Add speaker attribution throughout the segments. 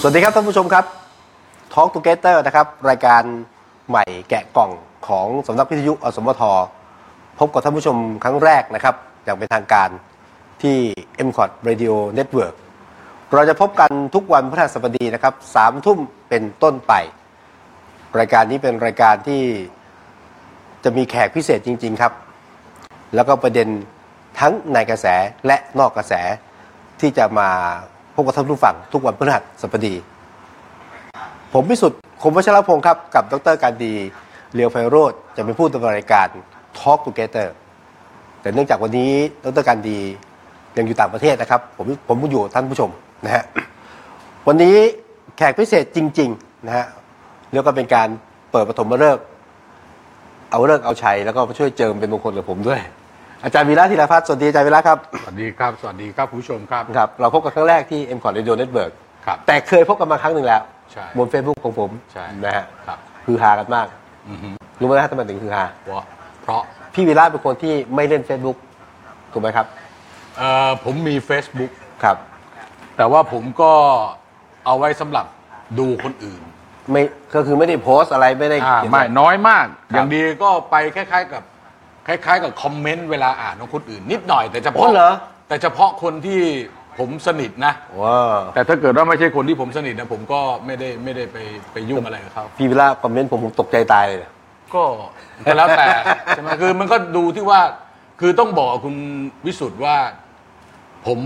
Speaker 1: สวัสดีครับท่านผู้ชมครับ Talk Together นะครับ รายการใหม่แกะกล่องของสำนักพิทยุอสมท พบกับท่านผู้ชมครั้งแรกนะครับ อย่างเป็นทางการที่ m c o t Radio Network เราจะพบกันทุกวันพฤหัสบดีนะครับสามทุ่มเป็นต้นไป รายการนี้เป็นรายการที่จะมีแขกพิเศษจริง ๆ ครับ แล้วก็ประเด็นทั้งในกระแสและนอกกระแสที่จะมาพบกับท่านผู้ฟังทุกวันพฤหัสบดี ผมพิสุทธิ์คมวัชรพงศ์ครับ กับดรการดีเลียวไพโรธจะเป็นผู้ดำเนินรายการ Talk Together แต่เนื่องจากวันนี้ดรการดียังอยู่ต่างประเทศนะครับ ผมผมอยู่ท่านผู้ชมนะฮะ วันนี้แขกพิเศษจริง ๆ นะฮะเรียกว่าเป็นการเปิดปฐมฤกษ์เอาเลิกษ์เอาชัยแล้วก็มาช่วยเจิมเป็นมงคลกับผมด้วย อาจารย์วีระธีรพัฒน์สวัสดีอาจารย์วีระครับ
Speaker 2: สวัสดีครับ สวัสดีครับผู้ชมครับ
Speaker 1: ครับ เราพบกันครั้งแรกที่ m c o t Radio Network
Speaker 2: ครับ
Speaker 1: แต่เคยพบกันมาครั้งหนึ่งแล้ว
Speaker 2: ใช่
Speaker 1: บน Facebook ของผม
Speaker 2: ใช่
Speaker 1: นะฮะ
Speaker 2: ครับ
Speaker 1: คือฮากันมาก
Speaker 2: อือฮึ
Speaker 1: รู้ไหมฮะทำไมถึงคือฮา
Speaker 2: เพราะเพราะ
Speaker 1: พี่วีระเป็นคนที่ไม่เล่น Facebook ถูกไหมครับ
Speaker 2: เอ่อผมมี Facebook
Speaker 1: ครับ
Speaker 2: แต่ว่าผมก็เอาไว้สำหรับดูคนอื่น
Speaker 1: ไม่ก็คือไม่ได้โพสต์อะไรไม่ได้
Speaker 2: อ่า
Speaker 1: เขียน
Speaker 2: ไม่น้อยมาก
Speaker 1: ครับ
Speaker 2: อย่างดีก็ไปคล้าย ๆ กับคล้าย ๆ กับคอมเมนต์เวลาอ่านของคนอื่น นิดหน่อย แต่เฉ
Speaker 1: โอ้
Speaker 2: พาะ
Speaker 1: เหรอ
Speaker 2: แต่เฉพาะคนที่ผมสนิทนะ
Speaker 1: ว้าว
Speaker 2: แต่ถ้าเกิดว่าไม่ใช่คนที่ผมสนิทนะผมก็ไม่ได้ไม่ได้ไปไปยุ่งอะไรกับเขา
Speaker 1: พี่วีระคอมเมนต์ผมผมตกใจตายเลยนะ
Speaker 2: ก็ก็แล้วแต่ใช่ไหมคือมันก็ดูที่ว่าคือต้องบอกกับคุณวิสุทธ์ว่า ผม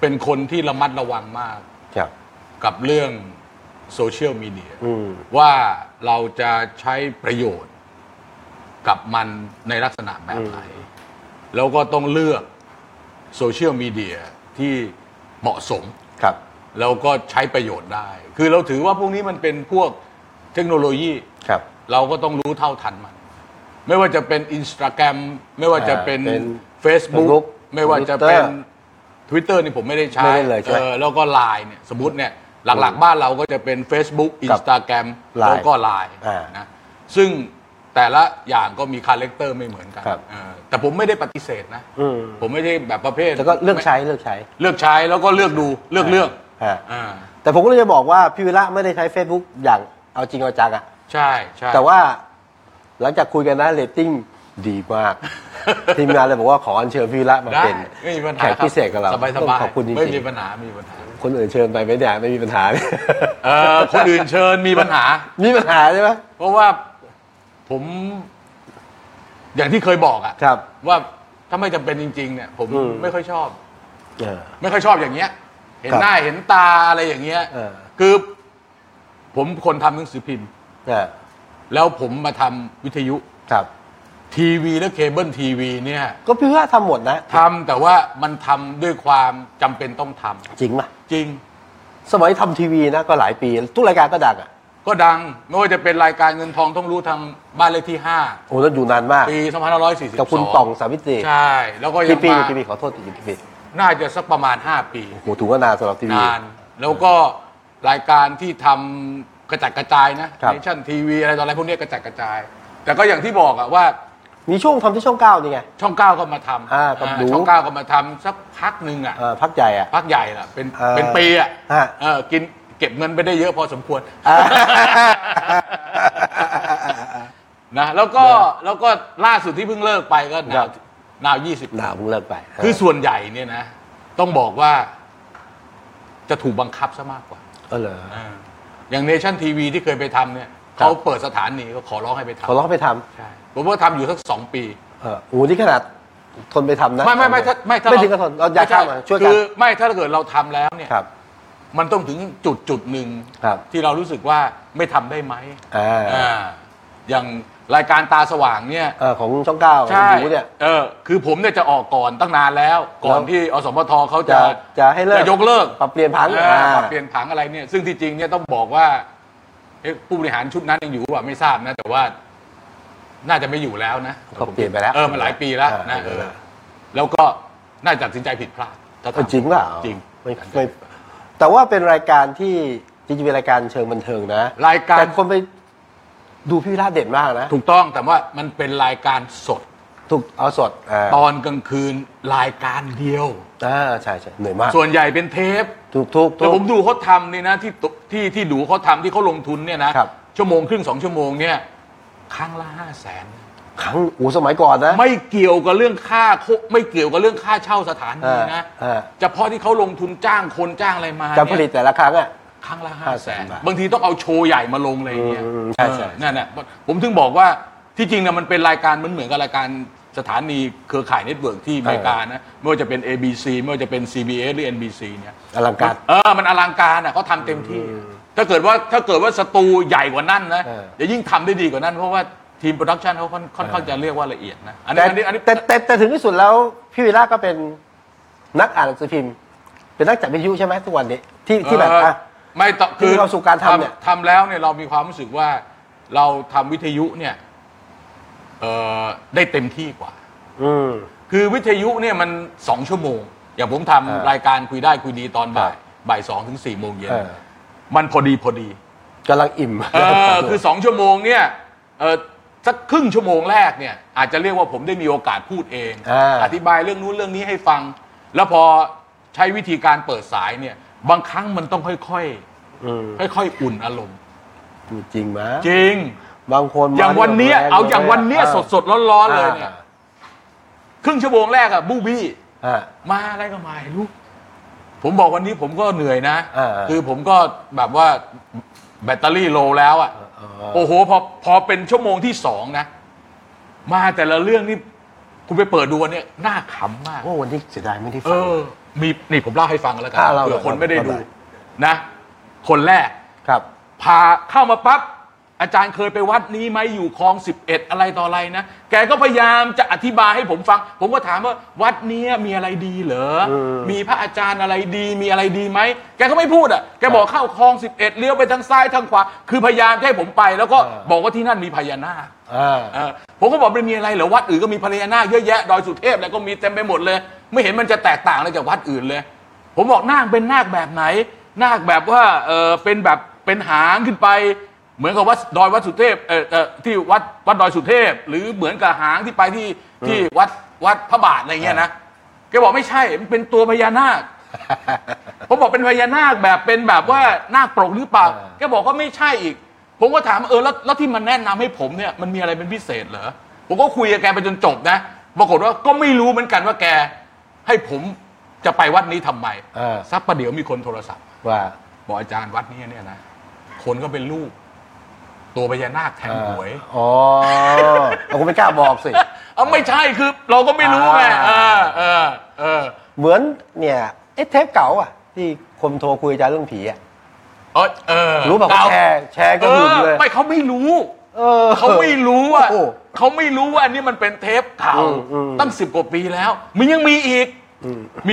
Speaker 2: เป็นคนที่ระมัดระวังมาก
Speaker 1: ครับ
Speaker 2: กับเรื่องโซเชียลมีเดีย
Speaker 1: อืม
Speaker 2: ว่าเราจะใช้ประโยชน์กับมันในลักษณะแบบไหน แล้วก็ต้องเลือกโซเชียลมีเดียที่เหมาะสม
Speaker 1: ครับ
Speaker 2: แล้วก็ใช้ประโยชน์ได้ คือเราถือว่าพวกนี้มันเป็นพวกเทคโนโลยี
Speaker 1: ครับ
Speaker 2: เราก็ต้องรู้เท่าทันมัน ไม่ว่าจะเป็นอินสตาแกรมไม่ว่าจะเป็น
Speaker 1: เป็น Facebook
Speaker 2: Facebook ไม่ว่าจะเป็น
Speaker 1: Twitter
Speaker 2: Twitter นี่ผมไม่ได้ใช้
Speaker 1: ไม่ได้เลยใช่ไหม
Speaker 2: ออแล้วก็ Line เนี่ยสมมติเนี่ยหลักๆ บ้านเราก็จะเป็น Facebook
Speaker 1: กับ
Speaker 2: Instagram
Speaker 1: Line
Speaker 2: แล้วก็ Line
Speaker 1: อ่า
Speaker 2: นะซึ่งแต่ละอย่างก็มีคาแรคเตอร์ไม่เหมือนกัน
Speaker 1: ครับ
Speaker 2: เออแต่ผมไม่ได้ปฏิเสธนะ
Speaker 1: อืม
Speaker 2: ผมไม่ได้แบบประเภท
Speaker 1: แล้วก็เลือกใช้เลือกใช้
Speaker 2: เลือกใช้แล้วก็เลือกดูเลือกเลือก
Speaker 1: ฮะ
Speaker 2: อ่า
Speaker 1: แต่ผมก็เลยจะบอกว่าพี่วีระไม่ได้ใช้ Facebook อย่างเอาจริงเอาจังอะ
Speaker 2: ใช่ใช่
Speaker 1: แต่ว่าหลังจากคุยกันนะเรตติ้งดี มาก ทีมงานเลยบอกว่าขออัญเชิญพี่วีระมา
Speaker 2: ได้
Speaker 1: เป็น
Speaker 2: ไม่มีปัญหา
Speaker 1: แขกพิเศษกับเรา
Speaker 2: สบายส
Speaker 1: ต้อง
Speaker 2: บาย
Speaker 1: ขอบคุณจริ
Speaker 2: ไม่
Speaker 1: ง
Speaker 2: มีปัญหาไม่มีปัญหา
Speaker 1: ๆคนอื่นเชิญไปไม่ได้ไม่มีปัญหา
Speaker 2: เอ่อคนอื่นเชิญ มีปัญหา
Speaker 1: มีปัญหาใช่ไหม
Speaker 2: เพราะว่าผม อย่างที่เคยบอกอะ
Speaker 1: ครับ
Speaker 2: ว่าถ้าไม่จำเป็นจริง ๆ เนี่ย ผม
Speaker 1: อืม
Speaker 2: ไม่ค่อยชอบ
Speaker 1: เออ
Speaker 2: ไม่ค่อยชอบอย่างเงี้ย เห็น
Speaker 1: ครับ
Speaker 2: หน้าเห็นตาอะไรอย่างเงี้ย
Speaker 1: เออ
Speaker 2: คือ ผมคนทำหนังสือพิมพ์
Speaker 1: เออ
Speaker 2: แล้วผมมาทำวิทยุ
Speaker 1: ครับ
Speaker 2: ทีวีและเคเบิลทีวีเนี่ย
Speaker 1: ก็พี่วีระทำหมดนะ
Speaker 2: ทำแต่ว่ามันทำด้วยความจำเป็นต้องท
Speaker 1: จริงป่ะ
Speaker 2: ำจริง
Speaker 1: สมัยทำทีวีนะก็หลายปีทุกรายการก็ดังอะ
Speaker 2: ก็ดังไม่ว่าจะเป็นรายการเงินทองต้องรู้ทางบ้านเลขที่
Speaker 1: โอ้แล้วอยู่นานมาก
Speaker 2: 5 ปี2542
Speaker 1: กับคุณต่องสามิตรี
Speaker 2: ใช่ แล้วก็ยั
Speaker 1: กี่
Speaker 2: ง
Speaker 1: ปี
Speaker 2: มา
Speaker 1: กี่ปีขอโทษทีกี่ปี
Speaker 2: น่าจะสักประมาณ 5 ปี
Speaker 1: โอ้โหถือว่านานสำหรับทีวี
Speaker 2: นาน แล้วก็รายการที่ทำกระจัดกระจายนะครับ เนชั่นทีวีอะไรต่ออะไรพวกเนี้ยกระจัดกระจาย แต่ก็อย่างที่บอกอะว่า
Speaker 1: มีช่วงทำที่ช่องเก้านี่ไง
Speaker 2: ช่องเก้าก็มาทำ
Speaker 1: อ่ากับ
Speaker 2: อ่า
Speaker 1: หนู
Speaker 2: ช่องเก้าก็มาทำสักพักหนึ่งอะ
Speaker 1: เอ่อพักใหญ่อะ
Speaker 2: พักใหญ่ละเป็น
Speaker 1: เอ่อ
Speaker 2: เป็นปีอะ
Speaker 1: ฮะ
Speaker 2: เออกินเก็บเงินไปได้เยอะพอสมควร นะแล้วก็แล้วก็ล่าสุดที่เพิ่งเลิกไปก็หนาว
Speaker 1: ครับ
Speaker 2: หนาวยี่สิบ
Speaker 1: หนาวเพิ่งเลิกไป
Speaker 2: คือส่วนใหญ่เนี่ยนะ ต้องบอกว่าจะถูกบังคับซะมากกว่า
Speaker 1: เออเหรอ
Speaker 2: อ่าอย่างเนชั่นทีวีที่เคยไปทำเนี่ย
Speaker 1: ครับ
Speaker 2: เขาเปิดสถานีก็ขอร้องให้ไปท
Speaker 1: ขอร้องไปท
Speaker 2: ำใช่ผมก็ทำอยู่สักสองปี
Speaker 1: ำเออโอ้โหนี่ขนาดทนไปทำนะ
Speaker 2: ไม่ไม่ไม่ถ้าไม่ถ้า
Speaker 1: ไม่ถึงกับทนเราอยาก
Speaker 2: ไม่ใ
Speaker 1: ข้ามมาช่วยกัน
Speaker 2: คือไม่ถ้าเกิดเราทำแล้วเนี่ย
Speaker 1: ครับ
Speaker 2: มันต้องถึงจุดจุดหนึ่ง
Speaker 1: ครับ
Speaker 2: ที่เรารู้สึกว่าไม่ทำได้ไหม
Speaker 1: อ่า
Speaker 2: อ่าอย่างรายการตาสว่างเนี่ย
Speaker 1: เออของช่องเก้า
Speaker 2: ใช่
Speaker 1: หนูเนี่ย
Speaker 2: เออ คือผมเนี่ยจะออกก่อนตั้งนานแล้ว ก่อน
Speaker 1: แล้ว
Speaker 2: ที่อสมทเขา
Speaker 1: จะ
Speaker 2: จะ
Speaker 1: จะให้เลิก
Speaker 2: จะยกเลิก
Speaker 1: ปรับเปลี่ยนผัง
Speaker 2: เออปรับเปลี่
Speaker 1: อ่า
Speaker 2: ยนผังอะไรเนี่ย ซึ่งที่จริงเนี่ยต้องบอกว่าเอ๊ะผู้บริหารชุดนั้นยังอยู่หรือเปล่าไม่ทราบนะ แต่ว่า น่าจะไม่อยู่แล้วนะ
Speaker 1: เขาเปลี่ยนไปแล้ว
Speaker 2: เออมันหลายปีแล้ว
Speaker 1: อ่าน
Speaker 2: นะเอ
Speaker 1: เปลี่ยนไปแล้
Speaker 2: อ
Speaker 1: ว
Speaker 2: แล้วก็น่าจะตัดสินใจผิดพลาดถ้า
Speaker 1: เออ
Speaker 2: ทำ
Speaker 1: จริงเปล่า
Speaker 2: จริง
Speaker 1: ไม่ไม่แต่ว่าเป็นรายการที่จริงๆเป็นรายการเชิงบันเทิงนะ
Speaker 2: รายการ
Speaker 1: แต่คนไปดูพี่ราชเด่นมากนะ
Speaker 2: ถูกต้องแต่ว่ามันเป็นรายการสด
Speaker 1: ค ถูกเอาสดา
Speaker 2: ตอนกลางคืนรายการเดียว
Speaker 1: อ่าใช่ใช่เหนื่อยมาก
Speaker 2: ส่วนใหญ่เป็นเทป
Speaker 1: ถูกถูก
Speaker 2: แต่
Speaker 1: ถูก
Speaker 2: ผมดูเขาทำนี่นะที่ตุที่ที่ดูเขาทำที่เขาลงทุนเนี่ยนะครับ ชั่วโมงครึ่งสองชั่วโมงเนี่ยครั้งละห้าแสน
Speaker 1: ครั้งอูสมัยก่อนนะ
Speaker 2: ไม่เกี่ยวกับเรื่องค่าโคไม่เกี่ยวกับเรื่องค่าเช่าสถานที่
Speaker 1: อ่า
Speaker 2: นะ
Speaker 1: อ่า
Speaker 2: เฉพาะที่เขาลงทุนจ้างคนจ้างอะไรมา
Speaker 1: จะ
Speaker 2: เนี่ย
Speaker 1: ผลิตแต่ละครั้งอ่ะ
Speaker 2: ครั้งละห้าแสน
Speaker 1: บาท
Speaker 2: บางทีต้องเอาโชว์ใหญ่มาลงอะไรอย่างเงี้ย
Speaker 1: อืมใช่
Speaker 2: เอ
Speaker 1: ใช่
Speaker 2: อนั่นน่ะผมถึงบอกว่าที่จริงนะมันเป็นรายการมันเหมือนกับรายการสถานีเครือข่ายเน็ตเวิร์กที่อเมริกานะไม่ว่าจะเป็น ABC ไม่ว่าจะเป็น CBS หรือ NBC เนี่ย
Speaker 1: อลังการ
Speaker 2: เออ มันอลังการอ่ะเขาทำเต็มที่ ถ้าเกิดว่าถ้าเกิดว่าสตูใหญ่กว่านั้นนะ
Speaker 1: เออ
Speaker 2: จะยิ่งทำได้ดีกว่านั้น เพราะว่าทีมโปรดักชันเขาค่อนค่อนข้างจะเรียกว่าละเอียดนะ อัน
Speaker 1: แต่
Speaker 2: นี้อันนี้อันนี้
Speaker 1: แต่แต่แต่ถึงที่สุดแล้วพี่วีระก็เป็นนักอ่านหนังสือพิมพ์ เป็นนักจัดวิทยุใช่ไหมทุกวันนี้ที่ที่แบบ
Speaker 2: เออ
Speaker 1: อ่ะ
Speaker 2: ไม่ต้อง
Speaker 1: ที่มีความสุขการทำเนี่ย
Speaker 2: ทำแล้วเนี่ยเรามีความรู้สึกว่าเราทำวิทยุเนี่ยเออได้เต็มที่กว่า
Speaker 1: อืม
Speaker 2: คือวิทยุเนี่ยมันสองชั่วโมง อย่างผมทำ
Speaker 1: เออ
Speaker 2: รายการคุยได้คุยดีตอนบ่า
Speaker 1: ค
Speaker 2: ย
Speaker 1: รับ
Speaker 2: บ่ายสองถึงสี่โมงเย็น
Speaker 1: เออ
Speaker 2: มันพอดีพอดี
Speaker 1: กำลังอิ่ม
Speaker 2: เออคือสองชั่วโมงเนี่ยเออสักครึ่งชั่วโมงแรกเนี่ยอาจจะเรียกว่าผมได้มีโอกาสพูดเอง
Speaker 1: อ่า
Speaker 2: ธิบายเรื่องนู้นเรื่องนี้ให้ฟัง แล้วพอใช้วิธีการเปิดสายเนี่ยบางครั้งมันต้องค่อย
Speaker 1: ม
Speaker 2: ๆ ค่อยๆ อุ่นอารมณ์
Speaker 1: พูดจริงมะ
Speaker 2: จริง
Speaker 1: บางคนม
Speaker 2: อย่างวันเนี้ย
Speaker 1: แรง
Speaker 2: เอาอย่างวันเนี้ย
Speaker 1: ะ
Speaker 2: สดๆ ร้อนๆ เลยเนี่ย
Speaker 1: อ่า
Speaker 2: ครึ่งชั่วโมงแรกอะบูบี้
Speaker 1: อ่า
Speaker 2: มาอะไรก็มาลูก ผมบอกวันนี้ผมก็เหนื่อยนะ
Speaker 1: อ่าๆ
Speaker 2: คือผมก็แบบว่าแบตเตอรี่โลแล้วอะ
Speaker 1: เออ
Speaker 2: โอ้โหพอพอเป็นชั่วโมงที่สองนะ มาแต่ละเรื่องนี่คุณไปเปิดดูวันเนี้ยน่าขำมาก
Speaker 1: โอ้วันนี้เสียดายไม่ได้
Speaker 2: เอ
Speaker 1: ฟัง
Speaker 2: อ มีนี่ผมเล่าให้ฟังกันแล้วกั
Speaker 1: อ่ะเล่า
Speaker 2: เผื่อคน
Speaker 1: เล่า
Speaker 2: ไม่ได้
Speaker 1: เล่า
Speaker 2: ดู
Speaker 1: ได้
Speaker 2: นะ คนแรก
Speaker 1: ครับ
Speaker 2: พาเข้ามาปั๊บอาจารย์เคยไปวัดนี้ไหมอยู่คลอง 11 อะไรต่ออะไรนะ แกก็พยายามจะอธิบายให้ผมฟัง ผมก็ถามว่าวัดเนี้ยมีอะไรดีเหรอ
Speaker 1: อืม
Speaker 2: มีพระอาจารย์อะไรดีมีอะไรดีไหม แกก็ไม่พูดอ่ะ แกบอกเข้าคลอง 11 เลี้ยวไปทางซ้ายทางขวา คือพยายามจะให้ผมไป แล้วก็
Speaker 1: เออ
Speaker 2: บอกว่าที่นั่นมีพญานาค
Speaker 1: อ่า
Speaker 2: เออผมก็บอกมันมีอะไรเหรอวัดอื่นก็มีพญานาคเยอะแยะดอยสุเทพอะไรก็มีเต็มไปหมดเลย ไม่เห็นมันจะแตกต่างอะไรจากวัดอื่นเลย ผมบอกนาคเป็นนาคแบบไหน นาคแบบว่าเออเป็นแบบเป็นหางขึ้นไป เหมือนกับวัดดอยวัดสุเทพเออเออที่วัดวัดดอยสุเทพ หรือเหมือนกับหางที่ไปที่ที่วัดวัดพระบาทอะไรเงี้ยนะแกบอกไม่ใช่มันเป็นตัวพญานาค ผมบอกเป็นพญานาคแบบเป็นแบบว่านาคปรกหรือเปล่า
Speaker 1: เออ
Speaker 2: แกบอกว่าไม่ใช่อีก ผมก็ถามเออแล้วแล้วที่มันแนะนำให้ผมเนี่ยมันมีอะไรเป็นพิเศษเหรอผมก็คุยกับแกไปจนจบนะปรากฏว่าก็ไม่รู้เหมือนกันว่าแก ให้ผมจะไปวัดนี้ทำไม
Speaker 1: เออ
Speaker 2: สักประเดี๋ยวมีคนโทรศัพท์
Speaker 1: ว่า
Speaker 2: บอกอาจารย์วัดนี้เนี่ยนะคนก็เป็นลูก ตัวพญานาคแทง
Speaker 1: อ่า
Speaker 2: หวย
Speaker 1: อ๋อเราคงไม่กล้าบอกสิ
Speaker 2: เอาไม่ใช่คือเราก็ไม่รู้ไงเอ
Speaker 1: อ่า
Speaker 2: อเออเออ
Speaker 1: เหมือนเนี่ยเอ๊ะเทปเก่าอ่ะ ที่คนโทรคุยอาจารย์เรื่องผีอ่ะ
Speaker 2: เออเออ
Speaker 1: รู้แบบแชร์แชร์ก็หึ่มเลย
Speaker 2: ออไม่เขาไม่รู้
Speaker 1: เออ
Speaker 2: เขาไม่รู้ว่า
Speaker 1: โอ้โห
Speaker 2: เขาไม่รู้ว่าอันนี้มันเป็นเทปเก่า
Speaker 1: อืมอืม
Speaker 2: ตั้งสิบกว่าปีแล้ว มันยังมีอีก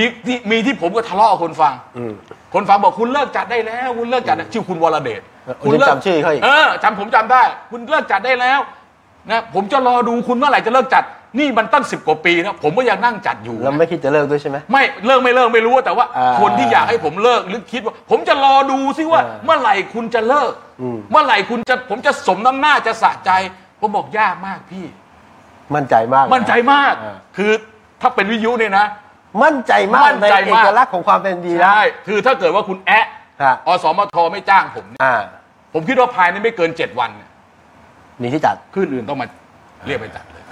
Speaker 2: มีที่มีที่ผมก็ทะเลาะกับคนฟัง
Speaker 1: อืม
Speaker 2: คนฟังบอกคุณเลิกจัดได้แล้ว คุณเลิกจัดนะชื่อคุณวรเดช
Speaker 1: เออ
Speaker 2: คุณเลิก
Speaker 1: จำชื่อเขาอีก
Speaker 2: เออจำผมจำได้ คุณเลิกจัดได้แล้วนะผมจะรอดูคุณเมื่อไหร่จะเลิกจัด นี่มันตั้งสิบกว่าปีนะผมก็ยังนั่งจัดอยู่
Speaker 1: แล้ว
Speaker 2: นะ
Speaker 1: ไม่คิดจะเลิกด้วยใช่ไหม
Speaker 2: ไม่เลิกไม่เลิกไม่รู้แต่ว่า
Speaker 1: อ่า
Speaker 2: คนที่อยากให้ผมเลิกหรือคิดว่า ผมจะรอดูซิว่า
Speaker 1: อ่า
Speaker 2: เมื่อไหร่คุณจะเลิก
Speaker 1: อืม
Speaker 2: เมื่อไหร่คุณจะผมจะสมน้ำหน้าจะสะใจ ผมบอกยากมากพี่
Speaker 1: มั่นใจมากะ
Speaker 2: มั่นใจมาก
Speaker 1: อ่า
Speaker 2: คือถ้าเป็นวิทยุเนี่ยนะ
Speaker 1: มั่นใจมาก
Speaker 2: มั่น
Speaker 1: ใน
Speaker 2: ใจ
Speaker 1: เอ
Speaker 2: มาก
Speaker 1: กลักษณ์ของความเป็นดีนะ
Speaker 2: ได้คือถ้าเกิดว่าคุณแอะ
Speaker 1: ค่ะ
Speaker 2: อสมทไม่จ้างผมเนี่ย
Speaker 1: อ่า
Speaker 2: ผมคิดว่าภายในไม่เกิน 7 วันเนี่ย
Speaker 1: มีที่จัด
Speaker 2: คลื่นอื่นต้องมาเรียกไปจัดเลย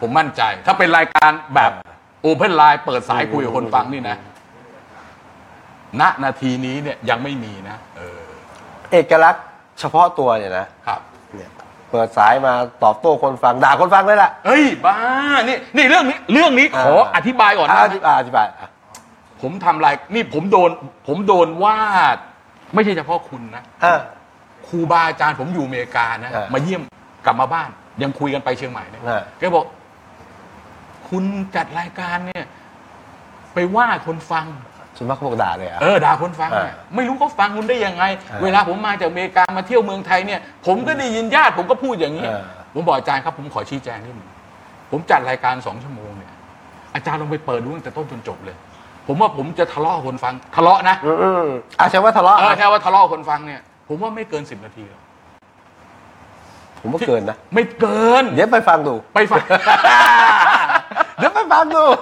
Speaker 2: ผมมั่นใจ ถ้าเป็นรายการแบบโอเพนไลน์เปิดสายคุยกับคนฟังนี่นะ ณนาทีนี้เนี่ยยังไม่มีนะ เออ
Speaker 1: เอกลักษณ์เฉพาะตัวเนี่ยนะครับ เนี่ยเปิดสายมาตอบโต้คนฟังด่าคนฟังเลยล่ะ
Speaker 2: เฮ้ยบ้านี่นี่เรื่องนี้เรื่องนี้ขอ
Speaker 1: อ่า
Speaker 2: อธิบายก่อน
Speaker 1: อ่ะ
Speaker 2: นะ
Speaker 1: อธิบายอธิบายอ่ะ
Speaker 2: ผมทำรายนี่ผมโดน ผมโดนว่าไม่ใช่เฉพาะคุณนะ ครูบาอาจารย์ผมอยู่อเมริกานะ
Speaker 1: อ่าม
Speaker 2: มาเยี่ยมกลับมาบ้าน ยังคุยกันไปเชียงใหม่เนี่ย
Speaker 1: อ่า
Speaker 2: แกบอก คุณจัดรายการเนี่ย ไปว่าคนฟัง
Speaker 1: ส่วนมากเขาบอกด่าเลยอ่ะ
Speaker 2: เออด่าคนฟังอะ
Speaker 1: อ่า
Speaker 2: ไม่รู้เขาฟังคุณได้ยังไง
Speaker 1: อ่า
Speaker 2: เวลาผมมาจากอเมริกามาเที่ยวเมืองไทยเนี่ย ผมก็ได้ยินญาติผมก็พูดอย่างนี้
Speaker 1: อ่า
Speaker 2: ผมบอกอาจารย์ครับผมขอชี้แจงนิดหนึงผมจัดรายการสองชั่วโมงเนี่ย อาจารย์ลองไปเปิดดูตั้งแต่ต้นจนจบเลย ผมว่าผมจะทะเลาะกับคนฟังทะเลาะนะ
Speaker 1: อืมอืมอ่ะใช่ว่าทะเลาะ
Speaker 2: เออ
Speaker 1: อ่ะ
Speaker 2: แค่ว่าทะเลาะกับคนฟังเนี่ย ผมว่าไม่เกินสิบนาทีหรอก
Speaker 1: ผมว่าเกินนะ
Speaker 2: ไม่เกิน
Speaker 1: เดี๋ยวไปฟังดู
Speaker 2: ไปฟัง
Speaker 1: เดี๋ยวไปฟังดู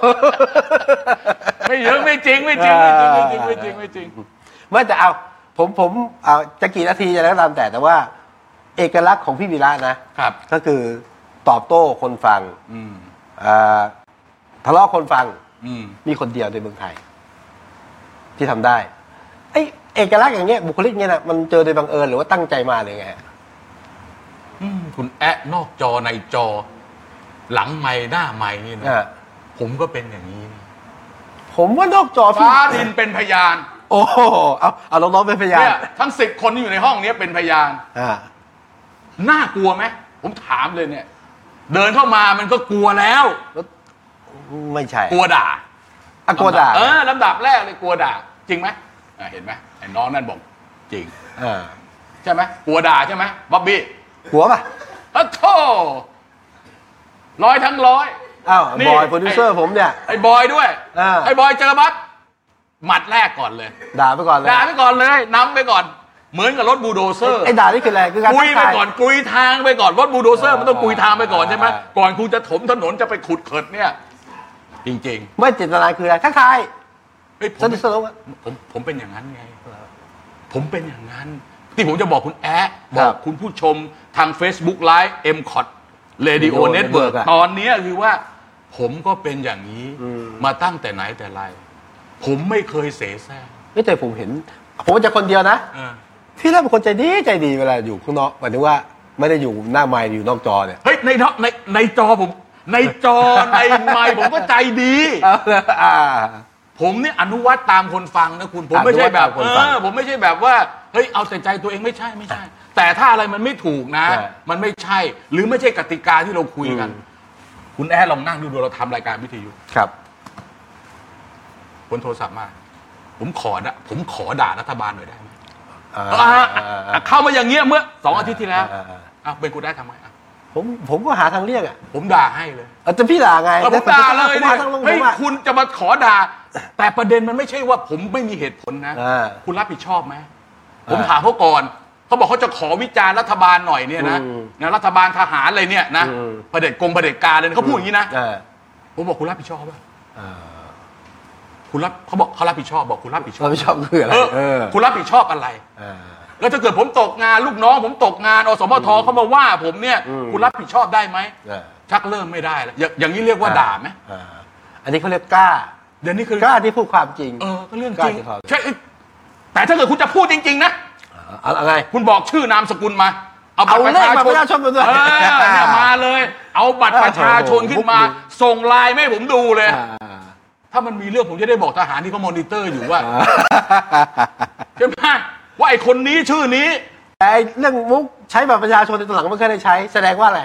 Speaker 2: ไม่เยอะไม่จริงไม่จริงไม่จริงไม่จริงไม่จริงไม่จริง
Speaker 1: ไม่แต่เอาผมผมเอาจะกี่นาทีจะแล้วก็ตามแต่แต่ว่า เอกลักษณ์ของพี่วีระนะครับ ก็คือตอบโต้คนฟัง
Speaker 2: อืม
Speaker 1: อ่าทะเลาะคนฟัง
Speaker 2: อืม
Speaker 1: มีคนเดียวในเมืองไทย ที่ทำได้ไอเอกลักษณ์อย่างเงี้ยบุคลิกเงี้ยนะมันเจอโดยบังเอิญหรือว่าตั้งใจมาหรือไงฮะ
Speaker 2: อืมคุณแอะนอกจอในจอ หลังไม้หน้าไม้นี่นะ
Speaker 1: อ่า
Speaker 2: ผมก็เป็นอย่างนี้นะ
Speaker 1: ผมว่านอกจอพี่
Speaker 2: ฟ้าดินเป็นพยาน
Speaker 1: โอ้โหเอาเอาน้องๆเป็นพยาน
Speaker 2: เนี่ยทั้งสิบคนที่อยู่ในห้องเนี้ยเป็นพยาน
Speaker 1: อ่า
Speaker 2: น่ากลัวไหมผมถามเลยเนี่ย เดินเข้ามามันก็กลัวแล้ว
Speaker 1: ไม่ใช่
Speaker 2: กลัวด่า
Speaker 1: อะกลัวด่า
Speaker 2: เออลำดับแรกเลยกลัวด่า จริงไหมอ่ะเห็นไหมไอ้น้องนั่นบอกจริง
Speaker 1: อ่า
Speaker 2: ใช่ไหมกลัวด่าใช่ไหมบ๊อบบี้
Speaker 1: กลัวป่ะ
Speaker 2: อ้าวโธ่ร้อยทั้งร้อย
Speaker 1: อ้าว
Speaker 2: นี่
Speaker 1: บอยโปรดิวเซอร์
Speaker 2: ไอ้
Speaker 1: ผมเนี่ย
Speaker 2: ไอ้บอยด้วย
Speaker 1: อ่า
Speaker 2: ไอ้บอยเจอบัสหมัดแรกก่อนเลย
Speaker 1: ด่าไปก่อนเลย
Speaker 2: ด่าไปก่อนเลยนำไปก่อน เหมือนกับรถบูลโดเซอร์
Speaker 1: ไอ้ด่านี่คืออะไรคือการ
Speaker 2: กุย
Speaker 1: ทั
Speaker 2: ไป
Speaker 1: ทา
Speaker 2: ก่อนกุยทางไปก่อนรถบูลโดเซอร์มันต้องกุยทางไปก่อนใช่ไหม
Speaker 1: อ่า
Speaker 2: ก่อนคุณจะถมถนนจะไปขุดเขิดเนี่ย จริง
Speaker 1: ไม่เจตนาคืออะไรทักทาย
Speaker 2: ๆเฮ้ยผ
Speaker 1: ส
Speaker 2: ม
Speaker 1: นุกสนุกอะ
Speaker 2: ผมผมเป็นอย่างนั้นไง ผมเป็นอย่างนั้น ที่ผมจะบอกคุณแอะบอกคุณผู้ชมทาง Facebook Live m c o t Radio
Speaker 1: Radio
Speaker 2: Network
Speaker 1: Network อะ
Speaker 2: ตอนเนี้ยคือว่า ผมก็เป็นอย่างนี้
Speaker 1: อืม
Speaker 2: มาตั้งแต่ไหนแต่ไร ผมไม่เคยเสแสร้ง
Speaker 1: ไม่แต่ผมเห็น ผมจะคนเดียวนะ
Speaker 2: เออ
Speaker 1: ที่แรกเป็นคนใจดีใจดีเวลาอยู่ข้างนอกหมายถึงว่าไม่ได้อยู่หน้าไมค์อยู่นอกจอเนี่ย
Speaker 2: เฮ้ยในในในจอผม ในจอ ในไมค์ผมก็ใจดี
Speaker 1: เอาละอ่า
Speaker 2: ผมเนี่ยอนุวัตตามคนฟังนะคุณ ผมไม่ใช่แบบ
Speaker 1: อนุวัตตาม
Speaker 2: เอ
Speaker 1: คนฟัง
Speaker 2: อผมไม่ใช่แบบว่าเฮ้ยเอาแต่ใจตัวเองไม่ใช่ไม่ใช่ แต่ถ้าอะไรมันไม่ถูกนะ
Speaker 1: ใช่
Speaker 2: มันไม่ใช่ หรือไม่ใช่กติกาที่เราคุยกัน คุณแอร์ลองนั่งดูดูเราทำรายการวิทยุ
Speaker 1: ครับ
Speaker 2: คนโทรศัพท์มา ผมขอนะผมขอด่ารัฐบาลหน่อยได้ไหม
Speaker 1: อ่า
Speaker 2: อ่ะอ่ะอ่ะเข้ามาอย่างเงี้ยเมื่อสองอาทิตย์ที่แล้ว
Speaker 1: อ่าอ่า
Speaker 2: อ่ะเป็นคุณได้ทำไมอ่ะ
Speaker 1: ผมผมก็หาทางเรียกอ่ะ
Speaker 2: ผมด่าให้เลย
Speaker 1: เอาแต่พี่ด่าไง
Speaker 2: เออผมด่าเลย
Speaker 1: ผม
Speaker 2: เนี่
Speaker 1: หาย ทางลงผ
Speaker 2: เฮ้ย
Speaker 1: มอ่ะ
Speaker 2: คุณจะมาขอด่า แต่ประเด็นมันไม่ใช่ว่าผมไม่มีเหตุผลนะ
Speaker 1: อ่า
Speaker 2: คุณรับผิดชอบไหม ผมถามเขาก่อน เขาบอกเขาจะขอวิจารณ์รัฐบาลหน่อยเนี่ยนะ
Speaker 1: อืม
Speaker 2: นะรัฐบาลทหารอะไรเนี่ยนะ
Speaker 1: อืม
Speaker 2: เผด็จกงเผด็จการเลยนะเขาพูดอย่างนี้นะ
Speaker 1: อ่า
Speaker 2: ผมบอกคุณรับผิดชอบป่ะ
Speaker 1: อ่า
Speaker 2: คุณรับเขาบอกเขารับผิดชอบบอกคุณรับผิดชอ
Speaker 1: เรา
Speaker 2: บ
Speaker 1: ไม่ชอบคืออะไร
Speaker 2: เออ
Speaker 1: เออ
Speaker 2: คุณรับผิดชอบอะไร
Speaker 1: อ่า
Speaker 2: แล้วถ้าเกิดผมตกงานลูกน้อง ผมตกงานอสมทเขามาว่าผมเนี่ย
Speaker 1: อืม
Speaker 2: คุณรับผิดชอบได้ไหม
Speaker 1: อ่า
Speaker 2: ชักเริ่มไม่ได้แล้วอย่างอย่างนี้เรียกว่าด่าไหม
Speaker 1: อ่าอันนี้เขาเรียกกล้า
Speaker 2: เดี๋ยวนี้คือก
Speaker 1: ล้าที่พูดความจริง
Speaker 2: เออก็เรื่อง
Speaker 1: กล้า
Speaker 2: จริง
Speaker 1: ที่พอ
Speaker 2: ใช่แต่ถ้าเกิดคุณจะพูดจริงๆนะ
Speaker 1: เอาอะไร
Speaker 2: คุณบอกชื่อนามสกุลมา เอาบัตร
Speaker 1: เอาเลขบัตรประชาชนมาด้วย
Speaker 2: เออเนี่ยมาเลย เอาบัตรประชาชนขึ้นมา
Speaker 1: โอ้โห
Speaker 2: ส่งไลน์ไม่ให้ผมดูเลย
Speaker 1: อ่า
Speaker 2: ถ้ามันมีเรื่องผมจะได้บอกทหารที่เขามอนิเตอร์อยู่ ว่าใช่ไหมว่าไอ้คนนี้ชื่อนี้
Speaker 1: แต่ไอ้เรื่องมุกใช้บัตรประชาชนในตอนหลังไม่ค่อยได้ใช้ แสดงว่าอะไร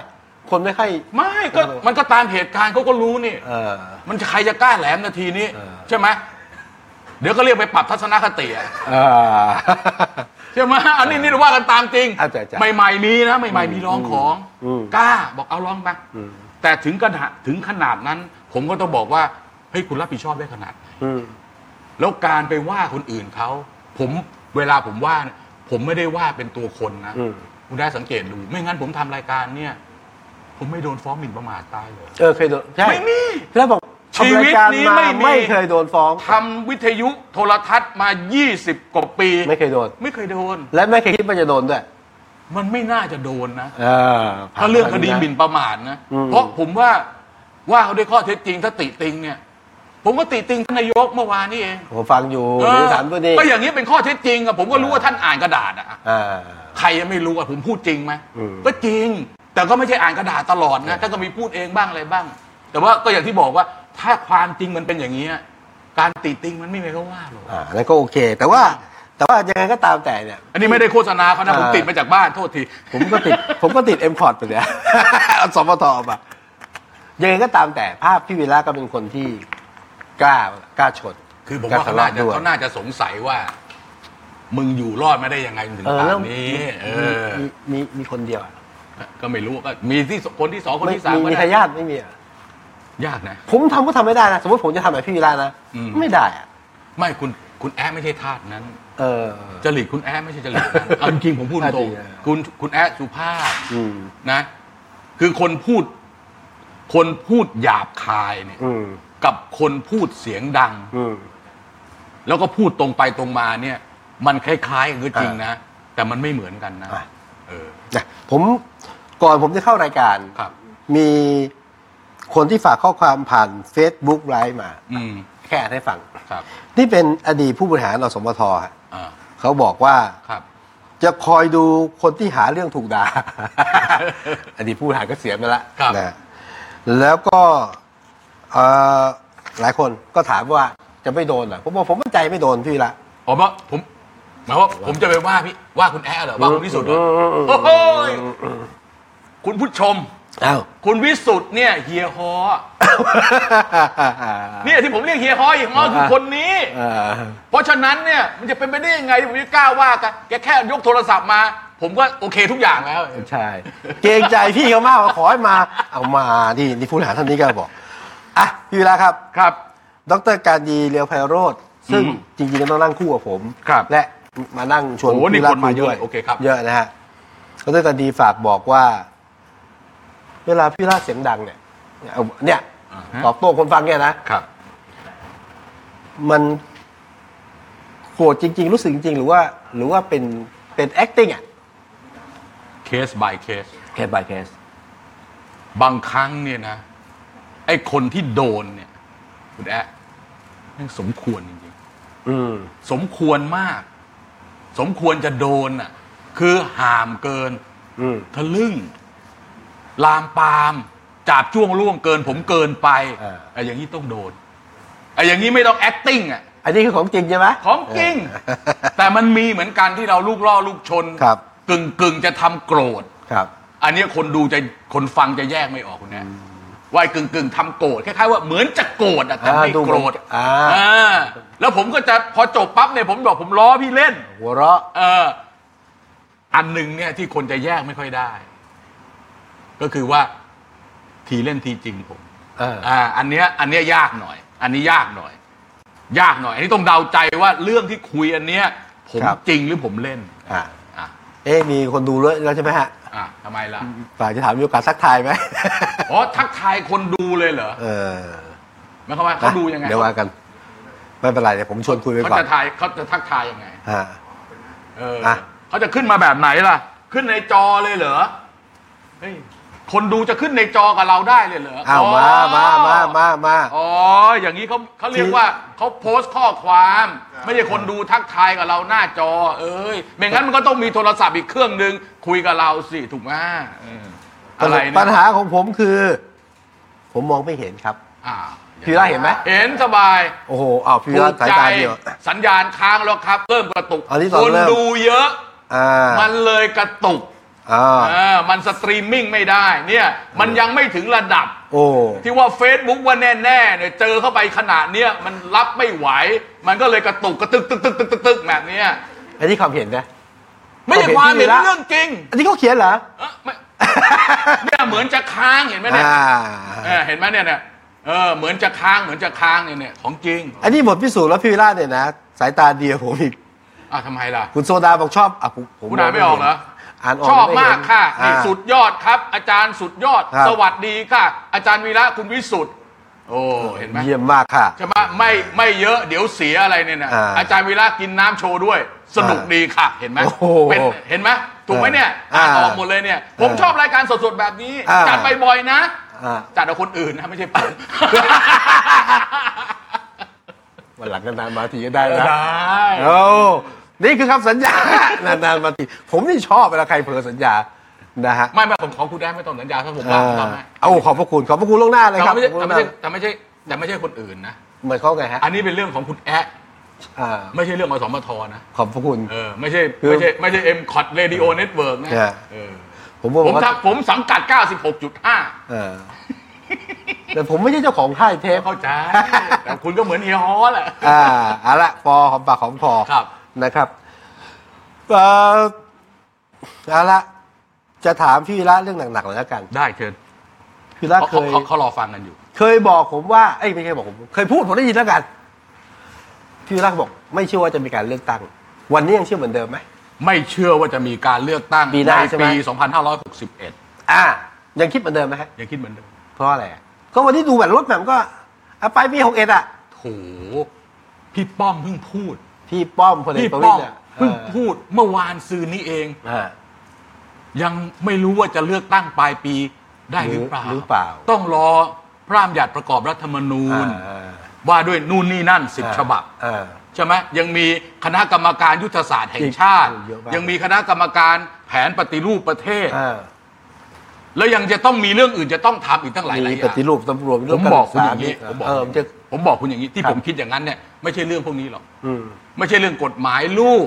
Speaker 1: คนไม่ค่อย
Speaker 2: ไม่ก็
Speaker 1: เออ
Speaker 2: มันก็ตามเหตุการณ์เขาก็รู้นี่
Speaker 1: เออ
Speaker 2: มันใครจะกล้าแหลมนาทีนี้
Speaker 1: เออ
Speaker 2: ใช่ไหมเดี๋ยวก็เรียกไปปรับทัศนคติอะ
Speaker 1: เออ
Speaker 2: ใช่ไหมอันนี้นี่เราว่ากันตามจริง
Speaker 1: เอาใจใจ
Speaker 2: ใหม่ๆมีนะใหม่ๆมีร้องของ
Speaker 1: อืม
Speaker 2: กล้าบอกเอาร้องไป
Speaker 1: อืม
Speaker 2: แต่ถึงขนาดถึงขนาดนั้น ผมก็ต้องบอกว่าเฮ้ยคุณรับผิดชอบได้ขนาดไหน
Speaker 1: อืม
Speaker 2: แล้วการไปว่าคนอื่นเขาผมเวลาผมว่าเนี่ยผมไม่ได้ว่าเป็นตัวคนนะ
Speaker 1: อืม
Speaker 2: คุณได้สังเกตดู ไม่งั้นผมทำรายการเนี่ย ผมไม่โดนฟ้องหมิ่นประมาทตายเลย
Speaker 1: เออเคยโดนใช่
Speaker 2: ไม่มี
Speaker 1: แล้วบอก
Speaker 2: ชีวิตนี้
Speaker 1: ทำรายการ
Speaker 2: ไม่
Speaker 1: มา
Speaker 2: มี
Speaker 1: ไม่เคยโดนฟ้อง
Speaker 2: ทำวิทยุโทรทัศน์มา 20 กว่าปี
Speaker 1: ไม่เคยโดน
Speaker 2: ไม่เคยโดน
Speaker 1: และไม่เคยคิดว่าจะโดนด้วย
Speaker 2: มันไม่น่าจะโดนนะ
Speaker 1: เออผ่น
Speaker 2: ถ้าเรื่องค
Speaker 1: ม
Speaker 2: ดี
Speaker 1: นะ
Speaker 2: หมิ่นประมาทนะ
Speaker 1: อืม
Speaker 2: เพราะผมว่าว่าเขาด้วยข้อเท็จจริงถ้าติติงเนี่ย ผมก็ติติงท่านนายกเมื่อวานนี่เอง
Speaker 1: ผมฟังอยู่
Speaker 2: เอ
Speaker 1: ดู
Speaker 2: อ
Speaker 1: สารพอดี
Speaker 2: ก็อย่างนี้เป็นข้อเท็จจริงอะผมก็รู้ว่าท่านอ่านกระดาษอะ
Speaker 1: อ่า
Speaker 2: ใครยังไม่รู้อะผมพูดจริงไหม
Speaker 1: อืม
Speaker 2: ก็จริง แต่ก็ไม่ใช่อ่านกระดาษตลอดนะท่านก็มีพูดเองบ้างอะไรบ้าง แต่ว่าก็อย่างที่บอกว่าถ้าความจริงมันเป็นอย่างนี้ยการติติงมันไม่มีใครว่าหรอก
Speaker 1: อ่านั่นก็โอเค แต่ว่า แต่ว่ายังไงก็ตามแต่เนี่ย
Speaker 2: อันนี้ไม่ได้โฆษณาเขานะผม
Speaker 1: อ่า
Speaker 2: ติดมาจากบ้านโทษที
Speaker 1: ผมก็ติด ผมก็ติดเอ็มพอร์ตไปเนี่ย เอาสมทอมายังไงก็ตามแต่ภาพพี่วีระก็เป็นคนที่กล้ากล้าชน
Speaker 2: คือผม
Speaker 1: กล้
Speaker 2: ว่าเขา
Speaker 1: ทะเลาะ
Speaker 2: น่าจะ
Speaker 1: ด้วย
Speaker 2: เขาน่าจะสงสัยว่า มึงอยู่รอดมาได้ยังไงถึง
Speaker 1: เออ
Speaker 2: ป่า
Speaker 1: แล้ว
Speaker 2: นนี้ เออ
Speaker 1: มีมีมีคนเดียวอะ
Speaker 2: ก็ไม่รู้ก็มีที่สคนที่สองคน
Speaker 1: ไม่
Speaker 2: ที่สาม
Speaker 1: มี
Speaker 2: ก็
Speaker 1: มี
Speaker 2: ได้
Speaker 1: ทายาทไม่มีอะ
Speaker 2: ยากนะ
Speaker 1: ผมทำก็ทำไม่ได้นะ สมมติผมจะทำแบบพี่วีระนะ
Speaker 2: อืม
Speaker 1: ไม่ได้อะ
Speaker 2: ไม่คุณคุณแอะไม่ใช่ทาสนั้น
Speaker 1: เออ
Speaker 2: จริตคุณแอ๊ไม่ใช่จ ริตนะเอาจริงๆผมพูดตรง
Speaker 1: อ่ะดีอ่ะ
Speaker 2: คุณคุณแอ๊สุภาพ
Speaker 1: อืม
Speaker 2: นะ คือคนพูด คนพูดหยาบคายเนี่ย
Speaker 1: อืม
Speaker 2: กับคนพูดเสียงดัง
Speaker 1: อืม
Speaker 2: แล้วก็พูดตรงไปตรงมาเนี่ย มันคล้ายๆกันก็จริงนะ แต่มันไม่เหมือนกันนะ
Speaker 1: อ่ะ
Speaker 2: เออ
Speaker 1: นะผมก่อนผมจะเข้ารายการ
Speaker 2: ครับ
Speaker 1: มีคนที่ฝากข้อความผ่าน Facebook ไลฟ์มา
Speaker 2: อืม
Speaker 1: แค่อ่านให้ฟัง
Speaker 2: ครับ
Speaker 1: นี่เป็นอดีตผู้บริหารอสมทฮะ
Speaker 2: อ่า
Speaker 1: เขาบอกว่า
Speaker 2: ครับ
Speaker 1: จะคอยดูคนที่หาเรื่องถูกด่า อดีตผู้บริหารก็เสียไปแล้ว
Speaker 2: ครับ
Speaker 1: นะฮะแล้วก็เอ่อหลายคนก็ถามว่าจะไม่โดนเหรอผมบอกผมมั่นใจไม่โดนพี่ละ
Speaker 2: ผมว่าผมหมายว่าผมจะไปว่าพี่ว่าคุณแอ้เหรอว่าคุณวิสุทธ์เหรอโอ้โหยคุณผู้ชม
Speaker 1: เอ้า
Speaker 2: คุณวิสุทธ์เนี่ยเฮียฮอเนี่ยที่ผมเรียกเฮียฮอเฮียฮอคือคนนี้
Speaker 1: เออ
Speaker 2: เพราะฉะนั้นเนี่ยมันจะเป็นไปได้ยังไงที่ผมจะกล้าว่ากันแกแค่ยกโทรศัพท์มา ผมก็โอเคทุกอย่างแล้ว
Speaker 1: ใช่ เกรงใจพี่เขามากกว่าขอให้มา เอามาที่นี่ผู้บริหารท่านนี้ก็บอก อ่ะ พี่เวลาครับ
Speaker 2: ครับ
Speaker 1: ดรการดีเลียวไพโรธซึ่ง
Speaker 2: อืม
Speaker 1: จริงๆแล้วต้องนั่งคู่กับผม
Speaker 2: ครับ
Speaker 1: และมานั่งชวน
Speaker 2: โอ้โหนี่
Speaker 1: พี่รั
Speaker 2: คนมาเยอะ
Speaker 1: ด้ว
Speaker 2: โอเคครับ
Speaker 1: เยอะนะฮะดรการดีฝากบอกว่า เวลาพี่ราชเสียงดังเนี่ยเอาเนี่ยตอบโต้คนฟังเนี่ยนะ
Speaker 2: ครับ
Speaker 1: มันโกรธจริง ๆ รู้สึกจริง ๆ หรือว่า หรือว่าเป็นเป็น acting อ่ะ
Speaker 2: เคส by เคส
Speaker 1: case by case
Speaker 2: บางครั้งเนี่ยนะ ไอ้คนที่โดนเนี่ย คุณแอ๊ะแม่งสมควรจริง
Speaker 1: อืม
Speaker 2: ๆ สมควรมาก สมควรจะโดนอ่ะ คือห่ามเกิน
Speaker 1: อืม
Speaker 2: ทะลึ่ง ลามปามจาบจ้วงล่วงเกิน ผมเกินไป
Speaker 1: เออ
Speaker 2: ไอ้อย่างนี้ต้องโดนไอ้อย่างนี้ไม่ต้อง acting อ่ะ
Speaker 1: อันนี้คือของจริงใช่ไหม
Speaker 2: ของจริง แต่มันมีเหมือนกันที่เราลูกล่อลูกชน
Speaker 1: ครับ
Speaker 2: กึ่งกึ่งๆจะทำโกรธ
Speaker 1: ครับ
Speaker 2: อันเนี้ยคนดูจะคนฟังจะแยกไม่ออกคุณแม่ว่ากึ่งกึ่งๆทำโกรธคล้ายๆว่าเหมือนจะโกรธอะแต่ไม่
Speaker 1: อ่าดูเหมือน
Speaker 2: โกรธ
Speaker 1: อ่า
Speaker 2: อ่าแล้วผมก็จะพอจบปั๊บเนี่ยผมบอกผมล้อพี่เล่น
Speaker 1: หัวเราะ
Speaker 2: เอออันหนึ่งเนี่ยที่คนจะแยกไม่ค่อยได้ ก็คือว่าทีเล่นทีจริงผม
Speaker 1: เออ
Speaker 2: อ่าอันเนี้ยอันเนี้ยยากหน่อย อันนี้ยากหน่อย ยากหน่อย อันนี้ต้องเดาใจว่าเรื่องที่คุยอันเนี้ย ผม
Speaker 1: ครับ
Speaker 2: จริงหรือผมเล่น
Speaker 1: อ่ะ
Speaker 2: อ่ะ
Speaker 1: เอ๊ะมีคนดูด้วยแล้วใช่ไหมฮะ
Speaker 2: อ่ะทำไมล่ะ
Speaker 1: ฝากจะถามมีโอกาสทักทายไหม
Speaker 2: อ๋อทักทายคนดูเลยเหรอ
Speaker 1: เออ
Speaker 2: หมายความว่าเขาดูยังไง
Speaker 1: เดี๋ยวว่ากัน ไม่เป็นไรเดี๋ยวผมชวนคุยไป
Speaker 2: เขา
Speaker 1: ก่อน
Speaker 2: จะทายเขาจะทักทายยังไง
Speaker 1: อ่า
Speaker 2: เออ
Speaker 1: นะ
Speaker 2: เขาจะขึ้นมาแบบไหนล่ะ ขึ้นในจอเลยเหรอเฮ้ยคนดูจะขึ้นในจอกับเราได้เลยเหรอ
Speaker 1: อ้าวมามามามามา
Speaker 2: อ๋ออย่างนี้เขาเขาเรียกว่าเขาโพสต์ข้อความ ไม่ใช่คนดูทักทายกับเราหน้าจอ เอ้ยไม่งั้นมันก็ต้องมีโทรศัพท์อีกเครื่องหนึ่งคุยกับเราสิถูกไหมเอออะไรนะ
Speaker 1: ปัญหาของผมคือ ผมมองไม่เห็นครับ
Speaker 2: อ่า
Speaker 1: พี่ราเห็นไหม
Speaker 2: เห็นสบาย
Speaker 1: โอ้โหอ้าวพี่ราสายตาเดียว
Speaker 2: ถูกใจสัญญาณค้างแล้วครับเริ่มกระตุก
Speaker 1: อันที่สอง
Speaker 2: คน
Speaker 1: เริ่ม
Speaker 2: ดูเยอะ
Speaker 1: อ่า
Speaker 2: มันเลยกระตุก
Speaker 1: อ่า
Speaker 2: เออมันสตรีมมิ่งไม่ได้เนี่ยมันยังไม่ถึงระดับ
Speaker 1: โอ้
Speaker 2: ที่ว่า Facebook ว่าแน่ๆเนี่ยเจอเข้าไปขนาดเนี้ยมันรับไม่ไหว มันก็เลยกระตุกกระตึกตึกตึกตึกตึกตึกแบบเนี้ย
Speaker 1: อันนี้ความเห็นนะ
Speaker 2: ไม่ใช่ความ
Speaker 1: ผม
Speaker 2: เห็น
Speaker 1: เห็นที่ละ
Speaker 2: เรื่องจริง
Speaker 1: อันนี้เขาเขียนเหรอ
Speaker 2: เออไม่ เนี่ยเหมือนจะค้างเห็นไหมเนี่ย
Speaker 1: อ่า
Speaker 2: เออเห็นไหมเนี่ยเนี่ยเออเหมือนจะค้างเหมือนจะค้างเนี่ยเนี่ยของจริง
Speaker 1: อันนี้บทพิสูจน์แล้วพี่วิราชเนี่ยนะสายตาเดียวผมอีก
Speaker 2: อ่ะทำไมล่ะ
Speaker 1: คุณโซดาบอกชอบอ่ะผมผม
Speaker 2: คุณอ่านไม่ออกเหรอ
Speaker 1: อ่านออก
Speaker 2: ชอบ
Speaker 1: แต่ไเห็
Speaker 2: มาก
Speaker 1: น
Speaker 2: ค่ะ
Speaker 1: อ่า
Speaker 2: นี่สุดยอดครับ อาจารย์สุดยอด
Speaker 1: ครับ
Speaker 2: สวัสดีค่ะ อาจารย์วีระคุณวิสุทธ์โอ้เห็นไหม
Speaker 1: เยี่ยมมากค่ะ
Speaker 2: ใช่ไหมไม่ไม่เยอะเดี๋ยวเสียอะไรเนี่ยนะ
Speaker 1: อ่า
Speaker 2: อาจารย์วีระกินน้ำโชว์ด้วย สนุกดีค่ะ เห็นไหม
Speaker 1: โอ้โห
Speaker 2: เป็นเห็นไหมถูกไหมเนี่ย
Speaker 1: อ่า
Speaker 2: อ่านออกหมดเลยเนี่ย ผมชอบรายการสดๆแบบนี้
Speaker 1: อ่า
Speaker 2: จัดไปบ่อยนะ
Speaker 1: อ่า
Speaker 2: จัดเอาคนอื่นนะ ไม่ใช่ผม
Speaker 1: วันหลังนานๆมาทีก็ได้นะ
Speaker 2: ได้
Speaker 1: โอ้นี่คือคำสัญญา นานๆมาทีผมนี่ชอบเวลาใครเผลอสัญญานะฮะ
Speaker 2: ไม่ไม่ผมขอคุณแด้ไม่ต้องสัญญาถ้าผม
Speaker 1: เอ
Speaker 2: ว่าผ
Speaker 1: อ
Speaker 2: มทำให้
Speaker 1: เอาขอบพระคุณขอบพระคุณล่วงหน้าเลยครั
Speaker 2: แต่
Speaker 1: บ
Speaker 2: ไม่ใช่
Speaker 1: ขอบคุณ
Speaker 2: แต่ไม่
Speaker 1: ล่วงห
Speaker 2: ใช่
Speaker 1: น้า
Speaker 2: แต่ไม่ใช่แต่ไม่ใช่คนอื่นนะ
Speaker 1: เหมือนเขาไงฮะ
Speaker 2: อันนี้เป็นเรื่องของคุณแอะ
Speaker 1: อ่า
Speaker 2: ไม่ใช่เรื่องอสมทนะ
Speaker 1: ขอบพระคุณ
Speaker 2: เออไม่ใช่
Speaker 1: คือ
Speaker 2: ไม่ใช่ไม่ใช่เอ็มคอร์ดเรดิโอเน็ตเวิร์กนะ
Speaker 1: เนี่ย
Speaker 2: เออ
Speaker 1: ผมบอก
Speaker 2: ผม
Speaker 1: ว่า
Speaker 2: ทำผมสังกัด 96.5
Speaker 1: เออแต่ผมไม่ใช่เจ้าของค่ายเทป
Speaker 2: เข้าใจ แต่คุณก็เหมือนเฮียฮอแหละ
Speaker 1: อ่าเอาละพอหอมปากหอมคอ
Speaker 2: ครับ
Speaker 1: นะครับเอ่อเอาละจะถามพี่วิระเรื่องหนักๆหน่อยแล้วกัน
Speaker 2: ได้เชิญ
Speaker 1: พี่วิระ
Speaker 2: เขา
Speaker 1: เคย
Speaker 2: เขาเขารอฟังกันอยู่
Speaker 1: เคยบอกผมว่าเอ้ยไม่เคยบอกผมเคยพูดผมได้ยินแล้วกันพี่วิระบอก ไม่เชื่อว่าจะมีการเลือกตั้ง วันนี้ยังเชื่อเหมือนเดิมไหม
Speaker 2: ไม่เชื่อว่าจะมีการเลือกตั้ง
Speaker 1: ปีหน้าใช่ไหม
Speaker 2: ปี 2561
Speaker 1: อ่า ยังคิดเหมือนเดิมไหมฮะ
Speaker 2: อย่าคิดเหมือนเดิม
Speaker 1: เพราะอะไรอะก็วันที่ดูแบบรถแบบก็อ่ะไปปีหกเอ็ดอ่ะ
Speaker 2: โถพี่ป้อมเพิ่งพูด
Speaker 1: พี่ป้อมพลเอ
Speaker 2: พี่
Speaker 1: กประวิ
Speaker 2: ป้
Speaker 1: ต
Speaker 2: อ
Speaker 1: ร
Speaker 2: ม
Speaker 1: เนี่ย
Speaker 2: เพิ่งพูดเมื่อวานซืนนี้เอง
Speaker 1: เออ
Speaker 2: ยังไม่รู้ว่าจะเลือกตั้งปลายปีได้หรือเปล่า
Speaker 1: หรือเปล่า
Speaker 2: ต้องรอพระราชบัญญัติประกอบรัฐธรรมนู
Speaker 1: อ่า
Speaker 2: ญ
Speaker 1: อ่า
Speaker 2: ว่าด้วยนู่นนี่นั่นสิบฉบับ
Speaker 1: อ่า
Speaker 2: ใช่ไหมยังมีคณะกรรมการยุทธศาสตร์แห่งชาติ
Speaker 1: อีกเยอะมาก
Speaker 2: ยังมีคณะกรรมการแผนปฏิรูปประเทศ
Speaker 1: อ่า
Speaker 2: แล้วยังจะต้องมีเรื่องอื่นจะต้องทำอีกตั้งหลายหลาย
Speaker 1: มี
Speaker 2: อ
Speaker 1: ป
Speaker 2: ย่าง
Speaker 1: ฏิรูปตำรวจ
Speaker 2: ผมบอกคุณอย่างนี้
Speaker 1: มี
Speaker 2: ผมบอก
Speaker 1: เออมันจะ
Speaker 2: ผมบอกคุณอย่างนี้ที่
Speaker 1: ครับ
Speaker 2: ผมคิดอย่างนั้นเนี่ยไม่ใช่เรื่องพวกนี้หรอก
Speaker 1: อืม
Speaker 2: ไม่ใช่เรื่องกฎหมายลูก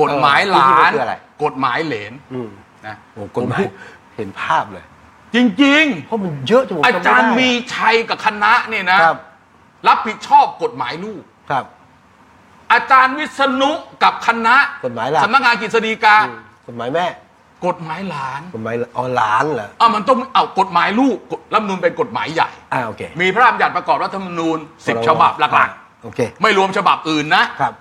Speaker 2: กฎหมายหลา
Speaker 1: เออน คืออะไร
Speaker 2: กฎหมายเหลน
Speaker 1: อืม
Speaker 2: นะ
Speaker 1: โอ้กฎหมายเห็นภาพเลย
Speaker 2: จริง
Speaker 1: เพราะมันเยอะจนผม
Speaker 2: ๆ อาจารย์
Speaker 1: จำไได้
Speaker 2: มีชัยกับคณะเนี่ยนะ
Speaker 1: ครับ
Speaker 2: รับผิดชอบกฎหมายลูก
Speaker 1: ครับ
Speaker 2: อาจารย์วิษณุกับคณะ
Speaker 1: กฎหมายหลัก
Speaker 2: สำนักงานกฤษฎีกา
Speaker 1: อืมกฎหมายแม่
Speaker 2: กฎหมายหลาน
Speaker 1: กฎหมายออนไลานเหรอ
Speaker 2: อ่ะมันต้องเอากฎหมายลูกกฎรัฐธรรมนูญเป็นกฎหมายใหญ่
Speaker 1: อ่าโอเค
Speaker 2: มีพระราชบัญญัติประกอบรัฐธรรมนูญ10ฉบับหลัก
Speaker 1: ๆโอเค
Speaker 2: ๆ ไม่รวมฉบับอื่นนะ
Speaker 1: ครับ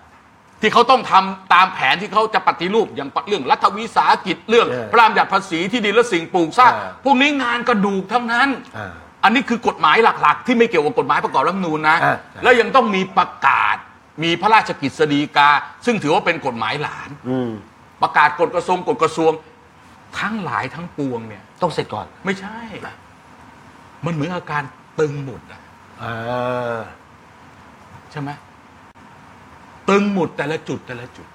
Speaker 2: ที่เขาต้องทำตามแผนที่เขาจะปฏิรูปอย่างเรื่องรัฐวิสาหกิจเรื่อง
Speaker 1: เออ
Speaker 2: พระราชบัญญัติภาษีที่ดินและสิ่งปลูกสร้าง
Speaker 1: เออ
Speaker 2: พวกนี้งานกระดูกทั้งนั้น
Speaker 1: อ่า
Speaker 2: อันนี้คือกฎหมายหลักๆ ที่ไม่เกี่ยวกับกฎหมายประกอบรัฐธรรมนูญนะ
Speaker 1: อ่า
Speaker 2: แล้วยังต้องมีประกาศ มีพระราชกฤษฎีกา ซึ่งถือว่าเป็นกฎหมายหลาน
Speaker 1: อืม
Speaker 2: ประกาศกฎกระทรวงกฎกระทรวง ทั้งหลายทั้งปวงเนี่ย
Speaker 1: ต้องเสร็จก่อน
Speaker 2: ไม่ใช่ มันเหมือนอาการตึงหมุดอะ
Speaker 1: อ่า
Speaker 2: ใช่ไหมตึงหมุดแต่ละจุดแต่ละจุด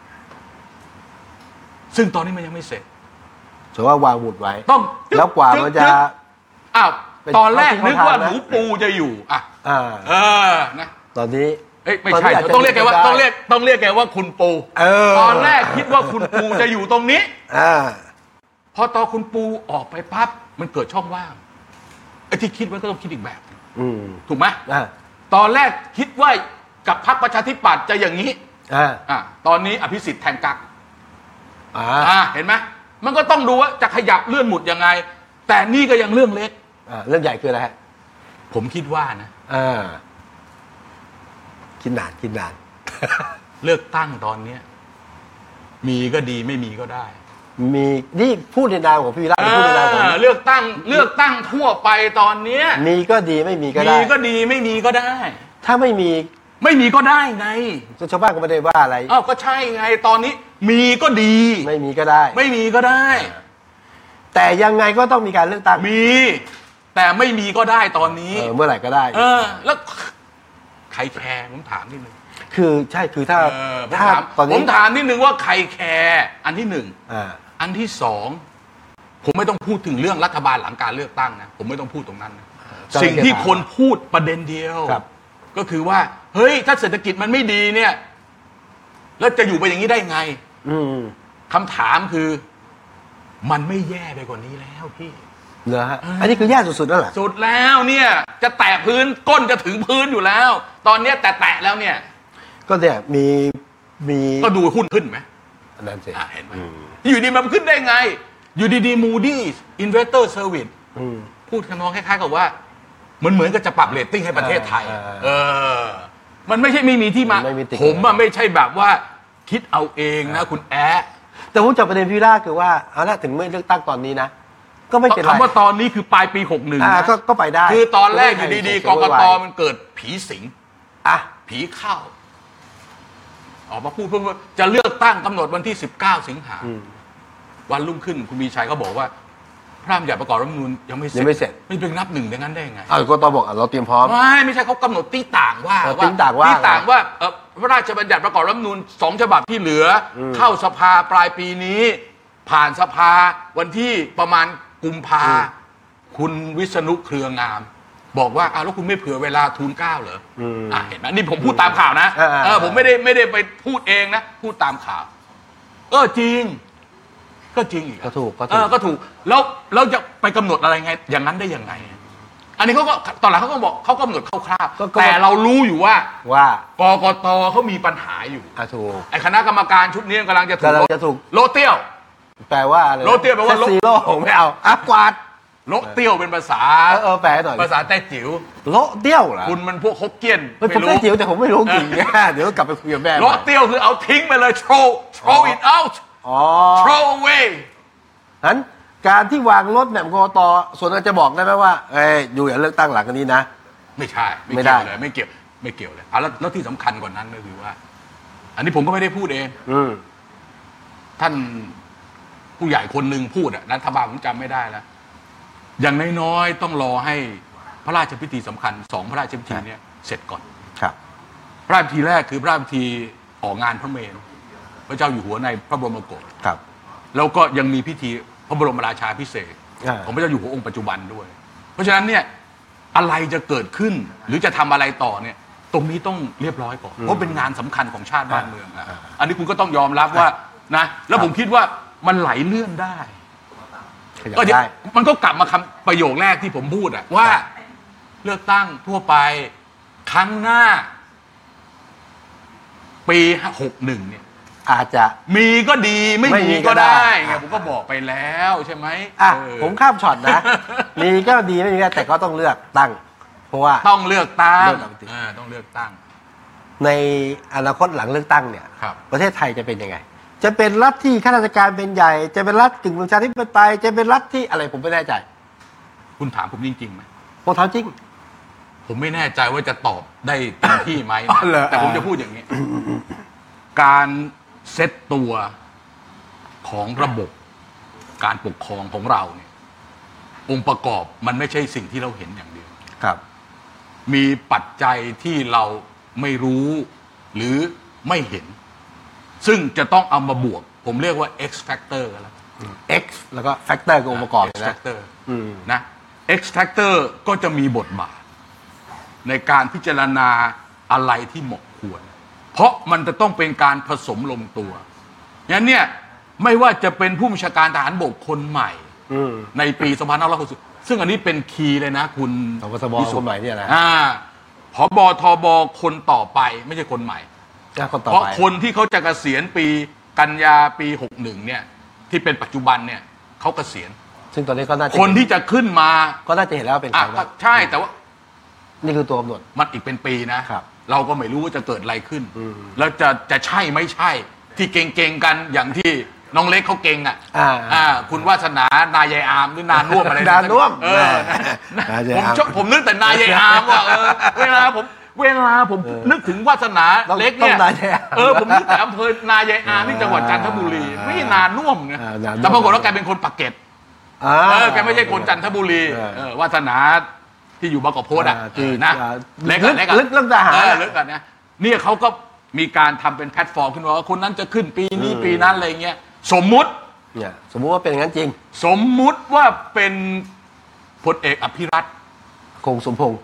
Speaker 2: ซึ่งตอนนี้มันยังไม่เสร็จ
Speaker 1: ถือว่าวางหมุดไว้
Speaker 2: ต้อง
Speaker 1: แล้วกว่ามันจะ
Speaker 2: อ้าว
Speaker 1: เป็น
Speaker 2: ตอนแรก
Speaker 1: เขาที่
Speaker 2: นึกว่า
Speaker 1: เขาทำ
Speaker 2: ห
Speaker 1: นะ
Speaker 2: นูปูจะอยู่อ่ะ
Speaker 1: อ่า
Speaker 2: เออนะ
Speaker 1: ตอนนี้
Speaker 2: เอ้ยไม่
Speaker 1: น
Speaker 2: ใช่
Speaker 1: นี้าจจะ
Speaker 2: ต้องเรียกแกว่า
Speaker 1: ไม่ได้
Speaker 2: ต้องเรียกต้องเรียกแกว่าคุณปู
Speaker 1: เออ
Speaker 2: ตอนแรกคิดว่าคุณปูจะอยู่ตรงนี้
Speaker 1: อ่า
Speaker 2: พอตอนคุณปูออกไปปั๊บมันเกิดช่องว่างไอ้ที่คิดไว้ก็ต้องคิดอีกแบบ
Speaker 1: อืม
Speaker 2: ถูกไหม
Speaker 1: อ่า
Speaker 2: ตอนแรกคิดว่ากับพรรคประชาธิปัตย์จะอย่างนี้
Speaker 1: อ่า
Speaker 2: อ่ะตอนนี้อภิสิทธิ์แทงกัก
Speaker 1: อ่า
Speaker 2: อ่ะเห็นไหมมันก็ต้องดูว่าจะขยับเลื่อนหมุดยังไง แต่นี่ก็ยังเรื่องเล็ก
Speaker 1: อ่าเรื่องใหญ่คืออะไรฮะ
Speaker 2: ผมคิดว่านะ
Speaker 1: อ่ากินนานกินน าน
Speaker 2: เลือกตั้งตอนเนี้ยมีก็ดีไม่มีก็ได้
Speaker 1: มีนี่พูดในนามของพี่วิระหรือพูดในนามของ
Speaker 2: เลือกตั้งเลือกตั้งทั่วไปตอนเนี้ย
Speaker 1: มีก็ดีไม่มีก็
Speaker 2: มี
Speaker 1: ได้
Speaker 2: ก็ดีไม่มีก็ได้
Speaker 1: ถ้าไม่มี
Speaker 2: ไม่มีก็ได้ไง
Speaker 1: ชาวบ้านก็ไม่ได้ว่าอะไร
Speaker 2: อ้าวก็ใช่ไงตอนนี้ มีก็ดี
Speaker 1: ไม่มีก็ได้
Speaker 2: ไม่มีก็ได้
Speaker 1: แต่ยังไงก็ต้องมีการเลือกตั้ง
Speaker 2: มี แต่ไม่มีก็ได้ตอนนี้
Speaker 1: เออเมื่อไหร่ก็ได้
Speaker 2: เออ แล้วใครแคร์ผมถามนิดนึง
Speaker 1: คือใช่คือถ้า
Speaker 2: เออผม
Speaker 1: ถ้า
Speaker 2: ถาม
Speaker 1: ตอน
Speaker 2: ผ
Speaker 1: นี้
Speaker 2: มถามนิดนึงว่าใครแคร์อันที่หนึ่ง
Speaker 1: อ่า
Speaker 2: อันที่สองผมไม่ต้องพูดถึงเรื่องรัฐบาลหลังการเลือกตั้งนะผมไม่ต้องพูดตรงนั้นนะสิ่งที่คนพูดประเด็นเดียว
Speaker 1: ครับ
Speaker 2: ก็คือว่า เฮ้ย ถ้าเศรษฐกิจมันไม่ดีเนี่ย แล้วจะอยู่ไปอย่างนี้ได้ไง
Speaker 1: อืม
Speaker 2: คำถามคือ มันไม่แย่ไปกว่านี้แล้วพี่
Speaker 1: เหรอฮะอันนี้คือแย่สุดๆแล้วเหรอ
Speaker 2: สุดแล้วเนี่ย จะแตะพื้นก้นจะถึงพื้นอยู่แล้ว ตอนเนี้ยแต่แตะแล้วเนี่ย
Speaker 1: ก็เนี่ยมีมี
Speaker 2: ก็ดูหุ้นขึ้นไหม
Speaker 1: อันนั่นสิ
Speaker 2: อ่ะเห็นไหมอยู่ดีมันขึ้นได้ไง อยู่ดีๆ Moody's Investor Service
Speaker 1: อืม
Speaker 2: พูดคำนองคล้ายๆกับว่า มันเหมือนกับจะปรับเรตติ้งให้ประเทศไทย
Speaker 1: อ่าอ่า
Speaker 2: เออ มันไม่ใช่ไม่มีที่มา
Speaker 1: ไม่มีติด
Speaker 2: ผมอะไม่ใช่แบบว่าคิดเอาเองนะ คุณแอะ
Speaker 1: แต่ผมจับประเด็นพี่วิระคือว่าเอาละถึงไม่เลือกตั้งตอนนี้นะก็ไม่เป็นไร
Speaker 2: คำว่าตอนนี้คือปลายปีหกหนึ่ง
Speaker 1: อ่าก็ก็ไปได้
Speaker 2: คือตอนแรกอยู่ดีๆกรกต
Speaker 1: ม
Speaker 2: มันเกิดผีสิง
Speaker 1: อ่ะ
Speaker 2: ผีเข้า ออกมาพูดเพิ่มว่าจะเลือกตั้งกำหนดวันที่ 19 สิงหา
Speaker 1: อืม
Speaker 2: วันรุ่งขึ้น คุณมีชัยก็บอกว่าพระราชบัญญัติประกอบรัฐธรรมนูญยังไม่เสร็จ
Speaker 1: ยังไม่เสร็จ
Speaker 2: ไม่เป็นนับหนึ่งดังนั้นได้ไง
Speaker 1: อ่ะกรกตบอกอ่ะเราเตรียมพร้อม
Speaker 2: ไม่ไม่ใช่เขากำหนดที่ต่างว่า
Speaker 1: เออที่ต่างว่า
Speaker 2: ที่ต่างว่าเอ่อพระราชบัญญัติประกอบรัฐธรรมนูญสองฉบับที่เหลืออ
Speaker 1: ม
Speaker 2: เข้าสภาปลายปีนี้ ผ่านสภาวันที่ประมาณกุมภา
Speaker 1: อืม
Speaker 2: คุณวิษณุเครืองาม บอกว่าอ้าวแล้วคุณไม่เผื่อเวลาทูลเกล้าเหรอออ่ะเห็นไหมนี่ผมพูดตามข่าวนะ
Speaker 1: อ่าๆ
Speaker 2: เออผมไม่ได้ไม่ได้ไปพูดเองนะ พูดตามข่าว เออจริง ก็จริงอีกอะ
Speaker 1: ก็ถูกก็
Speaker 2: เอ
Speaker 1: ถู
Speaker 2: อก ก็ถูกแล้วเราจะไปกำหนดอะไรไง อย่างนั้นได้ยังไง อันนี้เขาก็ตอนหลังเขาก็บอกเขากำหนดคร่าว
Speaker 1: ก็ก็
Speaker 2: ๆแต่เรารู้อยู่ว่า
Speaker 1: ว่าก
Speaker 2: กตเขามีปัญหาอยู่
Speaker 1: อ่ะถูก
Speaker 2: ไอ้คณะกรรมการชุดนี้กำลังจะถู
Speaker 1: กำลังจะถูก
Speaker 2: โลเตี้ยว
Speaker 1: แปลว่าอะไรนะ
Speaker 2: โรเตียแปลว่า
Speaker 1: เซตซีโร่ไม่เอาอ่ะกวาด
Speaker 2: โลเตี้ยวเป็นภาษา
Speaker 1: เออเออแปลให้หน่อย
Speaker 2: ภาษาแต้จิ๋ว
Speaker 1: โลเตี้ยวเหรอ
Speaker 2: คุณมันพวกฮกเกี้ยน
Speaker 1: เฮ้ยผม
Speaker 2: ไม่รู้
Speaker 1: ได้เจียวแต่ผมไม่รู้จริงเนี่ย เดี๋ยวกลับไปคุยกับแม่
Speaker 2: โลเตี้ยวคือเอาทิ้งไปเลย throw throw it out
Speaker 1: อ๋อ
Speaker 2: throw away
Speaker 1: นั้น การที่วางรถแบบกตส่วนอาจจะบอกได้ไหมว่าเอ้ยอยู่อย่าเลือกตั้งหลังกันนี้นะ
Speaker 2: ไม่ใช่
Speaker 1: ไม่
Speaker 2: ไม่
Speaker 1: ได้
Speaker 2: เกี่ยวเลยไม่เกี่ยวไม่เกี่ยวเลยอ่ะแล้วแล้วที่สำคัญกว่านั้นก็คือว่า อันนี้ผมก็ไม่ได้พูดเอง
Speaker 1: อืม
Speaker 2: ท่านผู้ใหญ่คนหนึ่งพูดอะรัฐบาลผมจำไม่ได้แล้ว อย่างน้อยๆต้องรอให้พระราชพิธีสำคัญสองพระราชพิธี
Speaker 1: ครับ
Speaker 2: เนี่ยเสร็จก่อน
Speaker 1: ครับ
Speaker 2: พระราชพิธีแรกคือพระราชพิธีออกงานพระเมรุพระเจ้าอยู่หัวในพระบรมโกศ
Speaker 1: ครับ
Speaker 2: แล้วก็ยังมีพิธีพระบรมราชาพิเศษก
Speaker 1: อ่า
Speaker 2: ของพระเจ้าอยู่หัวองค์ปัจจุบันด้วย เพราะฉะนั้นเนี่ยอะไรจะเกิดขึ้น หรือจะทำอะไรต่อเนี่ย ตรงนี้ต้องเรียบร้อยก่อนเพราะเป็นงานสำคัญของชาติบ้านเมืองอะอันนี้คุณก็ต้องยอมรับว่านะ แล้วผมคิดว่ามันไหลเลื่อนได้
Speaker 1: ขยับ
Speaker 2: ก็เดี๋ยว
Speaker 1: ได้
Speaker 2: มันก็กลับมาคำประโยคแรกที่ผมพูดอะว่า
Speaker 1: ครับ
Speaker 2: เลือกตั้งทั่วไปครั้งหน้า ปีหกหนึ่งเนี่ย
Speaker 1: อาจจะ
Speaker 2: มีก็ดีไม่
Speaker 1: ไม่มี
Speaker 2: มี
Speaker 1: ก็
Speaker 2: ก็
Speaker 1: ได้
Speaker 2: ได้ไงผมก็บอกไปแล้วใช่ไหม
Speaker 1: อ่ะ
Speaker 2: เออ
Speaker 1: ผมข้ามช็อตนะ มีก็ดีไม่มีก็แต่ก็ต้องเลือกตั้ง เพราะว่า
Speaker 2: ต้องเลือกตั้ง
Speaker 1: เลือกตั้งจริง
Speaker 2: เออต้องเลือกตั้ง
Speaker 1: ในอนาคตหลังเลือกตั้งเนี่ย
Speaker 2: ครับ
Speaker 1: ประเทศไทยจะเป็นยังไง จะเป็นรัฐที่ข้าราชการเป็นใหญ่ จะเป็นรัฐกึ่งประชาธิปไตยจะเป็นรัฐที่อะไรผมไม่แน่ใจ
Speaker 2: คุณถามผมจริงๆไหม
Speaker 1: ผมถามจริง
Speaker 2: ผมไม่แน่ใจว่าจะตอบได้เต็มที่ไหม
Speaker 1: อ๋อเหรอ
Speaker 2: แต่ผมจะพูดอย่างนี้ การเซตตัวของระบบการปกครองของเราเนี่ย องค์ประกอบมันไม่ใช่สิ่งที่เราเห็นอย่างเดียว
Speaker 1: ครับ
Speaker 2: มีปัจจัยที่เราไม่รู้หรือไม่เห็น ซึ่งจะต้องเอามาบวก ผมเรียกว่า X factor กันแล้ว
Speaker 1: X แล้วก็ factor คือองค์ประกอบเลย
Speaker 2: X
Speaker 1: นะ
Speaker 2: factor
Speaker 1: อืม
Speaker 2: นะ X factor ก็จะมีบทบาท ในการพิจารณาอะไรที่เหมาะควร เพราะมันจะต้องเป็นการผสมลงตัวงั้นเนี่ยไม่ว่าจะเป็นผู้บัญชาการทหารบกคนใหม่
Speaker 1: อืม
Speaker 2: ในปี2560ซึ่งอันนี้เป็นคีย์เลยนะ คุณ
Speaker 1: พบทบ
Speaker 2: วิสุท
Speaker 1: คน
Speaker 2: ธิ์
Speaker 1: ใหม่เนี่ยนะ
Speaker 2: อ่าพบทบคนต่อไปไม่ใช่คนใหม่
Speaker 1: อ่ะคนต่อ
Speaker 2: เพราะ
Speaker 1: ไป
Speaker 2: คนที่เขาจะเกษียณปีกันยาปี 61 เนี่ย ที่เป็นปัจจุบันเนี่ยเขาเกษียณ
Speaker 1: ซึ่งตอนนี้ก็น่าจะ
Speaker 2: คนที่จะขึ้นมา
Speaker 1: ก็น่าจะเห็นแล้วว่าเป็นใค
Speaker 2: อ่ะ
Speaker 1: รบ้าง
Speaker 2: ใช่แต่ว่า
Speaker 1: นี่คือตัวกำหนด
Speaker 2: มันอีกเป็นปีนะครับเราก็ไม่รู้ว่าจะเกิดอะไรขึ้น
Speaker 1: อืม
Speaker 2: แล้วจะจะใช่ไม่ใช่ ที่เก่งๆกันอย่างที่น้องเล็กเขาเก่งอ่ะ
Speaker 1: อ่า
Speaker 2: อ่าคุณวาสนานายายอามหรือนานร่วมอะไระ
Speaker 1: นานร่วม
Speaker 2: เออ
Speaker 1: แม่นายาย
Speaker 2: ผม
Speaker 1: อาม
Speaker 2: ชอบผมนึกแต่นายายอามว่าเออเวลาผมเวลาผม
Speaker 1: เออ
Speaker 2: นึกถึงวาสนา
Speaker 1: ต้อง
Speaker 2: เล็กเนี่
Speaker 1: ต้
Speaker 2: ย
Speaker 1: องนายายอาม
Speaker 2: เออผมนึกแต่อำเภอนายายอามที่จังหวัดจันทบุรี
Speaker 1: อ่า
Speaker 2: ไม่ใช่นานร่วมนะ
Speaker 1: อ่านานร่วม
Speaker 2: แต่ปรากฏว่าแกเป็นคนปากเกร็ด
Speaker 1: อ่า
Speaker 2: เออแกไม่ใช่คนจันทบุรี
Speaker 1: เออ
Speaker 2: เออวาสนาที่อยู่บางกอกโพดอ่ะ
Speaker 1: อ่าที่
Speaker 2: เออนะ
Speaker 1: อ่า
Speaker 2: เล็กอะ
Speaker 1: ลึก
Speaker 2: เล็กอะ
Speaker 1: ลึกเรื่องทหาร
Speaker 2: เออ
Speaker 1: อะ
Speaker 2: ลึกอะนะเนี่ยเขาก็มีการทำเป็นแพลตฟอร์มขึ้นมาว่าคนนั้นจะขึ้นปีนี้ปีนั้นอะไรเงี้ยสมมุติ
Speaker 1: เนี่ยสมมุติว่าเป็นอย่างนั้นจริง
Speaker 2: สมมุติว่าเป็นพลเอกอภิรัตน์
Speaker 1: คงสมพงษ์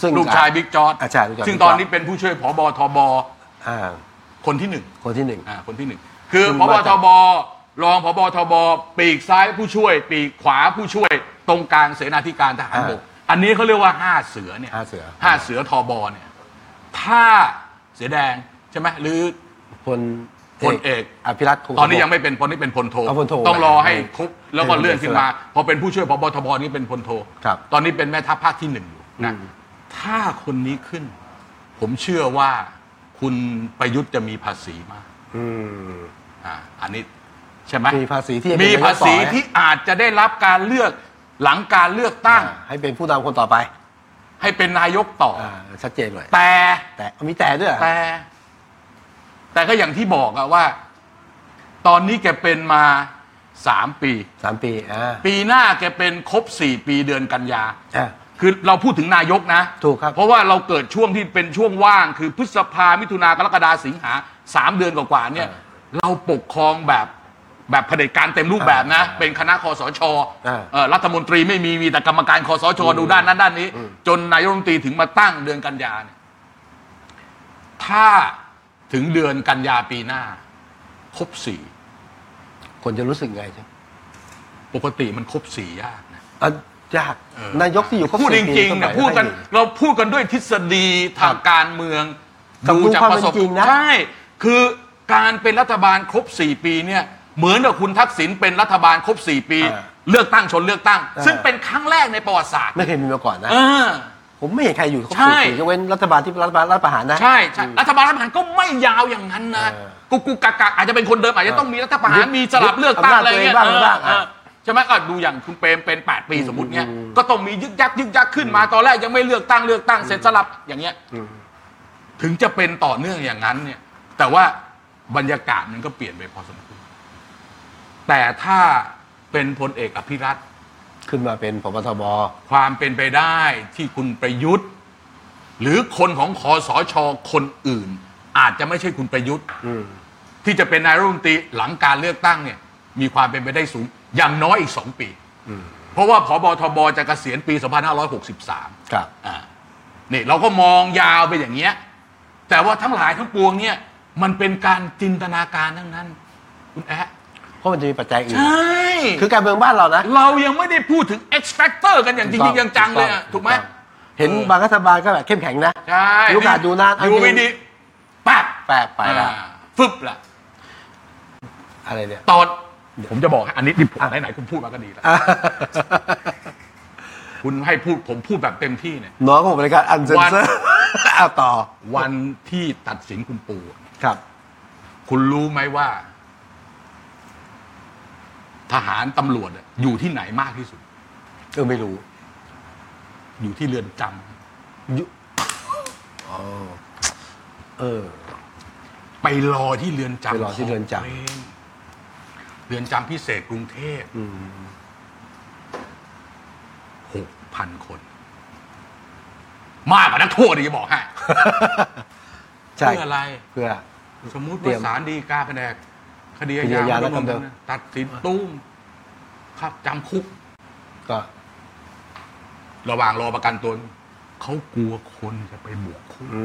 Speaker 1: ซึ่ง
Speaker 2: ลูกชายบิ๊กจอร์ด
Speaker 1: อ่าใช่ลูกชายบิ๊กจอร์จ
Speaker 2: ซึ่งตอนนี้เป็นผู้ช่วยผบทบ
Speaker 1: อ่า
Speaker 2: คนที่หนึ่ง
Speaker 1: คนที่หนึ่ง
Speaker 2: อ่าคนที่หนึ่งคือ
Speaker 1: ซึ่ง
Speaker 2: พบ
Speaker 1: ว่า
Speaker 2: ท
Speaker 1: จะ
Speaker 2: บรองพบทบปีกซ้ายผู้ช่วย ปีกขวาผู้ช่วย ตรงกลางเสนาธิการทหารบกอันนี้เขาเรียกว่าห้าเสือเนี่ย
Speaker 1: ห้าเสือ
Speaker 2: ห้าเสือทบเนี่ยถ้าเสือแดงใช่ไหมหรือ
Speaker 1: พล
Speaker 2: พลเอก
Speaker 1: อภิรัตคงสมพงษ์
Speaker 2: ตอนนี้ยังไม่เป็นพลนี่เป็นพลโท
Speaker 1: เอาพลโท
Speaker 2: ต้องรอให้
Speaker 1: ไป
Speaker 2: ครบแล้วก็
Speaker 1: ให้
Speaker 2: เลื่อนขึ้นมา พอเป็นผู้ช่วยพบทบนี่เป็นพลโท
Speaker 1: ครับ
Speaker 2: ตอนนี้เป็นแม่ทัพภาคที่หนึ่งอยู่นะ
Speaker 1: อืม
Speaker 2: ถ้าคนนี้ขึ้น ผมเชื่อว่าคุณประยุทธ์จะมีภาษีมาก
Speaker 1: อืม
Speaker 2: อ่าอันนี้ใช่ไหม
Speaker 1: มีภาษีที่จะ
Speaker 2: มี
Speaker 1: เป็นนยก
Speaker 2: ภา
Speaker 1: ต่อ
Speaker 2: ษี
Speaker 1: ไห
Speaker 2: ที่อาจจะได้รับการเลือกหลังการเลือกตั้ง
Speaker 1: อ่าให้เป็นผู้นำคนต่อไป
Speaker 2: ให้เป็นนายกต่ออ
Speaker 1: อ่า ชัดเจนเลย
Speaker 2: แต่
Speaker 1: แต่มีแต่ด้วยเหรอ
Speaker 2: แต่ แต่ก็อย่างที่บอกอะว่า ตอนนี้แกเป็นมาสามปี
Speaker 1: สามปี อ่า
Speaker 2: ปีหน้าแกเป็นครบ 4 ปีเดือนกันยา
Speaker 1: อ่า
Speaker 2: คือเราพูดถึงนายกนะ
Speaker 1: ถูกครับ
Speaker 2: เพราะว่าเราเกิดช่วงที่เป็นช่วงว่างคือพฤษภามิถุนากรกฎาสิงหาสามเดือนกว่าๆเนี่ย เราปกครองแบบแบบเผด็จการเต็มรูปแบบนะ เป็นคณะคอสชเอ่อรัฐมนตรีไม่มีมีแต่กรรมการคอสชดูด้านนั้นด้านนี้ จนนายกรัฐมนตรีถึงมาตั้งเดือนกันยาเนี่ยถ้าถึงเดือนกันยาปีหน้า ครบสี่
Speaker 1: คนจะรู้สึกไงใช่ไหม
Speaker 2: ปกติมันครบสี่ยากนะ
Speaker 1: อ่ะยาก
Speaker 2: เออน
Speaker 1: ายกที่อยู่ครบ
Speaker 2: พูดจ
Speaker 1: สี่ปี
Speaker 2: ริงๆ
Speaker 1: ส
Speaker 2: นะ
Speaker 1: มัย
Speaker 2: พูดกัน
Speaker 1: ไม่
Speaker 2: เราพูดกันด้วยทฤษฎีทางการเมือง
Speaker 1: กับ
Speaker 2: ดู
Speaker 1: ดู
Speaker 2: จาก
Speaker 1: ความ
Speaker 2: ป
Speaker 1: เป็น
Speaker 2: ระสบ
Speaker 1: จริงนะ
Speaker 2: ใช่คือการเป็นรัฐบาลครบ 4 ปีเนี่ยเหมือนกับคุณทักษิณเป็นรัฐบาลครบ 4 ปี
Speaker 1: อ่า
Speaker 2: เลือกตั้งชนเลือกตั้ง
Speaker 1: อ่า
Speaker 2: ซึ่งเป็นครั้งแรกในประวัติศาสตร์
Speaker 1: ไม่เคยมีมาก่อนนะ
Speaker 2: เออ
Speaker 1: ผมไม่เห็นใครอยู่ครบ
Speaker 2: ใช่
Speaker 1: สี่ปียกเว้นรัฐบาลที่รัฐบาลรัฐประหารนะ
Speaker 2: ใช่ใช่รัฐบาลรัฐประหารก็ไม่ยาวอย่างนั้นนะ
Speaker 1: เออ
Speaker 2: กุกกุกกักกักอาจจะเป็นคนเดิมอาจจะต้องมีรัฐประหาร
Speaker 1: ยึด
Speaker 2: มีสลับเลือกตั้งอะไรเงี้ย
Speaker 1: อำนาจตัวเองบ้างบ้างอ่ะ
Speaker 2: เออเออ ใช่ไหมก็ดูอย่างคุณเปรมเป็น 8 ปีสมมติเนี้ยก็ต้องมียึกยักยึกยักขึ้นมาตอนแรกยังไม่เลือกตั้งเลือกตั้งเสร็จสลับอย่างเงี้ยถึงจะเป็นต่อเนื่องอย่างนั้นเนี่ย แต่ว่าบรรยากาศมันก็เปลี่ยนไปพอสมควรแต่ถ้าเป็นพลเอกอภิรัตน์
Speaker 1: ขึ้นมาเป็นพบทบ
Speaker 2: ความเป็นไปได้ที่คุณประยุทธ์ หรือคนของคอสอชอคนอื่น อาจจะไม่ใช่คุณประยุทธ์ที่จะเป็นนายรัฐมนตรีหลังการเลือกตั้งเนี่ย มีความเป็นไปได้สูง อย่างน้อยอีกสองปีเพราะว่าพบทบจะเกษียณปี 2563
Speaker 1: ครับ
Speaker 2: อ่านี่เราก็มองยาวไปอย่างเงี้ย แต่ว่าทั้งหลายทั้งปวงเนี่ย มันเป็นการจินตนาการทั้งนั้น คุณแอะ
Speaker 1: เพราะมันจะมีปัจจัยอื่น
Speaker 2: ใช่
Speaker 1: คือการเมืองบ้านเรานะ
Speaker 2: เรายังไม่ได้พูดถึง X Factor กันอย่างจริงๆอย่างจังเลยอะถูกไหม
Speaker 1: เห็นบางรัฐบาลก็แบบเข้มแข็งนะ
Speaker 2: ใช่
Speaker 1: มีโอกาสดูนะเอา
Speaker 2: ดู
Speaker 1: จริ
Speaker 2: ไม่
Speaker 1: ง
Speaker 2: ดีปั๊บ
Speaker 1: แปรไปละ
Speaker 2: อ่าฟึบละ
Speaker 1: อะไรเนี่ย
Speaker 2: ตอนผมจะบอกให้อันนี้ที่ผมไหนๆคุณพูดมาก็ดี แล้ว คุณให้พูดผมพูดแบบเต็มที่เนี่ย
Speaker 1: น้องของผมรายการอันเซนเซอร์ เอาต่อ
Speaker 2: วันที่ตัดสินคุณปูอะ
Speaker 1: ครับ
Speaker 2: คุณรู้ไหมว่า ทหารตำรวจอะอยู่ที่ไหนมากที่สุด
Speaker 1: เออไม่รู้
Speaker 2: อยู่ที่เรือนจ
Speaker 1: ยุอ๋อเออ
Speaker 2: ำไปรอที่เรือนจำ
Speaker 1: ไปรอที่เรือนจำ
Speaker 2: ขงวเรือนจำพิเศษกรุงเทพ
Speaker 1: อืม
Speaker 2: หกพันคน มากกว่านักโทษดีจะบอกให้
Speaker 1: ใช่
Speaker 2: เพื่ออะไร
Speaker 1: เพื่อ
Speaker 2: สมมุติ
Speaker 1: เตรี
Speaker 2: ว่า
Speaker 1: ม
Speaker 2: ยศาลฎีกาแผนกคดีอา
Speaker 1: คดีอา
Speaker 2: ญา
Speaker 1: ญา
Speaker 2: แล้ว
Speaker 1: แล้วกันเดิม
Speaker 2: ตัดสินตุ้มครับจำคุก
Speaker 1: ก็
Speaker 2: ระหว่างรอประกันตัวเขากลัวคนจะไปบวกคุก
Speaker 1: อื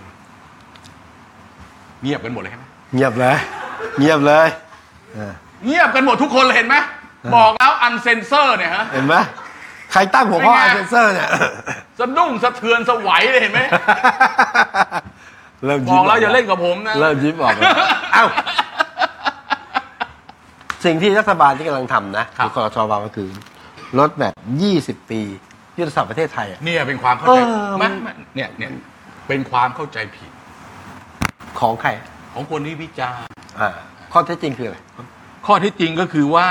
Speaker 1: ม
Speaker 2: เงียบกันหมดเลยใช่ไหม
Speaker 1: เงียบเลย เงียบเลยเออ
Speaker 2: เงียบกันหมดทุกคนเลยเห็นไหมบอกแล้วอันเซนเซอร์เนี่ยฮะ
Speaker 1: เห็นไหมใครตั้งหัวข้อ
Speaker 2: เป็นไง
Speaker 1: อันเซนเซอร์เนี่ย
Speaker 2: สะดุ้งสะเทือนสวัยเลยเห็นไหม
Speaker 1: เริ่ม
Speaker 2: บ
Speaker 1: ยิ้ม
Speaker 2: อกแล้วอย่าเล่นกับผมนะ
Speaker 1: เริ่มยิ้มออกแล้วเอ้า สิ่งที่รัฐบาลที่กำลังทำนะครับ คอรชวางก็คือลดแบบ 20 ปียุทธศาสตร์ประเทศไทยอะ
Speaker 2: เนี่ยเป็นความเข้าใจ
Speaker 1: เออมั
Speaker 2: มัน
Speaker 1: น
Speaker 2: มันเนี่ยเนี่ยเป็นความเข้าใจผิด
Speaker 1: ของใคร
Speaker 2: ของคนที่วิจารณ์
Speaker 1: อ่า ข้อเท็จจริงคืออะไร
Speaker 2: ข้อเที่จริงก็คือว่า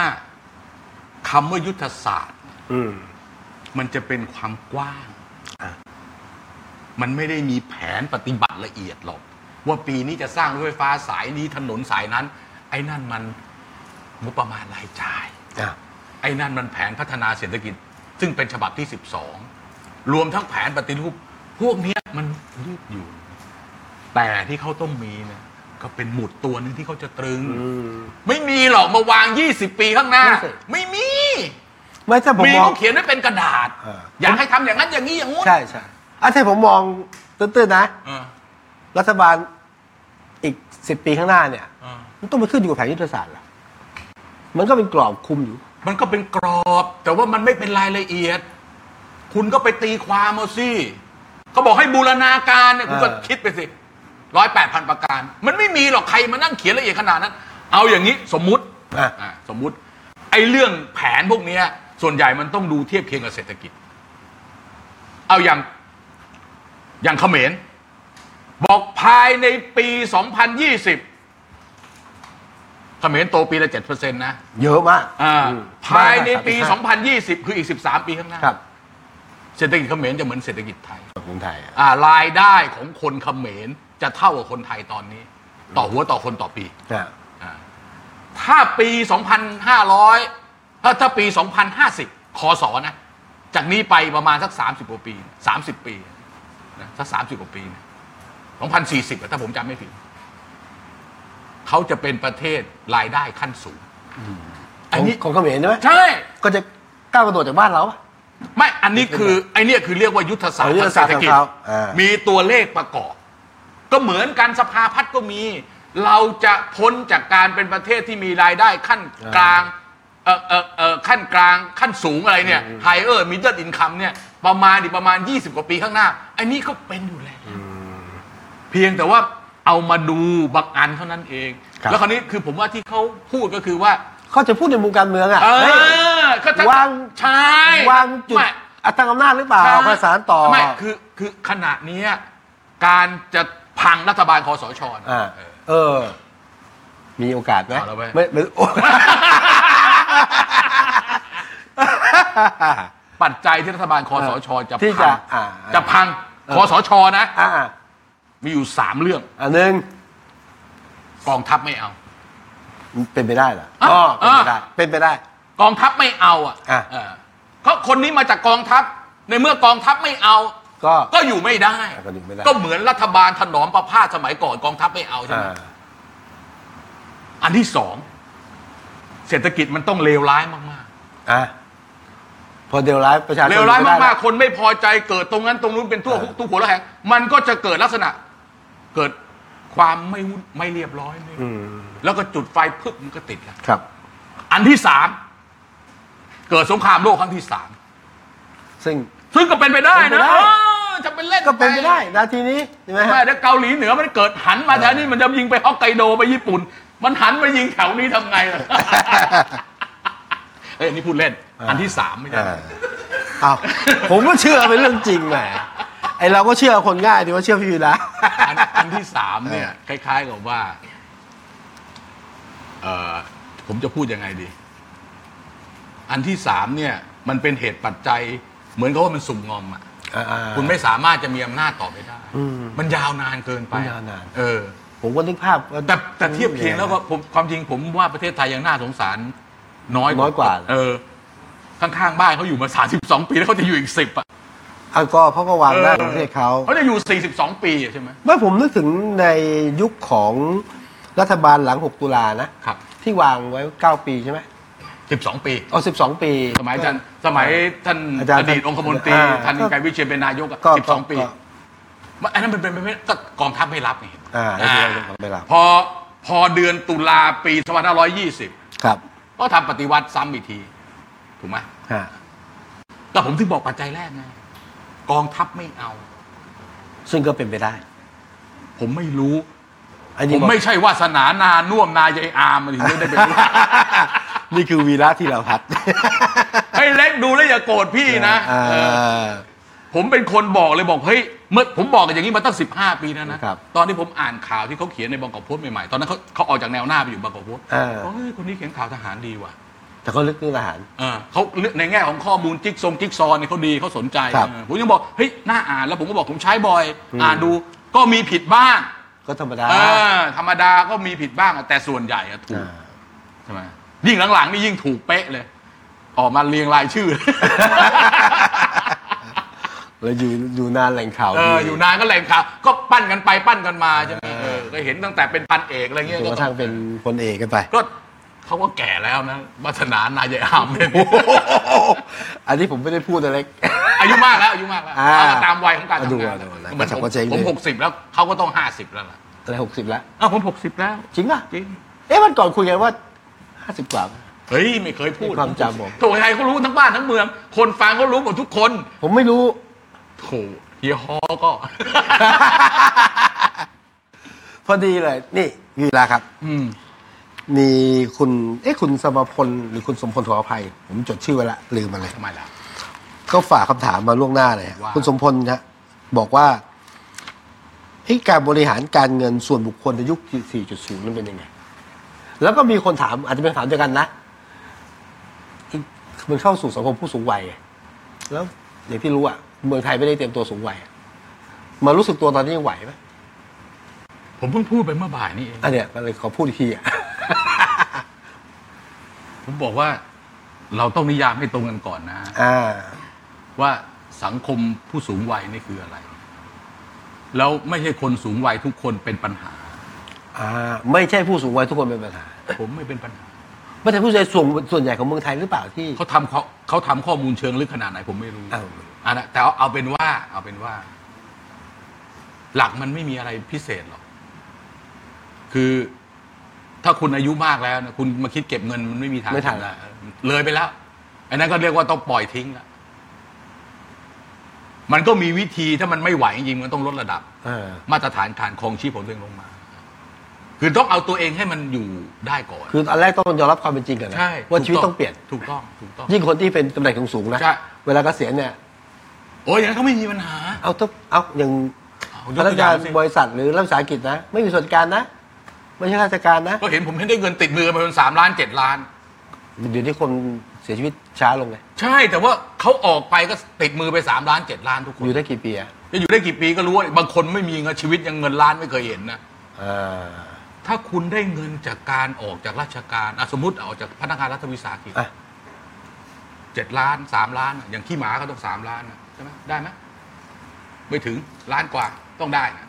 Speaker 2: คำว่ายุทธศาสตร์
Speaker 1: อืม
Speaker 2: มันจะเป็นความกว้าง
Speaker 1: อ่ะ
Speaker 2: มันไม่ได้มีแผนปฏิบัติละเอียดหรอก ว่าปีนี้จะสร้างรถไฟฟ้าสายนี้ถนนสายนั้น ไอ้นั่นมันงบประมาณรายจ่าย
Speaker 1: อ่า
Speaker 2: ไอ้นั่นมันแผนพัฒนาเศรษฐกิจ ซึ่งเป็นฉบับที่ 12 รวมทั้งแผนปฏิรูป พวกเนี้ยมันยืดหยุ่นแต่ที่เขาต้องมีเนะก็เป็นหมุดตัวหนึงที่เขาจะตรึง ไม่มีหรอกมาวาง 20 ปีข้างหน้า
Speaker 1: ไม่สิ
Speaker 2: ไม่มี
Speaker 1: ไม่ใช่ผม
Speaker 2: มี
Speaker 1: มอง
Speaker 2: เขาเขียนไว้เป็นกระดาษ
Speaker 1: เอออ
Speaker 2: อยากให้ทำอย่างนั้นอย่างนี้อย่างงู้น
Speaker 1: ใช่ใช่อ่ะถ้าผมมองตื้นๆนะ
Speaker 2: เออ
Speaker 1: รัฐบาลอีกสิบปีข้างหน้าเนี่ย
Speaker 2: เออ
Speaker 1: มันต้องไปขึ้นอยู่กับแผนยุทธศาสตร์ละมันก็เป็นกรอบคุมอยู่
Speaker 2: มันก็เป็นกรอบ แต่ว่ามันไม่เป็นรายละเอียด คุณก็ไปตีความเอาสิเขาบอกให้บูรณาการเนี่ยคุณก็
Speaker 1: เออ
Speaker 2: คิดไปสิร้อยแปดพันประการ มันไม่มีหรอกใครมานั่งเขียนละเอียดขนาดนั้น เอาอย่างนี้สมมุติ
Speaker 1: อ่ะ
Speaker 2: อ่ะสมมุติ ไอ้เรื่องแผนพวกเนี้ย ส่วนใหญ่มันต้องดูเทียบเคียงกับเศรษฐกิจ เอาอย่าง อย่างเขมรบอกภายในปี 2020เขมรโตปีละ7%นะ
Speaker 1: เยอะมาก
Speaker 2: อ่า
Speaker 1: อืม
Speaker 2: ภายในปี
Speaker 1: มากนะ
Speaker 2: 2020 คืออีก 13 ปีข้างหน้า
Speaker 1: ครับ
Speaker 2: เศรษฐกิจเขมรจะเหมือนเศรษฐกิจไทย
Speaker 1: ของไทยอ่ะ
Speaker 2: อ่ารายได้ของคนเขมรจะเท่ากับคนไทยตอนนี้ ต่อหัวต่อคนต่อปี
Speaker 1: อ่ะ
Speaker 2: ถ้าปี 2,500 ถ้าถ้าปี 2,050 คศนะ จากนี้ไปประมาณสัก 30 กว่าปี 30 ปีนะสัก 30 กว่าปีนะ2,040อะถ้าผมจำไม่ผิด เขาจะเป็นประเทศรายได้ขั้นสูง
Speaker 1: ข
Speaker 2: อัน
Speaker 1: อง
Speaker 2: นี้
Speaker 1: ของเขมรใช่ไหม
Speaker 2: ใช่
Speaker 1: ก็จะก้าวกระโดดจากบ้านเราปะ
Speaker 2: ไม่ อันนี้คือไอเนี่ยคือเรียกว่ายุทธศาสตร์
Speaker 1: อ๋อยุทธศาสตร์
Speaker 2: ทงเศษฐกิจ
Speaker 1: ของเขาอ่ามี
Speaker 2: มีตัวเลขประกอบ ก็เหมือนกันสภาพัฒน์ก็มี เราจะพ้นจากการเป็นประเทศที่มีรายได้ขั้นกลาง เออเออเออขั้นกลางขั้นสูงอะไรเนี่ย higher middle income เนี่ย ประมาณอีกประมาณ 20 กว่าปีข้างหน้า อันนี้ก็เป็นอยู่แล้ว เพียงแต่ว่าเอามาดูบางอันเท่านั้นเอง
Speaker 1: ครับ
Speaker 2: แล้วคราวนี้คือผมว่าที่เขาพูดก็คือว่า
Speaker 1: เขาจะพูดในมุมการเมืองอ่ะ
Speaker 2: เอ
Speaker 1: เฮ้ย
Speaker 2: อก็จะ
Speaker 1: วาง
Speaker 2: ใช่
Speaker 1: วางจุด
Speaker 2: ไม่
Speaker 1: อัตราอำนาจหรือเปล่า
Speaker 2: ใช่
Speaker 1: ประสานต่อ
Speaker 2: ไม่คือคือขณะเนี้ยการจะพังรัฐบาลคอสชนะ
Speaker 1: อ่า
Speaker 2: เออ
Speaker 1: เออ มีโอกาสไหม
Speaker 2: เอาแล้วเว้ย
Speaker 1: ไม่ไม่โอ้
Speaker 2: ปัจจัยที่รัฐบาลคอสชจะ
Speaker 1: ที่
Speaker 2: พั
Speaker 1: จะ
Speaker 2: ง
Speaker 1: อ่า
Speaker 2: จะพัง
Speaker 1: เออ
Speaker 2: คอสชนะ
Speaker 1: อ่า
Speaker 2: มีอยู่สามเรื่อง
Speaker 1: อันหนึ่ง
Speaker 2: กองทัพไม่เอา
Speaker 1: เป็นไปได้เหรอ
Speaker 2: อ่ะ
Speaker 1: อ๋อเป็นไป
Speaker 2: อ่ะ
Speaker 1: ได้เป็นไปได้
Speaker 2: กองทัพไม่เอาอ่ะ
Speaker 1: อ่ะ
Speaker 2: เออก็คนนี้มาจากกองทัพในเมื่อกองทัพไม่เอา
Speaker 1: ก็
Speaker 2: ก็อยู่ไม่ได้
Speaker 1: ก็อยู่ไม่ได้
Speaker 2: ก็เหมือนรัฐบาลถนอมประพาสสมัยก่อนกองทัพไม่เอาใช่ไหม
Speaker 1: อ่า
Speaker 2: อันที่สองเศรษฐกิจมันต้องเลวร้ายมาก
Speaker 1: อ่ะพอเดียวร้ายประชาช
Speaker 2: ๆ
Speaker 1: น
Speaker 2: เลวร้าย
Speaker 1: ไได้
Speaker 2: มากๆ คนไม่พอใจเกิดตรงนั้นตรงนู้นเป็นทั่วทุกทุกหัวระแหงมันก็จะเกิดลักษณะ เกิดความไม่วุ่นไม่เรียบร้อยไม่
Speaker 1: อืม
Speaker 2: แล้วก็จุดไฟพึบมันก็ติดละ
Speaker 1: ครับ
Speaker 2: อันที่สามเกิดสงครามโลกครั้งที่สาม
Speaker 1: ซึ่ง
Speaker 2: ซึ่งก็เป็นไปได้
Speaker 1: เป็นไป
Speaker 2: นะ
Speaker 1: ได้
Speaker 2: เออจะเป็นเล่น
Speaker 1: ก็เป็นไปได้นาทีนี้ใช่ไหม
Speaker 2: ไม่
Speaker 1: ฮะ
Speaker 2: ถ้าเกาหลีเหนือมันเกิดหันมาแถวนี้มันจะยิงไปฮอกไกโดไปญี่ปุ่น มันหันมายิงแถวนี้ทำไงล่ะ เอ้ยอันนี่พูดเล่น
Speaker 1: อ่า
Speaker 2: อันที่สามไม่ใช่
Speaker 1: อ่าเอาผมก็เชื่อเป็นเรื่องจริงแหมไอเราก็เชื่อคนง่ายดีว่าเชื่อพี่วีระ
Speaker 2: อันอันที่สามเนี่ย คล้าย ๆ กับว่าเออผมจะพูดยังไงดี อันที่สามเนี่ย มันเป็นเหตุปัจจัย เหมือนกับว่ามันสุ่มงอมอ่ะ คุณไม่สามารถจะมีอำนาจต่อไปได้
Speaker 1: อืม
Speaker 2: มันยาวนานเกินไป
Speaker 1: มันยาวนาน
Speaker 2: เออ
Speaker 1: ผมก็นึกภาพว่า
Speaker 2: แต่แต่เทียบเคียงแล้วก็
Speaker 1: นี่
Speaker 2: ผมความจริงผมว่าประเทศไทยยังน่าสงสารน้อย
Speaker 1: น้อยกว่า
Speaker 2: เออ ข้างๆบ้านเขาอยู่มา 32 ปีแล้วเขาจะอยู่อีก 10อ่ะ
Speaker 1: อ่ะก็เขาก็วางหน้าของประเทศเขา
Speaker 2: เขาจะอยู่ 42 ปีอะใช่ไหม
Speaker 1: ไม่ผมนึกถึงในยุคของรัฐบาลหลัง 6 ตุลานะ
Speaker 2: ครับ
Speaker 1: ที่วางไว้ 9 ปีใช่ไหม
Speaker 2: 12 ปี
Speaker 1: เอา12 ปี
Speaker 2: สมัยท่านสมัยท่าน
Speaker 1: อาจารย์
Speaker 2: อดีตองคมนตรี
Speaker 1: อ่า
Speaker 2: ท่าน
Speaker 1: ก็
Speaker 2: ไกรวิเชียนเป็นนายกอะ
Speaker 1: ก็
Speaker 2: 12 ปี
Speaker 1: ก็
Speaker 2: มันอันนั้นมันเป็นไปไม่ก็กองทัพไม่รับไง
Speaker 1: อ่า
Speaker 2: อ่า
Speaker 1: ไม่รับไม่รับ
Speaker 2: พอพอเดือนตุลาปี2520
Speaker 1: ครับ
Speaker 2: ก็ทำปฏิวัติซ้ำอีกที ถูกไหม
Speaker 1: ฮะ
Speaker 2: แต่ผมถึงบอกปัจจัยแรกไงกองทัพไม่เอา
Speaker 1: ซึ่งก็เป็นไปได้
Speaker 2: ผมไม่รู้
Speaker 1: อัน
Speaker 2: ผ
Speaker 1: นี้
Speaker 2: ม
Speaker 1: บอก
Speaker 2: ไม่ใช่วาสนานาน่วมนายายอามมันถึงได้เป็นผู้
Speaker 1: นี่คือวีระที่เราพัด
Speaker 2: ให้เล็กดูแล้วอย่าโกรธพี่นะ
Speaker 1: อ่า
Speaker 2: เออผมเป็นคนบอกเลยบอกเฮ้ยเมื่อผมบอกกันอย่างนี้มาตั้ง 15 ปีแล้วนะครับ ตอนที่ผมอ่านข่าวที่เขาเขียนในบางกอกโพสต์ใหม่ๆตอนนั้นเขาเขาออกจากแนวหน้าไปอยู่บางกอกโพสต์
Speaker 1: เออ
Speaker 2: บอกเฮ้ยคนนี้เขียนข่าวทหารดีว่ะ
Speaker 1: แต่เขาลึกเรื่องทหาร
Speaker 2: เออเขาในแง่ของข้อมูลจิ๊กซงจิ๊กซอว์เนี่ยเขาดีเขาสนใจ
Speaker 1: ครับ
Speaker 2: เออผมยังบอกเฮ้ยน่าอ่านแล้วผมก็บอกผมใช้บ่อย อ่านดูก็มีผิดบ้าง
Speaker 1: ก็ธรรมดา
Speaker 2: เออธรรมดาก็มีผิดบ้างอะแต่ส่วนใหญ่อะถูก
Speaker 1: อ่า
Speaker 2: ใช่ไหมยิ่งหลังๆ นี่ยิ่งถูกเป๊ะเลย ออกมาเรียงรายชื่อ
Speaker 1: แล้วอยู่อยู่นานแหล่งข่าว
Speaker 2: เออ
Speaker 1: ดี
Speaker 2: อยู่นานก็แหล่งข่าวก็ปั้นกันไปปั้นกันมาใช่ไหมเออก็เห็นตั้งแต่เป็นพันเอกอะไรเงี้ย
Speaker 1: จน
Speaker 2: ก็
Speaker 1: กระทั่งเป็นคนเอกกันไป
Speaker 2: ก็เขาก็แก่แล้วนะวาสนานายายอามเนี่ย
Speaker 1: อันนี้ผมไม่ได้พูดนะเล็ก
Speaker 2: อายุมากแล้วอายุมากแล้ว
Speaker 1: อ่า
Speaker 2: เอามาตามวัยของการทำงาน
Speaker 1: ดูอ่ะดูอ่ะ
Speaker 2: เหมือ
Speaker 1: กระ
Speaker 2: นผม
Speaker 1: ฉับกระเฉง
Speaker 2: ผม
Speaker 1: เลย
Speaker 2: หกสิบแล้วเขาก็ต้องห้าสิบแล้วล่ะ
Speaker 1: อะไรหกสิบแล้ว
Speaker 2: อ้าวผมหกสิบแล้ว
Speaker 1: จริงป่ะ
Speaker 2: จริง
Speaker 1: เอ๊ะวันก่อนคุยกันว่าห้าสิบกว่า
Speaker 2: เฮ้ยไม่เคยพูด
Speaker 1: มีความจำผม
Speaker 2: โถ่ใครเขารู้ทั้งบ้านทั้งเมือง คนฟังเขารู้หมดทุกคน
Speaker 1: ผมไม่รู้
Speaker 2: โถ่เฮียฮอก็
Speaker 1: พอดีเลย นี่วีลาครับ
Speaker 2: อืม
Speaker 1: มีคุณ เอ๊ะคุณสมพลหรือคุณสมพลขออภัย ผมจดชื่อไว้ละ ลืมมาเลย
Speaker 2: ทำไมล่ะ
Speaker 1: ก็ฝากคำถามมาล่วงหน้าเลยฮะ
Speaker 2: ว่า
Speaker 1: คุณสมพลนะบอกว่าเอ้การบริหารการเงินส่วนบุคคลในยุค 4.0 นั้นเป็นยังไง แล้วก็มีคนถามอาจจะเป็นคำถามเดียวกันนะเอ๊ะมันเข้าสู่สังคมผู้สูงวัยไงแล้วอย่างที่รู้อ่ะ เมืองไทยไม่ได้เตรียมตัวสูงวัยอะมารู้สึกตัวตอนนี้ยังไหวไหม
Speaker 2: ผมเพิ่งพูดไปเมื่อบ่ายนี่เอง
Speaker 1: อันเนี้ยก็เลยขอพูดอีกทีอ่ะ
Speaker 2: ผมบอกว่าเราต้องนิยามให้ตรงกันก่อนนะ
Speaker 1: อ่า
Speaker 2: ว่าสังคมผู้สูงวัยนี่คืออะไร แล้วไม่ใช่คนสูงวัยทุกคนเป็นปัญหา
Speaker 1: อ่า ไม่ใช่ผู้สูงวัยทุกคนเป็นปัญหา
Speaker 2: ผมไม่เป็นปัญหา
Speaker 1: ไม่ใช่ผู้สูงวัยส่วนส่วนใหญ่ของเมืองไทยหรือเปล่าที่
Speaker 2: เขาทำเขาเขาทำข้อมูลเชิงลึกขนาดไหนผมไม่รู้
Speaker 1: อ้าว
Speaker 2: อันนะแต่เอาเอาเป็นว่า เอาเป็นว่า หลักมันไม่มีอะไรพิเศษหรอก คือถ้าคุณอายุมากแล้วนะคุณมาคิดเก็บเงินมันไม่มีทาง
Speaker 1: ไม่ทัน
Speaker 2: ทำด้เลยไปแล้วอันนั้นก็เรียกว่าต้องปล่อยทิ้งละมันก็มีวิธีถ้ามันไม่ไหวจริงๆมันต้องลดระดับ
Speaker 1: อ่า
Speaker 2: มาตรฐานการครองชีพของตัวเองลงมา คือต้องเอาตัวเองให้มันอยู่ได้ก่อน
Speaker 1: คืออันแรกต้องยอมรับความเป็นจริงก่อนนะ
Speaker 2: ใช่
Speaker 1: ว่า
Speaker 2: ถูก
Speaker 1: ชีวิตต้องเปลี่ยน
Speaker 2: ถูกต้องถูกต้อง
Speaker 1: ยิ่งคนที่เป็นตำแหน่งสูงๆนะ
Speaker 2: ใช่
Speaker 1: เวลาเกษียณเนี่ย
Speaker 2: โอ้ยอย่างนั้นเขาไม่มีปัญหา
Speaker 1: เอาต้องเอาอย่าง
Speaker 2: เอาย
Speaker 1: พ
Speaker 2: ก
Speaker 1: นั
Speaker 2: ตั
Speaker 1: กา
Speaker 2: วองย่าน งสิ
Speaker 1: บริษัทหรือรัฐวิสาหกิจนะ ไม่มีส่วนกลารนะ ไม่ใช่ข้าราชการนะ
Speaker 2: ก็เห็นผมให้ได้เงินติดมือมาเป็นสามล้านเจ็ดล้าน
Speaker 1: เดี๋ยวนี้คน เสียชีวิตช้าลงไง
Speaker 2: ใช่แต่ว่าเขาออกไปก็ติดมือไป3ล้าน7ล้านทุกคน
Speaker 1: อยู่ได้กี่ปีอะ
Speaker 2: จะอยู่ได้กี่ปีก็รู้ว่าบางคนไม่มีเงินชีวิตยังเงินล้านไม่เคยเห็นนะ
Speaker 1: อ่า
Speaker 2: ถ้าคุณได้เงินจากการออกจากราชการอ่ะสมมติออกจากพนักงานรัฐวิสาหกิจ
Speaker 1: อ่ะ
Speaker 2: เจ็ดล้านสามล้านอ่ะอย่างขี้หมาก็ต้องสามล้านนะใช่ไหมได้ไหมไม่ถึงล้านกว่าต้องได้นะ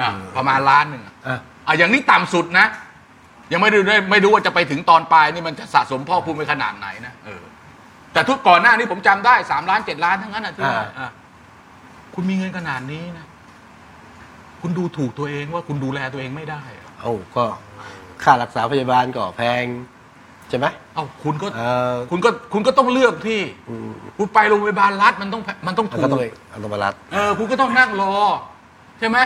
Speaker 2: อ่ะประมาณล้านหนึ่งอ่ะ
Speaker 1: อ่ะ
Speaker 2: อ่ะอย่างนี้ต่ำสุดนะ ยังไม่รู้ได้ไม่รู้ว่าจะไปถึงตอนปลายนี่มันจะสะสมพ่อพูนไปขนาดไหนนะเออแต่ทุกก่อนหน้านี้ผมจำได้สามล้านเจ็ดล้านทั้งนั้นอ่ะที่ว่าอ่ะคุณมีเงินขนาดนี้นะคุณดูถูกตัวเองว่าคุณดูแลตัวเองไม่ได้อ่ะ
Speaker 1: เอ้าก็ค่ารักษาพยาบาลก็แพง ใช่ไหม
Speaker 2: เอ้าคุณก็
Speaker 1: เออ
Speaker 2: คุณก็คุณก็ต้องเลือกที่
Speaker 1: อืม
Speaker 2: คุณไปโรงพยาบาลรัฐมันต้องมันต้อง
Speaker 1: แล้ว
Speaker 2: ถู
Speaker 1: ก็
Speaker 2: ก
Speaker 1: ต้องไปอัตมารัด
Speaker 2: เออคุณก็ต้องนั่งรอ ใช่ไหม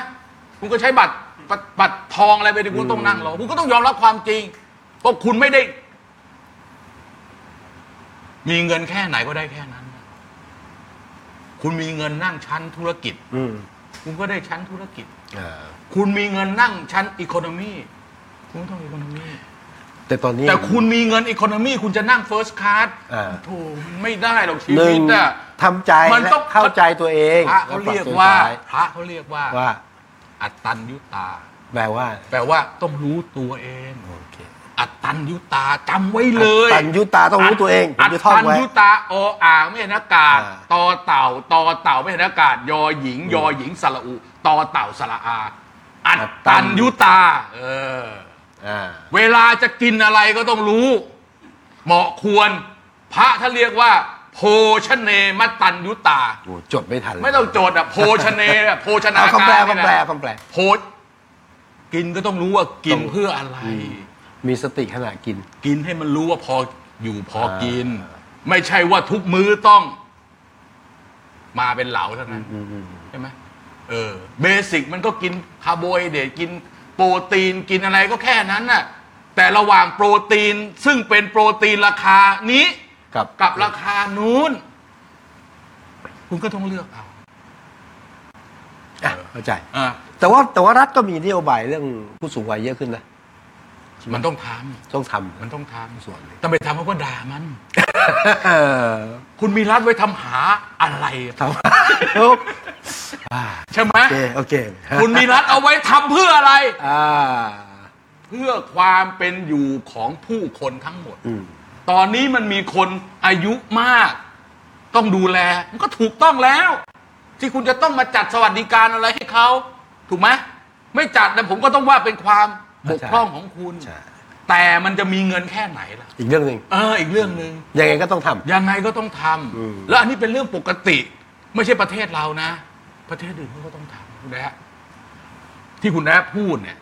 Speaker 2: คุณก็ใช้บัตรบัตรบัตรทองอะไรไปดิคุณก็ต้องนั่งรอ คุณก็ต้องยอมรับความจริงเพราะคุณไม่ได้ มีเงินแค่ไหนก็ได้แค่นั้น คุณมีเงินนั่งชั้นธุรกิจ
Speaker 1: อืม
Speaker 2: คุณก็ได้ชั้นธุรกิจ
Speaker 1: อ่า
Speaker 2: คุณมีเงินนั่งชั้นอีโคโนมีคุณก็ต้องอีโคโนมี
Speaker 1: แต่ตอนนี้
Speaker 2: แต่คุณมีเงินอีโคโนมีคุณจะนั่งเฟิร์สคลาส
Speaker 1: อ่า
Speaker 2: โถูมันไม่ได้หรอกชี
Speaker 1: ห
Speaker 2: วิ
Speaker 1: นึ่ง
Speaker 2: ตอ่ะ
Speaker 1: ทำใจ
Speaker 2: มัน
Speaker 1: และ
Speaker 2: ต้อง
Speaker 1: เข้าใจตัวเอง
Speaker 2: พระเขาเรียกว่า พระเขาเรียกว่า
Speaker 1: ว่า
Speaker 2: อัตตัญยุตา
Speaker 1: แปลว่า
Speaker 2: แปลว่าต้องรู้ตัวเอง
Speaker 1: โอเค
Speaker 2: อัตตัญยุตาจำไว้เลย
Speaker 1: ตันยุตาต้องรู้ตัวเองผม
Speaker 2: อัต
Speaker 1: จะท่อง
Speaker 2: ตัญ
Speaker 1: ไว้
Speaker 2: ยุตาออ่างไม่เห็นอากาศ
Speaker 1: อ่า
Speaker 2: ตอเต่าตอเต่าไม่เห็นอากาศ ยอหญิง ยอหญิงสระอุตอเต่าสระอา อัตตัญยุตา เออ
Speaker 1: อ่า
Speaker 2: เวลาจะกินอะไรก็ต้องรู้ เหมาะควร พระท่านเรียกว่า โภชเนมตันยุตา
Speaker 1: โอ้จดไม่ทันเลย
Speaker 2: ไม่ต้องโจทย์อะโภชเนอะโภชนา
Speaker 1: เอาคำแปล
Speaker 2: การ
Speaker 1: คำแปล
Speaker 2: เนี่ย
Speaker 1: คำแปล
Speaker 2: โภชกินก็ต้องรู้ว่ากิน
Speaker 1: ต้อง
Speaker 2: เพื่ออะไร
Speaker 1: มีสติขณะกิน
Speaker 2: กินให้มันรู้ว่าพออยู่พอกิน
Speaker 1: อ่า
Speaker 2: ไม่ใช่ว่าทุกมื้อต้อง มาเป็นเหลาเท่านั้น
Speaker 1: อืมอืม
Speaker 2: ใช่ไหมเออ เบสิกมันก็กินคาร์โบไฮเดรตกินโปรตีนกินอะไรก็แค่นั้นน่ะ แต่ระหว่างโปรตีนซึ่งเป็นโปรตีนราคานี้
Speaker 1: กับ
Speaker 2: กับราคานู้น คุณก็ต้องเลือกเอา
Speaker 1: อ่ะเข้าใจ
Speaker 2: อ่ะ
Speaker 1: แต่ว่าแต่ว่ารัฐก็มีนโยบายเรื่องผู้สูงวัยเยอะขึ้นนะ
Speaker 2: มันต้องท
Speaker 1: ต้องท
Speaker 2: ำมันต้องท
Speaker 1: ำส่วนหนึ่ง
Speaker 2: ำแต่ไปทำเขาก็ด่ามัน
Speaker 1: เออ
Speaker 2: คุณมีรัฐไว้ทำหาอะไร
Speaker 1: ทำ
Speaker 2: ใช่ไหม
Speaker 1: โอเคโอเค
Speaker 2: คุณมีรัฐเอาไว้ทำเพื่ออะไร
Speaker 1: อ่า
Speaker 2: เพื่อความเป็นอยู่ของผู้คนทั้งหมด
Speaker 1: อืม
Speaker 2: ตอนนี้มันมีคนอายุมาก ต้องดูแล มันก็ถูกต้องแล้ว ที่คุณจะต้องมาจัดสวัสดิการอะไรให้เขาถูกไหมไม่จัดนะผมก็ต้องว่าเป็นความบกพร่องของคุณ
Speaker 1: ใช่
Speaker 2: แต่มันจะมีเงินแค่ไหนล่ะ
Speaker 1: อีกเรื่องหนึ่ง
Speaker 2: เออ อีกเรื่องหนึ่ง
Speaker 1: ยังไงก็ต้องทำ
Speaker 2: ยังไงก็ต้องทำ
Speaker 1: อืม
Speaker 2: แล้วอันนี้เป็นเรื่องปกติ ไม่ใช่ประเทศเรานะ ประเทศอื่นเขาก็ต้องทำคุณแอ๊ะที่คุณแอ๊ะพูดเนี่ย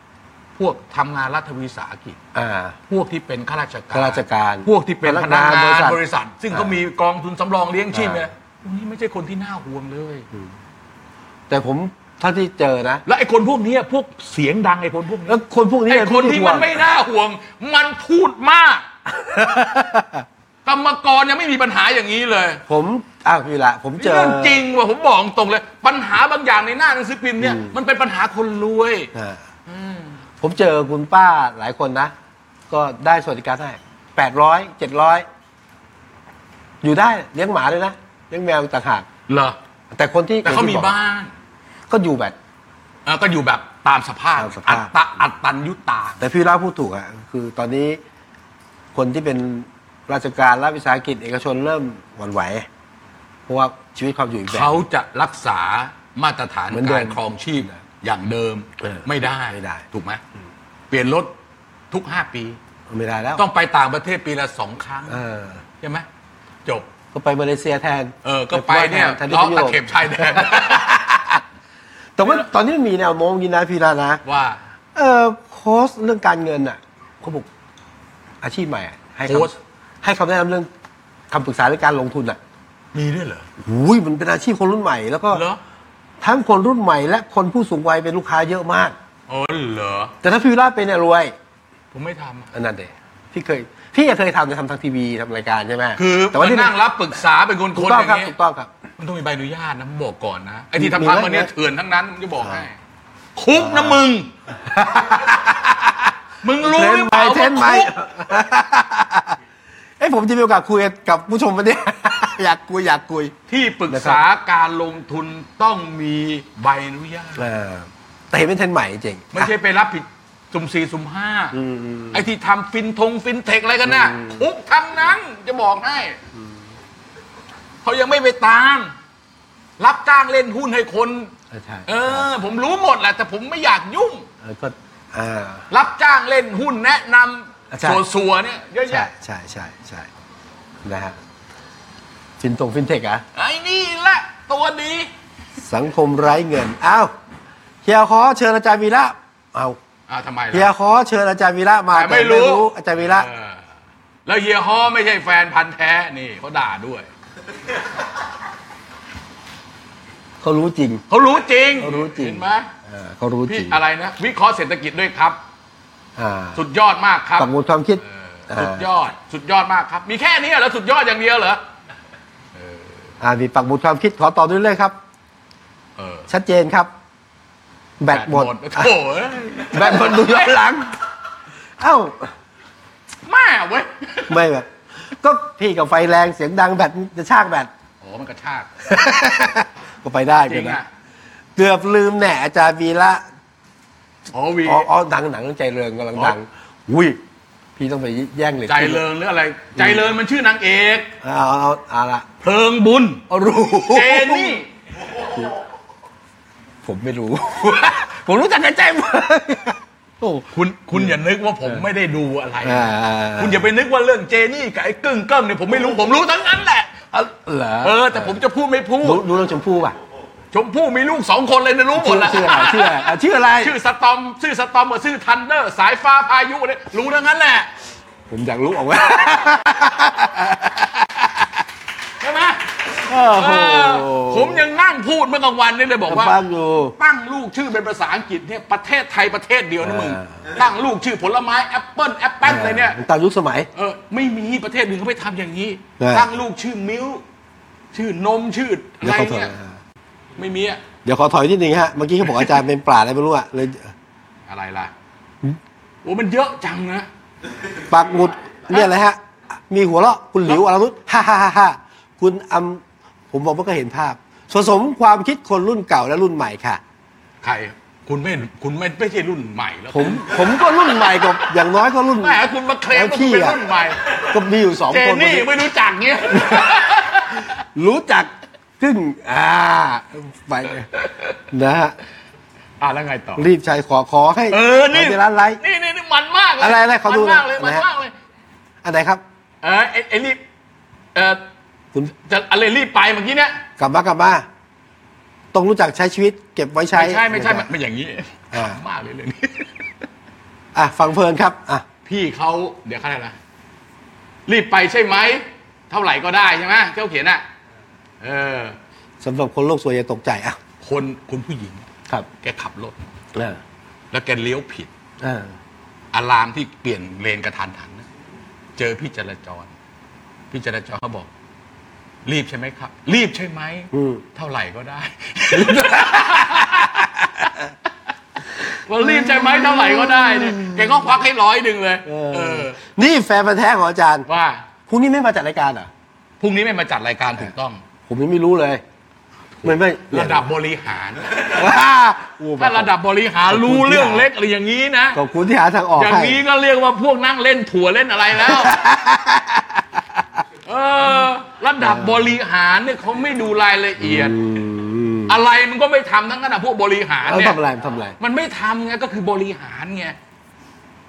Speaker 2: พวกทำงานรัฐวิสาหกิจ
Speaker 1: อ่า
Speaker 2: พวกที่เป็นข้าราชการ
Speaker 1: ข้าราชการ
Speaker 2: พวกที่เป็นพนักงานบริษัท ซึ่ง
Speaker 1: อ่
Speaker 2: ก็มีกองทุนสำรองเลี้ยงชีพเนี่ย
Speaker 1: อ่า
Speaker 2: พวกนี้ไม่ใช่คนที่น่าห่วงเลย
Speaker 1: แต่ผมเท่าที่เจอนะ
Speaker 2: และไอ้คนพวกเนี้ยพวกเสียงดังไอ้คนพวกนี้
Speaker 1: แล้วคนพวกนี้
Speaker 2: ไอ้คนที่มันไม่น่าห่วง มันพูดม าก กรรมกรยังไม่มีปัญหาอย่างนี้เลย
Speaker 1: ผมอ้าวพี่ละผมเจอ
Speaker 2: เรื่องจริงว่ะผมบอกตรงเลย ปัญหาบางอย่างในหน้าหนังสือพิมพ์เนี่ย
Speaker 1: อืม
Speaker 2: มันเป็นปัญหาคนรวย
Speaker 1: อ่า
Speaker 2: อืม
Speaker 1: ผมเจอคุณป้าหลายคนนะ ก็ได้สวัสดิการได้แปดร้อยเจ็ดร้อยอยู่ได้เลี้ยงหมาเลยนะเลี้ยงแมวต่างหาก
Speaker 2: เหรอ
Speaker 1: แต่คนที่
Speaker 2: แต่เขามี
Speaker 1: อย่งที่
Speaker 2: บ้าน
Speaker 1: ก็อยู่แบบ
Speaker 2: เออก็อยู่แบบตามสภาพ
Speaker 1: ตามส
Speaker 2: อั
Speaker 1: ภาพ
Speaker 2: ตตะอัตตันยุตตา
Speaker 1: แต่พี่เล่าพูดถูกอะคือตอนนี้คนที่เป็นราชการรัฐวิสาหกิจเอกชนเริ่มหวั่นไหว เพราะว่าชีวิตความอยู่อีกแบบ
Speaker 2: เขาจะรักษามาตรฐาน
Speaker 1: เหมือนเดิ
Speaker 2: กาม รครองชีพอย่างเดิม
Speaker 1: เออ
Speaker 2: ไม่ได้
Speaker 1: ไม่ได้
Speaker 2: ถูกไหมเปลี่ยนรถทุกห้าปี
Speaker 1: ไม่ได้แล้ว
Speaker 2: ต้องไปต่างประเทศปีละสองครั้ง
Speaker 1: เออ
Speaker 2: ใช่ไหมจบ
Speaker 1: ก็ไปมาเลเซียแทน
Speaker 2: เออ ก็ไปเนี่ย
Speaker 1: แทนที่
Speaker 2: ล้อ
Speaker 1: จะยุ
Speaker 2: ตะ
Speaker 1: โรป
Speaker 2: เข็บชายแดน
Speaker 1: แต่ว่าตอนนี้มีแนวโน้มกินนะพี่ลานะ
Speaker 2: ว่า
Speaker 1: เออโค้ชเรื่องการเงินอ่ะเขาบอกอาชีพใหม่อะให้
Speaker 2: โค้ช
Speaker 1: คำให้คำแนะนำเรื่องคำปรึกษาเรื่องการลงทุนอ่ะ
Speaker 2: มีด้วยเหรอ
Speaker 1: หูยมันเป็นอาชีพคนรุ่นใหม่ แล้วก็
Speaker 2: เหรอ
Speaker 1: ทั้งคนรุ่นใหม่ และคนผู้สูงวัยเป็นลูกค้าเยอะมาก
Speaker 2: อ๋อเหรอ
Speaker 1: แต่ถ้าพี่วิลาเป็นเนี่ยรวย
Speaker 2: ผมไม่ทำอะ
Speaker 1: อันนั้นเดพี่เคย พี่เคยทำจะทำทางทีวีทำรายการใช่ไหม
Speaker 2: คือ
Speaker 1: แต่ว่าที่
Speaker 2: มานั่งรับปรึกษาเป็นคน
Speaker 1: ถู
Speaker 2: ค
Speaker 1: ก
Speaker 2: น
Speaker 1: ต้อ
Speaker 2: อง ย่า
Speaker 1: ครับ
Speaker 2: งนี้ย
Speaker 1: ถูกต้องครับ
Speaker 2: มันต้องมีใบอนุญาตนะผมบอกก่อนนะไอ้ที่
Speaker 1: มี
Speaker 2: ทำทำ
Speaker 1: ไหม
Speaker 2: มาเนี่ย
Speaker 1: เนี่ย
Speaker 2: เถื่อนทั้งนั้นผมจะบอกให้
Speaker 1: อ่า
Speaker 2: คุกนะมึง มึงรู้หรือเปล่า
Speaker 1: เทรนด์ใหม่
Speaker 2: ว่า
Speaker 1: เทรนด์ใหม่
Speaker 2: คุก
Speaker 1: เ เอ้ยผมจะมีโอกาสคุยกับผู้ชมวันนี้ อยากคุยอยากคุย
Speaker 2: ที่ปรึกษาการลงทุนต้องมีใบอนุญาต
Speaker 1: เออแต่เห็นเป็นเทรนด์ใหม่จริง
Speaker 2: ไม่ใช่ไปรับผิดสุ่มสี่สุ่มห้า
Speaker 1: อืมอืม
Speaker 2: ไอ้ที่ทำฟินทงฟินเทคอะไรกันน่ะคุกทั้งนั้นจะบอกให้เขายังไม่ไปตาม รับจ้างเล่นหุ้นให้คน
Speaker 1: เออใช่
Speaker 2: เออ ผมรู้หมดแหละแต่ผมไม่อยากยุ่ง
Speaker 1: เออก็อ่า
Speaker 2: รับจ้างเล่นหุ้นแนะน
Speaker 1: ใช่
Speaker 2: ำส่วนสัวๆเนี่ยเยอะ
Speaker 1: ใช่
Speaker 2: แยะ
Speaker 1: ใช่ใช่ใช่นะฮะฟินตรงฟินเทคอะ
Speaker 2: ไอ้นี่แหละตัวดี
Speaker 1: สังคมไร้เงินอ้าวเฮียคอเชิญอาจารย์วีระเอา
Speaker 2: อ่าทำไมล่ะ
Speaker 1: เฮียคอเชิญอาจารย์วีระมา
Speaker 2: แต่ไม่รู้
Speaker 1: อาจารย์วีระ
Speaker 2: เออแล้วเฮียฮอไม่ใช่แฟนพันธ์แท้นี่เขาด่าด้วย
Speaker 1: เขารู้จริง
Speaker 2: เขารู้จริง
Speaker 1: เขารู้จริง
Speaker 2: เห็นไหม
Speaker 1: เออเขารู้จ
Speaker 2: พี่
Speaker 1: ริง
Speaker 2: อะไรนะ วิเคราะห์เศรษฐกิจด้วยครับ
Speaker 1: อ่า
Speaker 2: สุดยอดมากครับ
Speaker 1: ปักหมุดความคิด
Speaker 2: เออสุดยอด สุดยอดมากครับ มีแค่นี้เหรอสุดยอดอย่างเดียวเหรอ
Speaker 1: อ่ามีปักหมุดความคิดขอต่อด้วยเลยครับ
Speaker 2: เออ
Speaker 1: ชัดเจนครับ แบตหมด
Speaker 2: โอ้โหเอ้ย
Speaker 1: แบตหมดดูย้อนหลังเอ้า
Speaker 2: แม่เว้ย
Speaker 1: ไม่แบบ ก็พี่กับไฟแรงเสียงดังแบตจะชากแบต
Speaker 2: โอ้มันกระชาก
Speaker 1: ก็ไปได้
Speaker 2: จ
Speaker 1: เกื
Speaker 2: ริ
Speaker 1: อบ
Speaker 2: ง
Speaker 1: นะ
Speaker 2: อ่ะ
Speaker 1: เกือบลืมแหน่อาจารย์วีละ
Speaker 2: โอ้วี
Speaker 1: อ๋ออ๋อดังหนังใจเริงกำลังดังอุ้ยพี่ต้องไปแย่งเลย
Speaker 2: ใจเริงหรืออะไร ใจเริงมันชื่อนางเอก
Speaker 1: เอาเอาเอาเอาละ
Speaker 2: เพลิงบุญ
Speaker 1: เอารู้
Speaker 2: เจนี่
Speaker 1: ผมไม่รู้ ผมรู้จักแต่ใจเริงโอ้
Speaker 2: คุณคุณอย่านึกว่าผมไม่ได้ดูอะไร
Speaker 1: อ่า
Speaker 2: คุณอย่าไปนึกว่าเรื่องเจนี่กับไอ้กึ้งเกิ้มเนี่ยผมไม่รู้ผมรู้ทั้งนั้นแหละ
Speaker 1: เอาเหรอ
Speaker 2: เออ แต่ผมจะพูดไม่พูด
Speaker 1: รู้รู้เรื่องชมพู่ป่ะ
Speaker 2: ชมพู่มีลูกสองคนเลยนะรู้หม
Speaker 1: ชื่
Speaker 2: ด
Speaker 1: อ
Speaker 2: ละ
Speaker 1: ชื่ออะไรชื่ออะไรอ่ะชื่ออะไร
Speaker 2: ชื่อสตอมชื่อสตอมกับชื่อทันเดอร์ สายฟ้าพายุเนี่ยรู้ทั้งนั้นแหละ
Speaker 1: ผมอยากรู้ออกว่า
Speaker 2: ใช่ไหม
Speaker 1: โอ้
Speaker 2: เอ
Speaker 1: โห
Speaker 2: อผมยังนั่งพูดเมื่อกลางวันนี่เลยบอกว่า
Speaker 1: ฟังอยู่
Speaker 2: ตั้งลูกชื่อเป็นภาษาอังกฤษเนี่ยประเทศไทยประเทศเดียวนะมึง
Speaker 1: เอ
Speaker 2: ตั้งลูกชื่อผลไม้แอปเปิ้ลแอปเปิ้ลอะไรเนี่ย
Speaker 1: ตามยุคสมัย
Speaker 2: เออไม่มีประเทศอื่นเขาไปทำอย่างนี้
Speaker 1: เออ
Speaker 2: ตั้งลูกชื่อมิ้ว ชื่อนมชื่ออะ
Speaker 1: เดี๋ย
Speaker 2: ไร
Speaker 1: วขอถอ
Speaker 2: เนี่ยยไม่มีอะ
Speaker 1: เดี๋ยวขอถอยนิดนึงฮะ เมื่อกี้เขาบอกอาจารย์เป็นปราชญ์อะไรไม่รู้อะเลย
Speaker 2: อะไรล่ะโอ้มันเยอะจังนะ
Speaker 1: ปักหมุดเนี่ยอะไรฮะ มีหัวเราะคุณหลิวอรนุชฮ่าฮ่าฮ่าฮ่าคุณอำผมบอกว่าก็เห็นภาพ ผสมความคิดคนรุ่นเก่าและรุ่นใหม่ค่ะ
Speaker 2: ใครคุณไม่คุณไม่ไม่ใช่รุ่นใหม่แล้ว
Speaker 1: ผมผมก็รุ่นใหม่กับอย่างน้อยก็รุ่น
Speaker 2: แหมคุณมาเคลมว่าคุณ
Speaker 1: ขี้
Speaker 2: เป็น
Speaker 1: อะ
Speaker 2: รุ่นใหม่
Speaker 1: ก็มีอยู่สอง
Speaker 2: เจ
Speaker 1: คน
Speaker 2: นี่ไม่รู้จักเงี้ย
Speaker 1: รู้จักครึ่งอ่าไปนะฮะ
Speaker 2: อ่ะแล้วไงต่อ
Speaker 1: รีบใช้ขอขอให้
Speaker 2: เออนี่
Speaker 1: ขให้ร้านไลฟ์
Speaker 2: นี่นี่นี่มันมากเลย
Speaker 1: อะไรอะไรขอดู
Speaker 2: มันมากเลย
Speaker 1: หน่
Speaker 2: มั
Speaker 1: อย
Speaker 2: น
Speaker 1: นะฮะ
Speaker 2: มากเลย
Speaker 1: อันไหนครับ
Speaker 2: เออไอ้ไอ้รีบเออ
Speaker 1: คุณ
Speaker 2: จะอะไรรีบไปเมื่อกี้เนี่ย
Speaker 1: กลับมากลับมาต้องรู้จักใช้ชีวิต เก็บไว้ใช้
Speaker 2: ไม่ใช่ไม่ใช่มันมันอย่างนี้
Speaker 1: อ่า
Speaker 2: มากเลยเลยนี่
Speaker 1: อ่ะฟังเพลินครับอ่ะ
Speaker 2: พี่เขาเดี๋ยวเขาอะไรนะรีบไปใช่ไหม เท่าไหร่ก็ได้ใช่ไหมเจ้าเขียนอ่ะ เออ
Speaker 1: สำหรับคนโลกสวยอย่าตกใจอ่ะ
Speaker 2: คนคนผู้หญิง
Speaker 1: ครับ
Speaker 2: แกขับรถ
Speaker 1: เออ
Speaker 2: แล้วแกเลี้ยวผิด
Speaker 1: เออ
Speaker 2: อารามที่เปลี่ยนเลนกระทันหันนะเจอพี่จราจร พี่จราจรเขาบอก รีบใช่ไหมครับ รีบใช่ไหม
Speaker 1: อืม
Speaker 2: เท่าไหร่ก็ได้ ว่ารีบใช่ไหมเท่าไหร่ก็ได้เนี่ยแกก็ควักให้ร้อยหนึ่งเลย
Speaker 1: เอ
Speaker 2: เอ
Speaker 1: อ
Speaker 2: อ
Speaker 1: นี่แฟนพันธุ์แท้ของอาจารย์
Speaker 2: ว่า
Speaker 1: พรุ่งนี้ไม่มาจัดรายการเหรอ่ะ
Speaker 2: พรุ่งนี้ไม่มาจัดรายการถูกต้อง
Speaker 1: ผมยังไม่รู้เลย ไม่ไม่
Speaker 2: ระ ดับบริหาร
Speaker 1: ว้า
Speaker 2: ถ้าระดับบริหารรู้เรื่องเล็กอะไรอย่างนี้นะ
Speaker 1: ขอบคุณที่หาทางออก
Speaker 2: อย่าง
Speaker 1: ให้
Speaker 2: นี้ก็เรียกว่าพวกนั่งเล่นถั่วเล่นอะไรแล้ว เออ ระดับบริหารเนี่ยเขาไม่ดูรายละเอียด
Speaker 1: อืม
Speaker 2: อะไรมันก็ไม่ทำทั้งนั้นนะพวกบริหาร
Speaker 1: เอา
Speaker 2: เนี่ย
Speaker 1: ทำอะไรทำอะไร
Speaker 2: มันไม่ทำไงก็คือบริหารไง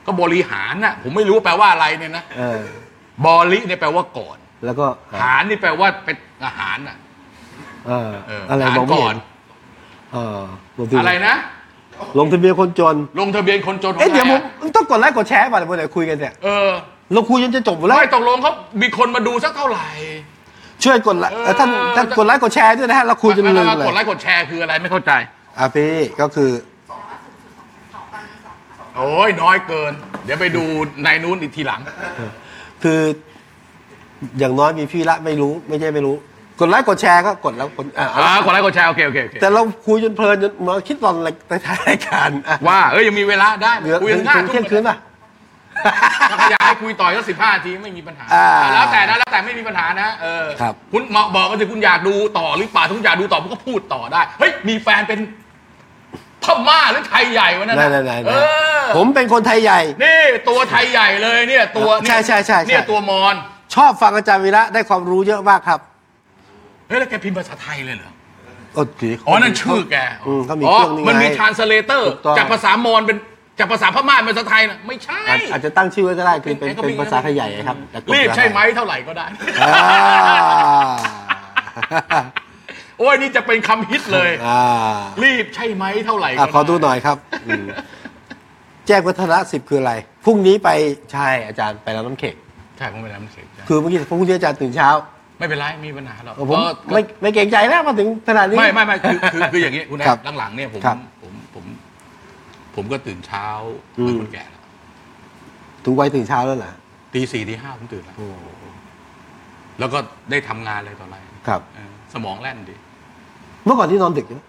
Speaker 2: ก็บริหารน่ะ ผมไม่รู้ว่าแปลว่าอะไรเนี่ยนะ
Speaker 1: เออบ
Speaker 2: ริเนี่ยแปลว่าก่อน
Speaker 1: แล้วก็
Speaker 2: หารนี่แปลว่าเป็นอาหารน่ะ
Speaker 1: เออ
Speaker 2: เออ
Speaker 1: อะไร
Speaker 2: หาร
Speaker 1: มองไม่
Speaker 2: ก่อ
Speaker 1: เห็
Speaker 2: น
Speaker 1: นเออลงทะ
Speaker 2: อะไร
Speaker 1: เบียน
Speaker 2: นะ
Speaker 1: ลงทะเบียนคนจน
Speaker 2: ลงทะเบียนคนจนของ
Speaker 1: เอ๊ะเดี๋ยว
Speaker 2: ไท
Speaker 1: ผ
Speaker 2: อะ
Speaker 1: มต้องกดไลค์กดแชร์ก่อนเดี๋ยววันไหนคุยกันเนี่ย
Speaker 2: เออ
Speaker 1: เราคุยจนจะจบหมดแล้ว
Speaker 2: ไม่ตกลงเขามีคนมาดูสักเท่าไหร่
Speaker 1: ช่วยกดไลค์
Speaker 2: เออ
Speaker 1: เอ่อท่านท่านกดไลค์กดแชร์ด้วยนะฮะเราคุยจนลืม
Speaker 2: แล้ว
Speaker 1: เลย
Speaker 2: กดไลค์กดแชร์คืออะไรไม่เข้าใจ
Speaker 1: อ่ะพี่ก็คือ
Speaker 2: โอ้ยน้อยเกิน เดี๋ยวไปดูในนู้นอีกทีหลัง
Speaker 1: คืออย่างน้อยมีพี่ละไม่รู้ไม่ใช่ไม่รู้ กดไลค์กดแชร์ก็กดแล้วกดอ่ะเอา
Speaker 2: อ่า
Speaker 1: ละ
Speaker 2: กดไลค์กดแชร์โอเคโอเคโอเค
Speaker 1: แต่เราคุยจนเพลินจนมาคิดตอนรายการอ่ะ
Speaker 2: ว่า เอ้ยยังมีเวลาได้
Speaker 1: เหลือ
Speaker 2: คุย
Speaker 1: ถึง
Speaker 2: กันหน้า
Speaker 1: ถึงเที่ยงคืนป่ะ
Speaker 2: ถ้าใครอยากให้คุยต่อยก็สิบห้าทีไม่มีปัญหา
Speaker 1: อ่า
Speaker 2: แล้วแต่นะแล้วแต่ไม่มีปัญหานะเออ
Speaker 1: ครับ
Speaker 2: คุณมาบอกกันสิคุณอยากดูต่อหรือเปล่าถ้าคุณอยากดูต่อผมก็พูดต่อได้เฮ้ยมีแฟนเป็นพม่าหรือไทยใหญ่วะนั่น
Speaker 1: นั่
Speaker 2: น่ะ
Speaker 1: นๆ
Speaker 2: เออ
Speaker 1: ๆผมเป็นคนไทยใหญ่
Speaker 2: นี่ตัวไทยใหญ่เลยเนี่ยตัวเนี่ย
Speaker 1: ใช่ใช่ใช่ใช่
Speaker 2: เนี่ยตัวมอน
Speaker 1: ชอบฟังอาจารย์วีระได้ความรู้เยอะมากครับ
Speaker 2: เฮ้ยแล้วแกพิมพ์ภาษาไทยเลยเหรอ
Speaker 1: โอ้ดี
Speaker 2: อ๋อนั่นชื่อแก
Speaker 1: อืมเขามีเครื่องนี้ไง
Speaker 2: มันมีทรานสเลเตอร์
Speaker 1: ถูกต้อง
Speaker 2: จากภาษามอนเป็นจากภาษาพม่าเป็นภาษาไทยนะไม่ใช่
Speaker 1: อาจอาจจะตั้งชื่อไว้ก็ได้คือเป็นเป็นภาษาไทยใหญ่ครับแต่กด
Speaker 2: รีบใช่
Speaker 1: ด้
Speaker 2: ไหมเท่าไหร่ก็ได้
Speaker 1: อ่า
Speaker 2: โอ้ยนี่จะเป็นคำฮิตเลย
Speaker 1: อ่า
Speaker 2: รีบใช่ไหมเท่าไหร่ก็
Speaker 1: อ่ะ
Speaker 2: ไ
Speaker 1: ขอดูหน่อยครับอืมแจ้งวัฒนะสิบคืออะไรพรุ่งนี้ไปใช่อาจารย์ไปรับน้ำเข็ง
Speaker 2: ใช่ผมไม่ได้มันเสียใจ
Speaker 1: คือเมื่อกี้พรุ่งนี้อาจารย์ตื่นเช้า
Speaker 2: ไม่เป็นไรไม่มีปัญหาหรอก
Speaker 1: เออผม
Speaker 2: ก็ก็
Speaker 1: ไม่ไม่เกรงใจแล้วมาถึงขนาดนี้
Speaker 2: ไม่ไม่ไม่คือคือคืออย่างนี้คุณแอ
Speaker 1: ครับ
Speaker 2: หลังๆเนี่ยผม
Speaker 1: ครับ
Speaker 2: ผมผม ผมก็ตื่นเช้า
Speaker 1: อืม
Speaker 2: เป็นคนแก่แล้ว
Speaker 1: ถึงไวยตื่นเช้าแล้วเหรอ
Speaker 2: ตีสี่ตีห้าผมตื่นแล้ว
Speaker 1: โอ้
Speaker 2: แล้วก็ได้ทำงานอะไรต่ออะไร
Speaker 1: ครับ
Speaker 2: เออสมองแล่นดี
Speaker 1: เมื่อก่อนที่นอนดึกนะ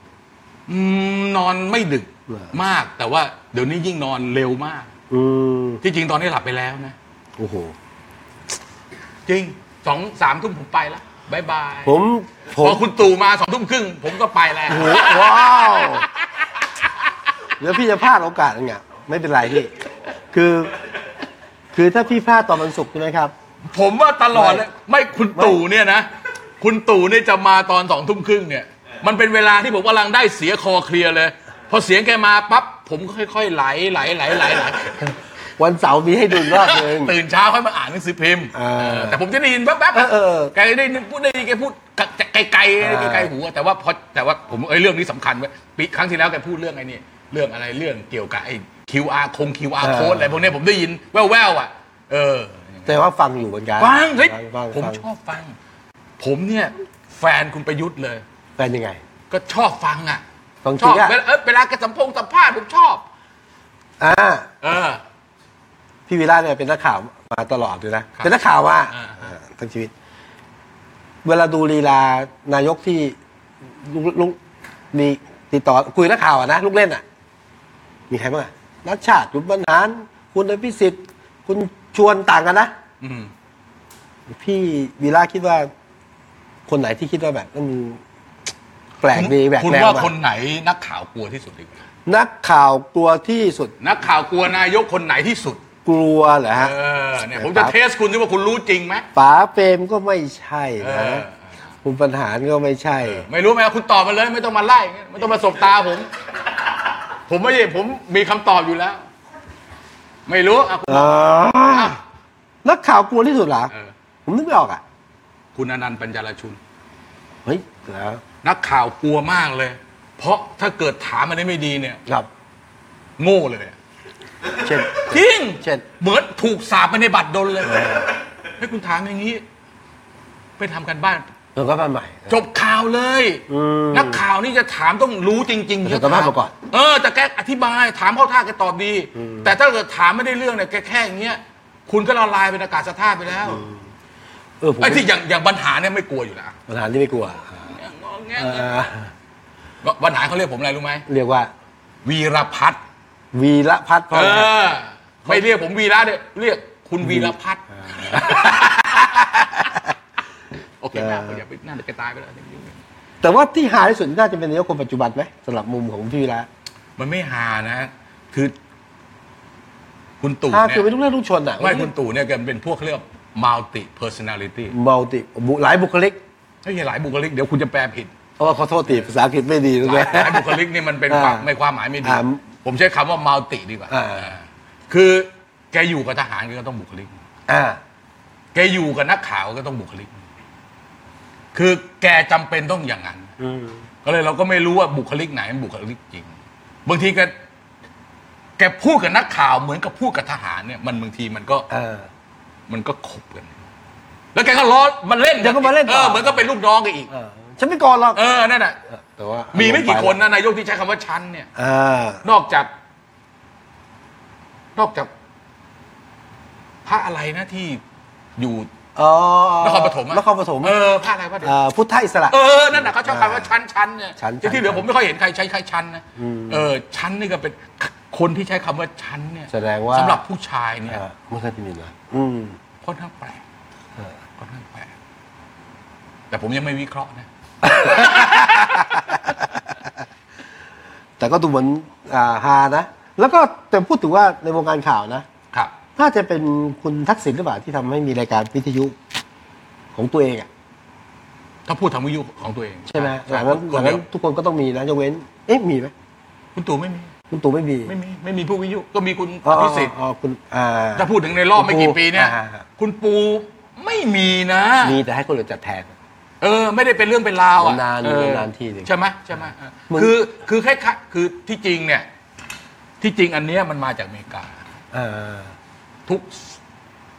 Speaker 2: อืมนอนไม่ดึก
Speaker 1: เหรอ
Speaker 2: มาก แต่ว่าเดี๋ยวนี้ยิ่งนอนเร็วมาก
Speaker 1: อืม
Speaker 2: ที่จริงตอนนี้หลับไปแล้วนะ
Speaker 1: โอ้โห
Speaker 2: จริงสองสามทุ่มผมไปละบายบาย
Speaker 1: ผมผ
Speaker 2: พ
Speaker 1: ม
Speaker 2: อคุณตู่มาสองทุ่มครึ่งผมก็ไปแล้ว
Speaker 1: โอ้โหว้าวเดี๋ยวพี่จะพลาดโอกาสอันเนี่ยไม่เป็นไรพี่ คือ คือถ้าพี่พลาดตอนวันศุกร์ใช่ไหมครับ
Speaker 2: ผมว่าตลอดเลยไม่คุณตู่เนี่ยนะ คุณตู่เนี่ยจะมาตอนสองทุ่มครึ่งเนี่ย มันเป็นเวลาที่ผมกำลังได้เสียคอเคลียร์เลย พอเสียงแกมาปั๊บผมก็ค่อย ๆ ไหลไหลไหลไหลไหล
Speaker 1: วันเสาร์มีให้ดูอีกรอบหนึง
Speaker 2: ตื่นเช้าค่อยมาอ่านหนังสือพิมพ์
Speaker 1: เออ
Speaker 2: เออแต่ผมจะได้ยินแป๊บ
Speaker 1: เออเออ
Speaker 2: ๆแกได้ยินพูดได้ยินแกพูดไกลๆไกล
Speaker 1: เออ
Speaker 2: ๆไกลๆหูอะแต่ว่าพอแต่ว่าผมเอ้ยเรื่องนี้สำคัญเว้ยปีครั้งที่แล้วแกพูดเรื่องไอ้นี่เรื่องอะไรเรื่องเกี่ยวกับไอ้ QR คง QR โค้ดอะไรพวกเนี้ยผมได้ยินแว่วๆอ่ะ เออ
Speaker 1: แต่ว่าฟังอยู่เหมือนกัน
Speaker 2: ฟังเฮ้ย
Speaker 1: ฟัง
Speaker 2: ผม
Speaker 1: ฟัง
Speaker 2: ชอบฟัง ผมเนี่ย แฟนคุณประยุทธ์เลย
Speaker 1: แฟนยังไง
Speaker 2: ก็ชอบฟังอ่ะ
Speaker 1: ฟังจ
Speaker 2: ช
Speaker 1: ริ
Speaker 2: อง บ
Speaker 1: อ่ะ
Speaker 2: เวลาเออเวลากระสัมพงสัมภาษณ์ผมชอบ
Speaker 1: อ่า
Speaker 2: เออ
Speaker 1: พี่วีระเนี่ยเป็นนักข่าวมาตลอดเลยนะ
Speaker 2: ครับ
Speaker 1: เป็นนักข่าวมา
Speaker 2: อ่า
Speaker 1: อ่าทั้งชีวิต เวลาดูลีลานายกที่ลุกลุกมีติดต่อคุยนักข่าวอะนะลูกเล่นอ่ะ มีใครบ้างอะนักชาติคุณบรรหาร คุณอภิสิทธิ์ คุณชวนต่างกันนะ
Speaker 2: อืม
Speaker 1: พี่วีระคิดว่า คนไหนที่คิดว่าแบบอืมแปลกดีแบบ
Speaker 2: คุณ
Speaker 1: แนว
Speaker 2: ว่า
Speaker 1: อะ
Speaker 2: คนไหนนักข่าวกลัวที่สุดดีกว่า
Speaker 1: นักข่าวกลัวที่สุด
Speaker 2: นักข่าวกลัวนายกคนไหนที่สุด
Speaker 1: กลัวเหรอฮะ
Speaker 2: เออเนี่ยผมจะเทสคุณที่ว่าคุณรู้จริงไหม
Speaker 1: ป๋าเปรมก็ไม่ใช่
Speaker 2: เอ
Speaker 1: นะ
Speaker 2: อ
Speaker 1: คุณปัญหารก็ไม่ใช่
Speaker 2: เออ ไม่รู้ไหมคุณตอบมาเลย ไม่ต้องมาไล่ไม่ต้องมาสบตาผม ผมไม่ใช่ผมมีคำตอบอยู่แล้ว ไม่รู้อ่ะคุณ
Speaker 1: อ๋อนักข่าวกลัวที่สุดเหรอ
Speaker 2: เออ
Speaker 1: ผมนึกไม่ออกอ่ะ
Speaker 2: คุณอนันต์ปัญจารชุน
Speaker 1: เฮ้ยเหรอ
Speaker 2: นักข่าวกลัวมากเลย เพราะถ้าเกิดถามอะไรไม่ดีเนี่ย
Speaker 1: ครับ
Speaker 2: โง่เลยอะ
Speaker 1: เช่น
Speaker 2: จริง
Speaker 1: เช่น
Speaker 2: เหมือนถูกสาปไปในบัตรดลเลยให้ยคุณถามอย่างนี้ ไปทำกันบ้าน
Speaker 1: เออก็มาใหม่
Speaker 2: จบข่าวเลย
Speaker 1: อืม
Speaker 2: นักข่าวนี่จะถามต้องรู้จริงๆ
Speaker 1: แต่ต้อง
Speaker 2: ถ
Speaker 1: ถามมาก่อน
Speaker 2: เออแต่แกอธิบาย ถามเข้าท่าแกตอบดี
Speaker 1: อืม
Speaker 2: แต่ถ้าเกิดถามไม่ได้เรื่องเนี่ยแกแค่อย่างเงี้ย คุณก็ละลายเป็นอากาศธาตุไปแล้ว
Speaker 1: เออผม
Speaker 2: ไอ้ที่อย่างอย่างปัญหาเนี่ยไม่กลัวอยู่แล้ว
Speaker 1: ปัญหารที่ไม่กลัว
Speaker 2: อย่างงอแง
Speaker 1: เออ
Speaker 2: ปัญหาเขาเรียกผมอะไรรู้ไหม
Speaker 1: เรียกว่า
Speaker 2: วีรพัฒน์
Speaker 1: วีระพัฒน์เพ
Speaker 2: เอ
Speaker 1: ราะอะไร
Speaker 2: อไม่เรียกผมวีระเนี่ยเรียกคุณวีรพัฒน์โอเคแม่อย่าไปน่าจะแกตายไปแล้ว
Speaker 1: แต่ว่าที่หาที่สุดน่าจะเป็นนายกคนปัจจุบันไหมสำหรับมุมของพี่วีระ
Speaker 2: มันไม่หานะ คือ คุณตู่
Speaker 1: ถ้า
Speaker 2: เนี่
Speaker 1: คือเป็น
Speaker 2: ย
Speaker 1: ลูกเล่นลูกชนอ่ะ
Speaker 2: ไม่คุณตู่เนี่ยแกเป็นพวกเรียก multi personality
Speaker 1: มัลติบุหลายบุคลิก
Speaker 2: ไม่ใช่หลายบุคลิกเดี๋ยวคุณจะแปลผิด
Speaker 1: เออขอโทษทีภาษาอังกฤษไม่ดี
Speaker 2: หลา
Speaker 1: ด้วยย
Speaker 2: หลายบุคลิกเนี่ยมันเป็น
Speaker 1: อ่า
Speaker 2: ความไม่ความหมายไม่ดี
Speaker 1: อ่า
Speaker 2: ผมใช้คำว่า multi ดีกว่า
Speaker 1: อ่า
Speaker 2: เออคือแกอยู่กับทหารแกก็ต้องบุคลิก
Speaker 1: อ่า
Speaker 2: แกอยู่กับนักข่าวก็ต้องบุคลิก คือแกจำเป็นต้องอย่างนั้น
Speaker 1: อืม
Speaker 2: ก็เลยเราก็ไม่รู้ว่าบุคลิกไหนมันบุคลิกจริง บางทีแกแกพูดกับนักข่าวเหมือนกับพูดกับทหารเนี่ย มันบางทีมันก็
Speaker 1: เออ
Speaker 2: มันก็ขบกัน แล้วแกก็ล้อมันเล่น
Speaker 1: เดี๋ยวก็มาเล่นต่อ
Speaker 2: เออเหมือนก็เป็นลูกน้องกันอีก
Speaker 1: เออฉันไม่ก่อนหรอก
Speaker 2: เออนั่นน่ะ
Speaker 1: แต่ว่ามี
Speaker 2: มีไม่กี่คนนะนายกที่ใช้คำว่าชั้นเนี่ย
Speaker 1: อ่าน
Speaker 2: อกจาก นอกจาก พระอะไรนะที่อยู่
Speaker 1: อ๋อน
Speaker 2: ครปฐมอะ
Speaker 1: นครปฐม
Speaker 2: เออพระอะไรพระเดี๋ยว
Speaker 1: เอ่อพุทธอิสระ
Speaker 2: เออ นั่นน่ะเขาชอบคำว่าชั้นชั้นเนี่ย
Speaker 1: ชั้นชั้น
Speaker 2: ที่เหลือผมไม่ค่อยเห็นใครใช้ใครชั้นนะ
Speaker 1: อืม
Speaker 2: เออ ชั้นนี่ก็เป็น คนที่ใช้คำว่าชั้นเนี่ย
Speaker 1: แสดงว่า
Speaker 2: สำหรับผู้ชายเนี่ย
Speaker 1: อ่าไม่ใช่พี่มินนะอืม
Speaker 2: ค่อนข้างแปลก
Speaker 1: เออ
Speaker 2: ค่อนข้างแปลกแต่ผมยังไม่วิเคราะห์นะ
Speaker 1: แต่ก็ดูเหมือนอ่าฮานะ แล้วก็แต่พูดถึงว่าในวงการข่าวนะ
Speaker 2: ครับ
Speaker 1: น่าจะเป็นคุณทักษิณหรือเปล่าที่ทำให้มีรายการวิทยุของตัวเองอะ
Speaker 2: ถ้าพูดทางวิทยุของตัวเอง
Speaker 1: ใช่ไหมหลังนั้นห
Speaker 2: ค
Speaker 1: ลั
Speaker 2: น
Speaker 1: ง
Speaker 2: เดี
Speaker 1: นั้น
Speaker 2: ยว
Speaker 1: ทุกคนก็ต้องมีนะยกเว้น เอ๊ะมีไหม
Speaker 2: คุณตู่ไม่มี
Speaker 1: คุณตู่ไม่มี
Speaker 2: ไม่มีไม่มีผู้วิทยุก็มีคุณ
Speaker 1: อ๋อ
Speaker 2: พิสิทธิ์
Speaker 1: อ๋อคุณอ่า
Speaker 2: ถ้าพูดถึงในรอบไม่กี่ปีเนี่ย
Speaker 1: อ่าฮะ
Speaker 2: คุณปูไม่มีนะ
Speaker 1: มีแต่ให้คนอื่นจัดแทน
Speaker 2: เออ ไม่ได้เป็นเรื่องเป็นราวอ่ะ
Speaker 1: นานๆ
Speaker 2: เออน
Speaker 1: านๆทีหนึ่ง
Speaker 2: ใช่ไหมใช่ไหมเออ
Speaker 1: มึง
Speaker 2: คือคือแค่คือที่จริงเนี่ย ที่จริงอันเนี้ยมันมาจากอเมริกา
Speaker 1: อ่า
Speaker 2: ทุก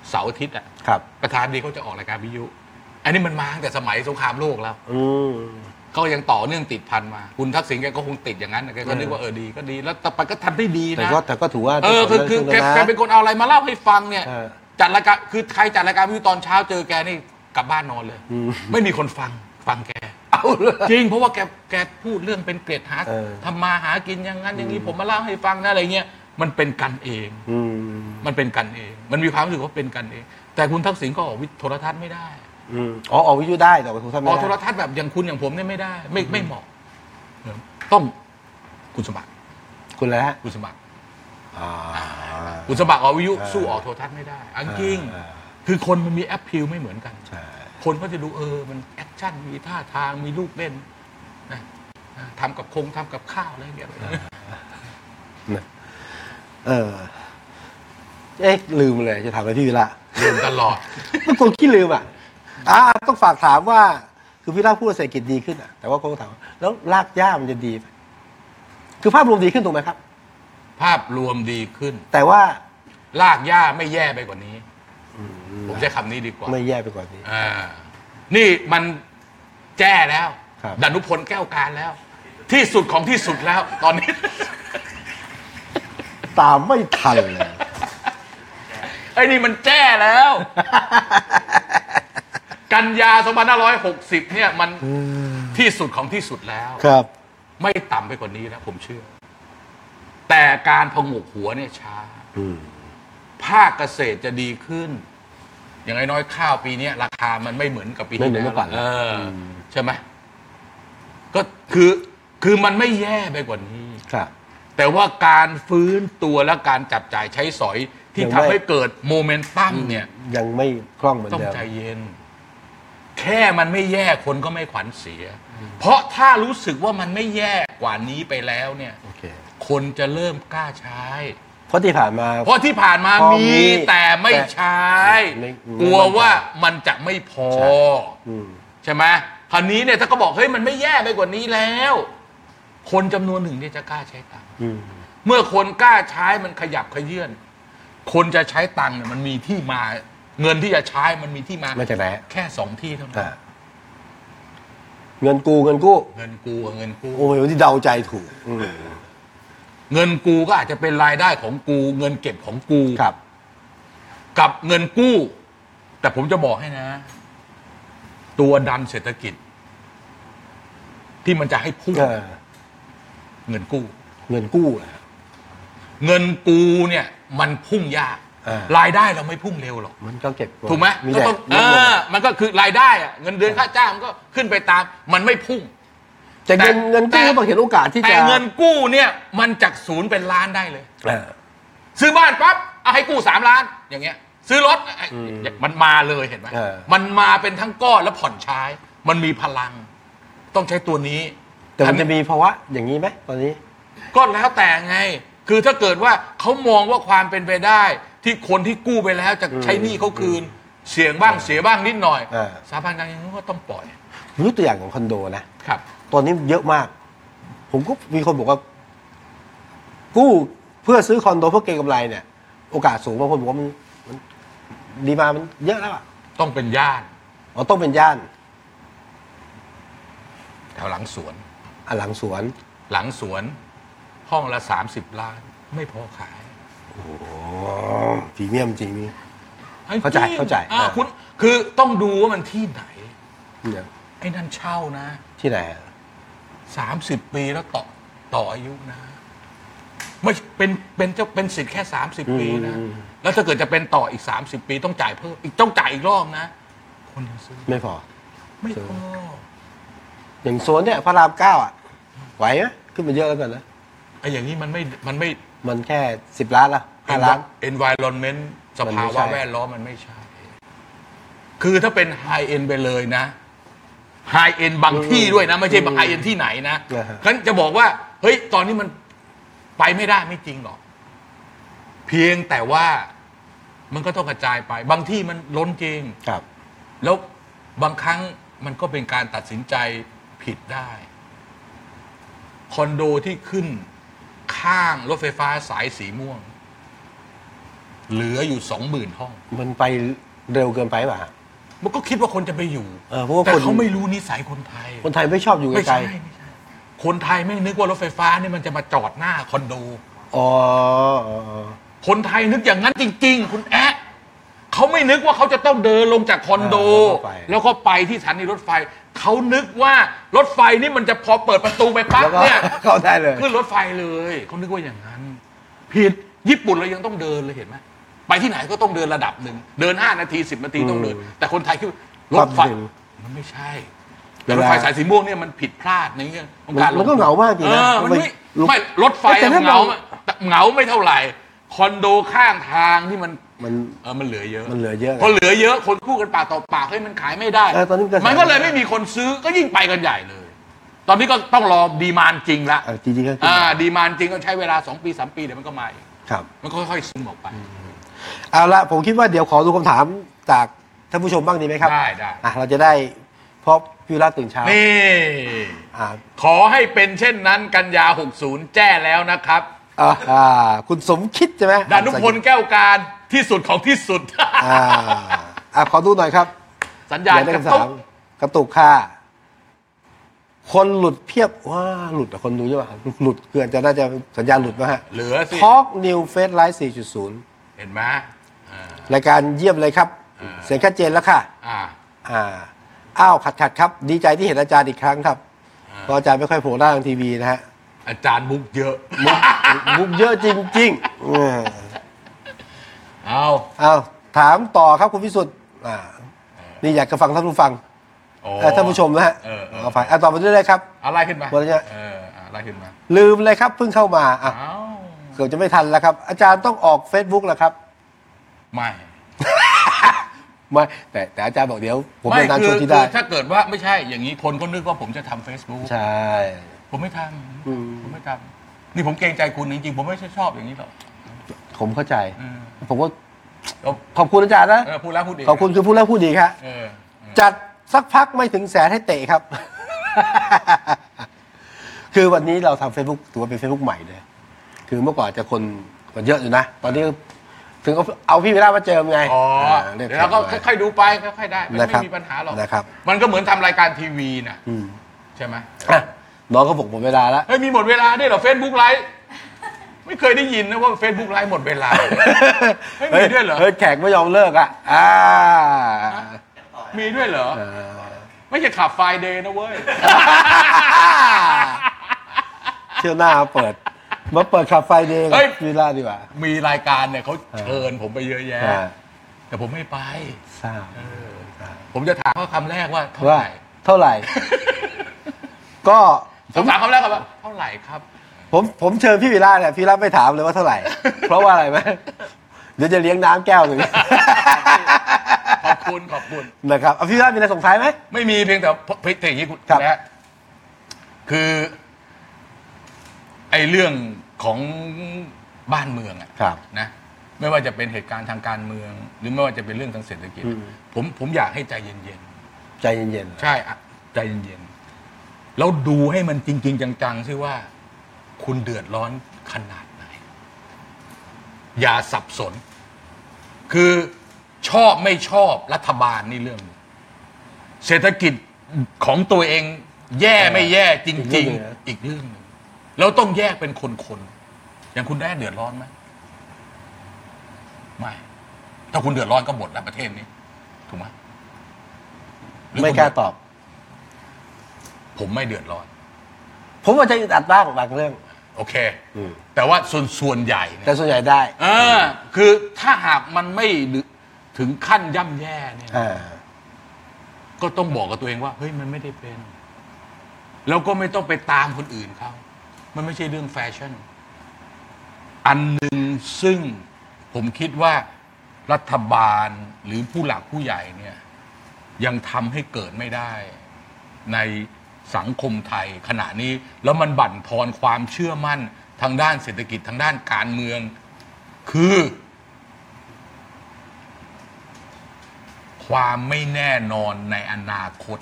Speaker 2: เสาร์อาทิตย์อ่ะ
Speaker 1: ครับ
Speaker 2: ประธานดีเขาจะออกรายการวิทยุ อันนี้มันมาตั้งแต่สมัยสงครามโลกแล้ว
Speaker 1: อืม
Speaker 2: เขายังต่อเนื่องติดพันมา คุณทักษิณแกก็คงติดอย่างนั้นน่ะแกก็
Speaker 1: เออ
Speaker 2: นึกว่าเออดีก็ดีแล้วแต่ไปก็ทำได้ดี
Speaker 1: แต่
Speaker 2: นะ
Speaker 1: ก็แต่ก็ถือว่า
Speaker 2: เออคือคือแก
Speaker 1: รื่อง
Speaker 2: แก
Speaker 1: นะ
Speaker 2: เป็นคนเอาอะไรมาเล่าให้ฟังเนี่ย
Speaker 1: เออ
Speaker 2: จัดรายการคือใครจัดรายการวิทยุตอนเช้าเจอแกนี่กลับบ้านนอนเลย
Speaker 1: อืม
Speaker 2: ไม่มีคนฟังฟังแก
Speaker 1: เอาเลย
Speaker 2: จริงเพราะว่าแกแกพูดเรื่องเป็นเกรดหา
Speaker 1: เออ
Speaker 2: ทำมาหากินอย่างนั้นอย่างนี้ผมมาเล่าให้ฟังนะอะไรเงี้ยมันเป็นกันเอง
Speaker 1: อืม
Speaker 2: มันเป็นกันเอง มันมีความรู้สึกว่าเป็นกันเอง แต่คุณทักษิณก็ออกวิทย์โทรทัศน์ไม่ได้
Speaker 1: อืมอ๋อออกวิทยุได้แต่ออกโทรทัศน์
Speaker 2: อ
Speaker 1: ไม่
Speaker 2: อกโทร
Speaker 1: ได้
Speaker 2: ทัศน์แบบอย่างคุณอย่างผมเนี่ยไม่ได้ ไม่ไม่เหมาะเออต้องคุณสมัคร
Speaker 1: คุณแล้วฮะ
Speaker 2: คุณสมัคร
Speaker 1: อ่า
Speaker 2: คุณสมัครออกวิทยุ
Speaker 1: เออ
Speaker 2: สู้ออกโทรทัศน์ไม่ได้อันจริง
Speaker 1: เออ
Speaker 2: คือคนมันมีแอปพิลไม่เหมือนกัน
Speaker 1: ใช่
Speaker 2: คนก็จะดูเออ มันแอคชั่นมีท่าทางมีลูกเล่นนะนะทำกับคงทำกับข้าวอะไรอย่างเงี้ย
Speaker 1: เออ เอ๊ะลืมเลยจะถามอะไรพี่วิระ
Speaker 2: ลืมตลอด
Speaker 1: เป็นคนขี้ลืมอ่ะอ่าต้องฝากถามว่า คือพี่วิระพูดว่าเศรษฐกิจดีขึ้นอ่ะ แต่ว่าคนก็ถามว่าแล้วรากหญ้ามันจะดีไหมคือภาพรวมดีขึ้นถูกไหมครับ
Speaker 2: ภาพรวมดีขึ้น
Speaker 1: แต่ว่า
Speaker 2: ลากย่าไม่แย่ไปกว่านี้ ผมใช้คำนี้ดีกว่า
Speaker 1: ไม่แย่ไปกว่านี้
Speaker 2: อ่านี่มันแจ้แล้ว
Speaker 1: ครับ
Speaker 2: ดนุพลแก้วการแล้ว ที่สุดของที่สุดแล้ว ตอนนี้
Speaker 1: ตามไม่ทันเลย
Speaker 2: ไอ้นี่มันแจ้แล้ว กันยา2560 เนี่ย มันที่สุดของที่สุดแล้ว
Speaker 1: ครับ
Speaker 2: ไม่ต่ำไปกว่านี้แล้วผมเชื่อ แต่การผงกหัวเนี่ยช้า
Speaker 1: อืม
Speaker 2: ภาคเกษตรจะดีขึ้น อย่างน้อยๆข้าวปีเนี้ยราคามันไม่เหมือนกับปี
Speaker 1: ไม่
Speaker 2: ที่
Speaker 1: เหมือน
Speaker 2: แล้ว
Speaker 1: เมื่อก่อน
Speaker 2: เอออ
Speaker 1: ม
Speaker 2: ใช่ไหมก็คือคือมันไม่แย่ไปกว่านี้
Speaker 1: ครับ
Speaker 2: แต่ว่าการฟื้นตัวและการจับจ่ายใช้สอยที่
Speaker 1: ยัง
Speaker 2: ทำ
Speaker 1: ไม่
Speaker 2: ให้เกิดโมเมนตัมเนี่ย
Speaker 1: ยังไม่คล่องเหมือน
Speaker 2: ต้อง
Speaker 1: เดิม
Speaker 2: ใจเย็น แค่มันไม่แย่คนก็ไม่ขวัญเสีย เพราะถ้ารู้สึกว่ามันไม่แย่กว่านี้ไปแล้วเนี่ย
Speaker 1: โอเค
Speaker 2: คนจะเริ่มกล้าใช้
Speaker 1: เพราะที่ผ่านมา
Speaker 2: เพราะที่ผ่านมา
Speaker 1: พอมี
Speaker 2: มีแต่ไม่
Speaker 1: แต่
Speaker 2: ใช้
Speaker 1: ไม่
Speaker 2: กลัวว่ามันจะไม่พอ
Speaker 1: ใช่ อืม
Speaker 2: ใช่ไหมคราวนี้เนี่ยถ้าก็บอกเฮ้ยมันไม่แย่ไปกว่านี้แล้ว คนจำนวนหนึ่งเนี่ยจะกล้าใช้ตังค์
Speaker 1: อืม
Speaker 2: เมื่อคนกล้าใช้มันขยับขยื่นคนจะใช้ตังค์เนี่ยมันมีที่มา เงินที่จะใช้มันมีที่มา
Speaker 1: มาจากไหน
Speaker 2: แค่สองที่เท่านั้
Speaker 1: อ่าน เงินกูเงินกู้
Speaker 2: เงินกูกับเงินกู้
Speaker 1: โอ้ยวันที่เดาใจถูกอืม
Speaker 2: เงินกูก็อาจจะเป็นรายได้ของกู เงินเก็บของกู
Speaker 1: ครับ
Speaker 2: กับเงินกู้ แต่ผมจะบอกให้นะ ตัวดันเศรษฐกิจ ที่มันจะให้พุ่ง
Speaker 1: เออ
Speaker 2: เงินกู้
Speaker 1: เงินกู้อะ
Speaker 2: เงินกู้เนี่ย มันพุ่งยาก
Speaker 1: เออ
Speaker 2: รายได้เราไม่พุ่งเร็วหรอก
Speaker 1: มันก็เก็บว้
Speaker 2: ถูกไหม
Speaker 1: มี
Speaker 2: ก็
Speaker 1: แต่
Speaker 2: ต้อง
Speaker 1: ล
Speaker 2: เอ
Speaker 1: ดลง
Speaker 2: อ มันก็คือรายได้อะเงินเดือนค่าจ้างมันก็ขึ้นไปตาม มันไม่พุ่ง
Speaker 1: แต่เงิน
Speaker 2: แต่
Speaker 1: เงินกู้
Speaker 2: แต่
Speaker 1: ก็ต้องเห็นโอกาสที่
Speaker 2: แต่
Speaker 1: จะ
Speaker 2: เงินกู้เนี่ย มันจากศูนย์เป็นล้านได้เลย
Speaker 1: เออ
Speaker 2: ซื้อบ้านปั๊บเอาให้กู้สามล้าน อย่างเงี้ย ซื้อรถไอ้
Speaker 1: อืม
Speaker 2: มันมาเลยเห็นไหม
Speaker 1: เออ
Speaker 2: มันมาเป็นทั้งก้อนแล้วผ่อนใช้ มันมีพลัง ต้องใช้ตัวนี้
Speaker 1: แต่มัน
Speaker 2: อั
Speaker 1: จะมีภาวะอย่างนี้ไหมตอนนี้
Speaker 2: ก็แล้วแต่ไง คือถ้าเกิดว่าเขามองว่าความเป็นไปได้ ที่คนที่กู้ไปแล้วจะใช้หนี้เขาคืน เสี่ยงบ้างเสียบ้างนิดหน่อย
Speaker 1: เออ
Speaker 2: สถาบันการเงินก็ต้องปล่อย
Speaker 1: รู้ตัวอย่างของคอนโดนะครับ ตอนนี้เยอะมาก ผมก็มีคนบอกว่า กู้เพื่อซื้อคอนโดเพื่อเก็งกำไรเนี่ย โอกาสสูงบางคนบอกว่ามันมันดีมามันเยอะแล้วอะ
Speaker 2: ต้องเป็นญาติ
Speaker 1: อ๋อต้องเป็นย่าน
Speaker 2: แถวหลังสวน
Speaker 1: อ่ะหลังสวน
Speaker 2: หลังสวนห้องละ30ล้าน ไม่พอขาย
Speaker 1: โอ้พรีเมียมจริงนี่ เข้าใจ
Speaker 2: ริง
Speaker 1: เข้าใจ
Speaker 2: อ่ะ
Speaker 1: อ่า
Speaker 2: คุณคือต้องดูว่ามันที่ไหน
Speaker 1: เนี่ย
Speaker 2: ไอ้นั่นเช่านะ
Speaker 1: ที่ไหนอะ
Speaker 2: สามสิบปีแล้วต่อต่ออายุนะ ไม่เป็นเป็นเจ้าเป็นสิทธิ์แค่ 30 ปีนะ แล้วถ้าเกิดจะเป็นต่ออีก 30 ปีต้องจ่ายเพิ่มอีกต้องจ่ายอีกรอบนะ คนยังซื้อ
Speaker 1: ไม่พอ
Speaker 2: ไม่พอ
Speaker 1: อย่างโซนเนี่ยพระรามเก้าอ่ะไหวไหมขึ้นมาเยอะแล้วกันนะ
Speaker 2: ไอ้อย่างนี้มันไม่มันไม่
Speaker 1: มันแค่สิบล้านละห้าล้าน
Speaker 2: environment ส
Speaker 1: มัน
Speaker 2: ภา
Speaker 1: ไม่ใช่
Speaker 2: วะแวดล้อมมันไม่ใช่ คือถ้าเป็น high end ไปเลยนะ high end บางที่ด้วยนะ ไม่ใช่บาง high end ที่ไหนนะ
Speaker 1: อ่าฮะ
Speaker 2: งั้นจะบอกว่า เฮ้ย ตอนนี้มันไปไม่ได้ไม่จริงหรอก เพียงแต่ว่ามันก็ต้องกระจายไป บางที่มันล้นจริง
Speaker 1: ครับ
Speaker 2: แล้วบางครั้งมันก็เป็นการตัดสินใจผิดได้ คอนโดที่ขึ้นข้างรถไฟฟ้าสายสีม่วง เหลืออยู่สองหมื่นห้อง
Speaker 1: มันไปเร็วเกินไปป่ะ
Speaker 2: มันก็คิดว่าคนจะไปอยู่
Speaker 1: เออเพราะว่า
Speaker 2: แต่
Speaker 1: คน
Speaker 2: เขาไม่รู้นิสัยคนไทย
Speaker 1: คนไทยไม่ชอบอยู่
Speaker 2: ไม่
Speaker 1: ไกล
Speaker 2: ใช่ไม่ใช่ คนไทยไม่นึกว่ารถไฟฟ้านี่มันจะมาจอดหน้าคอนโด
Speaker 1: ๆอ๋ออ๋ออ๋อ
Speaker 2: คนไทยนึกอย่างนั้นจริง ๆ คุณแอะเขาไม่นึกว่าเขาจะต้องเดินลงจากคอนโด
Speaker 1: อ่า
Speaker 2: แล้วก็ไปที่สถานีรถไฟ เขานึกว่ารถไฟนี่มันจะพอเปิดประตูไปปั๊บ
Speaker 1: แล้วก็
Speaker 2: เนี่ย
Speaker 1: เข้าได้เลย
Speaker 2: ขึ้นรถไฟเลยเขานึกว่าอย่างนั้น ผิดญี่ปุ่นเรายังต้องเดินเลยเห็นไหมไปที่ไหนก็ต้องเดินระดับหนึ่งเดินห้านาทีสิบนาทีต้องเดิน แต่คนไทยคิดว่ารถไฟ
Speaker 1: ความเร็ว
Speaker 2: มันไม่ใช่
Speaker 1: เวลาร
Speaker 2: ถไฟสายสีม่วงเนี่ยมันผิดพลาดในเรื่องของการ
Speaker 1: มันก็เหงามากจริงนะ
Speaker 2: เออมันไม่
Speaker 1: ลุก
Speaker 2: ไม่รถไฟ
Speaker 1: แต่
Speaker 2: อะ
Speaker 1: ถ้า
Speaker 2: เหงา
Speaker 1: เรา
Speaker 2: อะ เหงาไม่เท่าไหร่ คอนโดข้างทางที่มัน
Speaker 1: มัน
Speaker 2: เออมันเหลือเยอะ
Speaker 1: มันเหลือเยอะ
Speaker 2: พอเหลือเยอะคนคู่กันปากต่อปากเฮ้ยมันขายไม่ได้
Speaker 1: เออตอนนี้มันกระแส
Speaker 2: มันก็เลยไม่มีคนซื้อก็ยิ่งไปกันใหญ่เลย ตอนนี้ก็ต้องรอดีมานจริงละ
Speaker 1: อ่ะจริงๆก็ขึ้น
Speaker 2: อ่าดีมานจริงก็ใช้เวลา 2 ปี 3 ปีเดี๋ยวมันก็มาอีก
Speaker 1: ครับ
Speaker 2: มันก็ค่อยๆซึมออกไป
Speaker 1: เอาละผมคิดว่าเดี๋ยวขอดูคำถามจากท่านผู้ชมบ้างดีไหมครับ
Speaker 2: ได้ได้
Speaker 1: อ่ะเราจะได้เพราะพี่วิรัตตื่นเช้า
Speaker 2: นี่
Speaker 1: อ่า
Speaker 2: ขอให้เป็นเช่นนั้นกันยา 60 แจ้แล้วนะครับ
Speaker 1: อ่ะอ่าคุณสมคิดใช่ไหม
Speaker 2: ดานุพลแก้วการที่สุดของที่สุด
Speaker 1: อ่าอ่ะขอดูหน่อยครับ
Speaker 2: สัญ
Speaker 1: อ
Speaker 2: ญาณ
Speaker 1: ยากได้
Speaker 2: กระ
Speaker 1: คำ
Speaker 2: ตุ
Speaker 1: ถาก มกระตุกค่ะ คนหลุดเพียบว่าหลุดอะคนดูใช่ป่ะหลุดเกือนจะน่าจะสัญญาณหลุดป่ะฮะ
Speaker 2: เหลือสิ
Speaker 1: ทอล์กนิวเฟสไลท์4.0
Speaker 2: เห็นไหมอ่าร
Speaker 1: ายการเยี่ยมเลยครับ เสียงชัดเจนแล้วค่ะ
Speaker 2: อ่า
Speaker 1: อ่าอ้าวขัดขัดๆครับ ดีใจที่เห็นอาจารย์อีกครั้งครับเพราะอาจารย์ไม่ค่อยโผล่หน้าทางทีวีนะฮะ
Speaker 2: อาจารย์มุกเยอะ
Speaker 1: มุกเยอะจริงๆเออ
Speaker 2: เอา
Speaker 1: อ้าวถามต่อครับคุณพิสุทธิ์อ่านี่อยากจะฟังท่านผู้ฟัง
Speaker 2: อ๋อ
Speaker 1: เอ่อท่านผู้ชมนะฮะ
Speaker 2: เออเออ
Speaker 1: เอาไปอ่ะต่อไปเรื่อยๆครับ
Speaker 2: อะไรขึ้นมา
Speaker 1: วันนี้
Speaker 2: เอออะไรขึ้นมา
Speaker 1: ลืมเลยครับเพิ่งเข้ามาอ่ะ
Speaker 2: เอ้า
Speaker 1: เกือบจะไม่ทันแล้วครับ อาจารย์ต้องออก Facebook แล้วครับ
Speaker 2: ไม่
Speaker 1: ไม่แต่แต่อาจารย์บอกเดี๋ยว ผม
Speaker 2: ไม่
Speaker 1: เป็นนาง
Speaker 2: คื
Speaker 1: ช
Speaker 2: อ
Speaker 1: วนที่
Speaker 2: คื
Speaker 1: ได้
Speaker 2: อถ้าเกิดว่าไม่ใช่อย่างนี้คนก็นึกว่าผมจะทำ Facebook
Speaker 1: ใช่
Speaker 2: ผมไม่ท
Speaker 1: อืม
Speaker 2: ำผมไม่ทำนี่ผมเกรงใจคุณจริงๆผมไม่ใช่ชอบอย่างนี้หรอก
Speaker 1: ผมเข้าใจ
Speaker 2: เออ
Speaker 1: ผมก็
Speaker 2: เอา
Speaker 1: ขอบคุณอาจารย์นะ
Speaker 2: เออพูดแล้วพูดเอง
Speaker 1: ขอบคุณคือพูดแล้วพูดดีครับ
Speaker 2: เออเออ
Speaker 1: จัดสักพักไม่ถึงแสนให้เตะครับ คือวันนี้เราทำ Facebook ถือว่าเป็น Facebook ใหม่เลย คือเมื่อก่อนจะคนคนเยอะอยู่นะ ตอนนี้ถึงเอาเอาพี่วิราชมาเจอไง
Speaker 2: อ๋อ
Speaker 1: อ่า
Speaker 2: เดี๋
Speaker 1: รีย
Speaker 2: ยวเราก็
Speaker 1: แขมา
Speaker 2: ค่อยๆดูไปค่อยๆได้มัน
Speaker 1: นะครับ
Speaker 2: ไม่มีปัญหาหรอก
Speaker 1: นะครับ
Speaker 2: มันก็เหมือนทำรายการทีวีน่ะ
Speaker 1: อืม
Speaker 2: ใช่ไหม
Speaker 1: อ่ะน้องก็บอกหมดเวลา แล้ว
Speaker 2: เฮ้ยมีหมดเวลาด้วยเหรอ Facebook ไลฟ์ไม่เคยได้ยินนะว่า Facebook ไลฟ์หมดเวลา เฮ้ยมีด้วยเหรอ
Speaker 1: เฮ้ยแขกไม่ยอมเลิกอ่ะ อ่า
Speaker 2: มีด้วยเหรอ ไม่ใช่ขับไฟเดย์นะเว้ย
Speaker 1: เที่ยวหน้าเปิด มาเปิดคาไฟเดย์
Speaker 2: เฮ้ย
Speaker 1: วิลล่าดีกว่า
Speaker 2: มีรายการเนี่ยเขาเชิญผมไปเยอะแยะ
Speaker 1: อ่า
Speaker 2: แต่ผมไม่ไป
Speaker 1: ทราบ
Speaker 2: ผมจะถามเขาคำแรกว่าเท่า
Speaker 1: ว่า
Speaker 2: ไหร่
Speaker 1: เท่าไหร่ ก็
Speaker 2: ผมถามคำแรกก่อนว่าเท่าไหร่ครับ
Speaker 1: ผมผมเชิญพี่วิลล่าเนี่ยพี่วิลล่าไม่ถามเลยว่าเท่าไหร่ เพราะว่าอะไรไหมเดี๋ยวจะเลี้ยงน้ำแก้วหนึ่ง
Speaker 2: ขอบคุณขอบคุณ
Speaker 1: นะครับเอาพี่วิลล่ามีอะไรส่งท้ายไหม
Speaker 2: ไม่มีเพียงแต่เพเพแต่อย่างนี้คุณ
Speaker 1: ครับ
Speaker 2: นะคือไอ้เรื่องของบ้านเมืองอะ
Speaker 1: ครับ
Speaker 2: นะไม่ว่าจะเป็นเหตุการณ์ทางการเมือง หรือไม่ว่าจะเป็นเรื่องทางเศรษฐกิจ
Speaker 1: อืม
Speaker 2: ผมผมอยากให้ใจเย็น
Speaker 1: ใจเย็น
Speaker 2: ๆ ใช่อะใจเย็นๆ แล้วดูให้มันจริง ๆ จังๆซิว่า คุณเดือดร้อนขนาดไหน อย่าสับสน คือชอบไม่ชอบรัฐบาลนี่เรื่องหนึ่งเศรษฐกิจของตัวเอง แย่ไม่แย่จริง ๆ อีกเรื่องหนึ่งแล้วต้องแยกเป็นคนๆ อย่างคุณได้เดือดร้อนไหม ไม่ ถ้าคุณเดือดร้อนก็หมดแล้วประเทศนี้ ถูกไหมหรือ
Speaker 1: ๆไม่
Speaker 2: คุณ
Speaker 1: กล้าตอบ
Speaker 2: ผมไม่เดือดร้อน
Speaker 1: ผมว่าใจอึดอัดบ้างบางเรื่อง
Speaker 2: โอเค แต่ว่าส่วนส่วนใหญ่เนี่ย
Speaker 1: แต่ส่วนใหญ่ได้
Speaker 2: เออคือถ้าหากมันไม่ถึงขั้นย่ำแย่เนี่ย
Speaker 1: อ่า
Speaker 2: ก็ต้องบอกกับตัวเองว่า เฮ้ยมันไม่ได้เป็น แล้วก็ไม่ต้องไปตามคนอื่นเขามันไม่ใช่เรื่องแฟชั่น อันหนึ่งซึ่งผมคิดว่ารัฐบาลหรือผู้หลักผู้ใหญ่เนี่ย ยังทำให้เกิดไม่ได้ ในสังคมไทยขณะนี้ แล้วมันบั่นทอนความเชื่อมั่นทางด้านเศรษฐกิจทางด้านการเมือง คือ ความไม่แน่นอนในอนาคต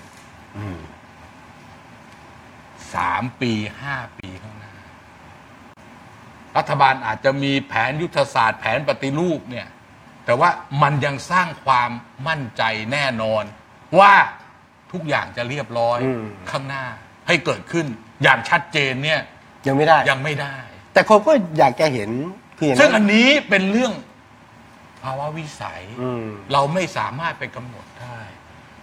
Speaker 2: สามปีห้าปีข้างหน้า รัฐบาลอาจจะมีแผนยุทธศาสตร์แผนปฏิรูปเนี่ย แต่ว่ามันยังสร้างความมั่นใจแน่นอน ว่าทุกอย่างจะเรียบร้อยข้างหน้า ให้เกิดขึ้นอย่างชัดเจนเนี่ย
Speaker 1: ยังไม่ได้
Speaker 2: ยังไม่ได้
Speaker 1: แต่คนก็อยากจะเห็นคืออย่าง
Speaker 2: ซึ่งอั
Speaker 1: นั้น
Speaker 2: นนี้เป็นเรื่องภาวะวิสัย
Speaker 1: อืม
Speaker 2: เราไม่สามารถไปกำหนดได้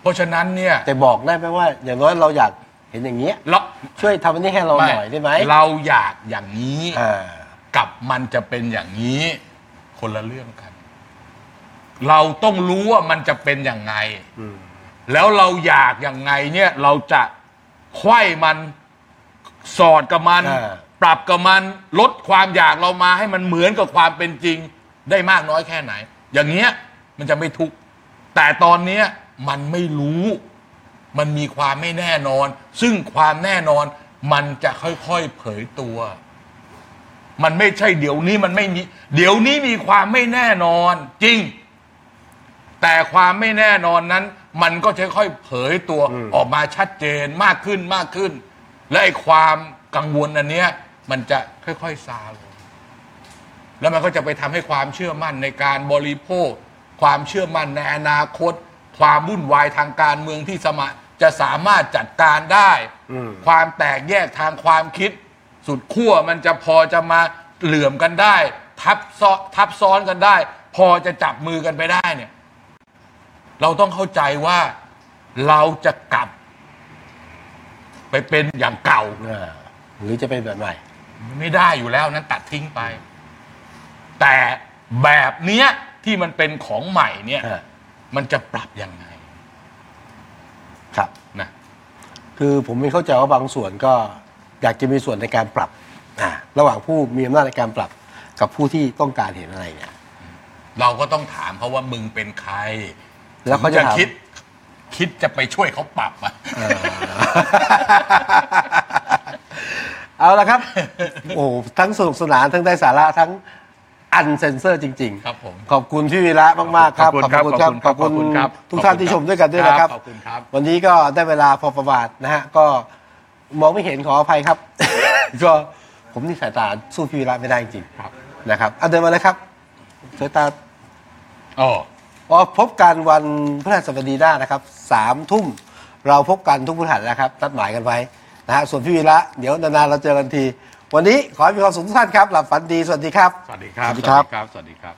Speaker 2: เพราะฉะนั้นเนี่ย
Speaker 1: แต่บอกได้ไหมว่า อย่างน้อยเราอยากเห็นอย่างเงี้ย
Speaker 2: เรา
Speaker 1: ช่วยทำอันนี้ให้เราหน่อยได้ไหม
Speaker 2: เราอยากอย่างนี้
Speaker 1: อ่า
Speaker 2: กับมันจะเป็นอย่างนี้ คนละเรื่องกัน เราต้องรู้ว่ามันจะเป็นอย่างไง
Speaker 1: อืม
Speaker 2: แล้วเราอยากอย่างไงเนี่ย เราจะไขว้มันสอดกับมัน
Speaker 1: อ่า
Speaker 2: ปรับกับมันลดความอยากเรามาให้มันเหมือนกับความเป็นจริง ได้มากน้อยแค่ไหน อย่างเงี้ยมันจะไม่ทุกข์แต่ตอนเนี้ยมันไม่รู้ มันมีความไม่แน่นอน ซึ่งความแน่นอนมันจะค่อยๆเผยตัว มันไม่ใช่เดี๋ยวนี้มันไม่มี เดี๋ยวนี้มีความไม่แน่นอนจริง แต่ความไม่แน่นอนนั้น มันก็จะค่อยเผยตัว
Speaker 1: อืม
Speaker 2: ออกมาชัดเจนมากขึ้นมากขึ้น และไอ้ความกังวลอันเนี้ย มันจะค่อยๆซาลงแล้วมันก็จะไปทำให้ความเชื่อมั่นในการบริโภค ความเชื่อมั่นในอนาคต ความวุ่นวายทางการเมืองที่สมะจะสามารถจัดการได้
Speaker 1: อืม
Speaker 2: ความแตกแยกทางความคิด สุดขั้วมันจะพอจะมาเหลื่อมกันได้ ทับซ้อนทับซ้อนกันได้ พอจะจับมือกันไปได้เนี่ย เราต้องเข้าใจว่าเราจะกลับ ไปเป็นอย่างเก่า
Speaker 1: อ่าหรือจะเป็นแบบใหม่
Speaker 2: ไม่ได้อยู่แล้วนั้นตัดทิ้งไป แต่แบบเนี้ยที่มันเป็นของใหม่เนี่ย
Speaker 1: ฮะ
Speaker 2: มันจะปรับยังไง
Speaker 1: ครับ
Speaker 2: นะ
Speaker 1: คือผมไม่เข้าใจว่าบางส่วนก็อยากจะมีส่วนในการปรับอ่าระหว่างผู้มีอำนาจในการปรับกับผู้ที่ต้องการเห็นอะไรเนี่ย
Speaker 2: เราก็ต้องถามเขาว่ามึงเป็นใคร
Speaker 1: แล้วเขาจะ
Speaker 2: ถึง
Speaker 1: ถาม
Speaker 2: คิด คิดจะไปช่วยเขาปรับอ่ะ
Speaker 1: เอาละครับ โอ้โหทั้งสนุกสนานทั้งได้สาระทั้งอันเซนเซอร์จริงๆ
Speaker 2: ครับผม
Speaker 1: ขอบคุณพี่วีระมากๆครับ
Speaker 2: ขอบคุณครับ
Speaker 1: ข
Speaker 2: ข
Speaker 1: อ
Speaker 2: อ
Speaker 1: บบ
Speaker 2: คุ
Speaker 1: คุณ
Speaker 2: ณ
Speaker 1: ค
Speaker 2: ครั
Speaker 1: รับบ ทุกท่านที่ชมด้วยกันด้วยนะครับ
Speaker 2: ขอบคุณครับ
Speaker 1: วันนี้ก็ได้เวลาพอประมาทนะฮะ ก็มองไม่เห็นขออภัยครับ ก็ผมนี่สายตาสู้พี่วีระไม่ได้จริง
Speaker 2: ครับ
Speaker 1: ๆนะครับเอาเดินมาเลยครับสายตา
Speaker 2: อ๋อ
Speaker 1: อ๋อพบกันวันพฤหัสบดีหน้านะครับสามทุ่มเราพบกันทุกพฤหัสนะครับนัดหมายกันไว้นะฮะส่วนพี่วีระเดี๋ยวนานๆเราเจอกันที วันนี้ขอให้มีความสุขทุกท่านครับ หลับฝันดี สวัสดีครับ
Speaker 2: สวัสดีครับ
Speaker 1: สวัสดีครับ
Speaker 2: สวัสดีครับ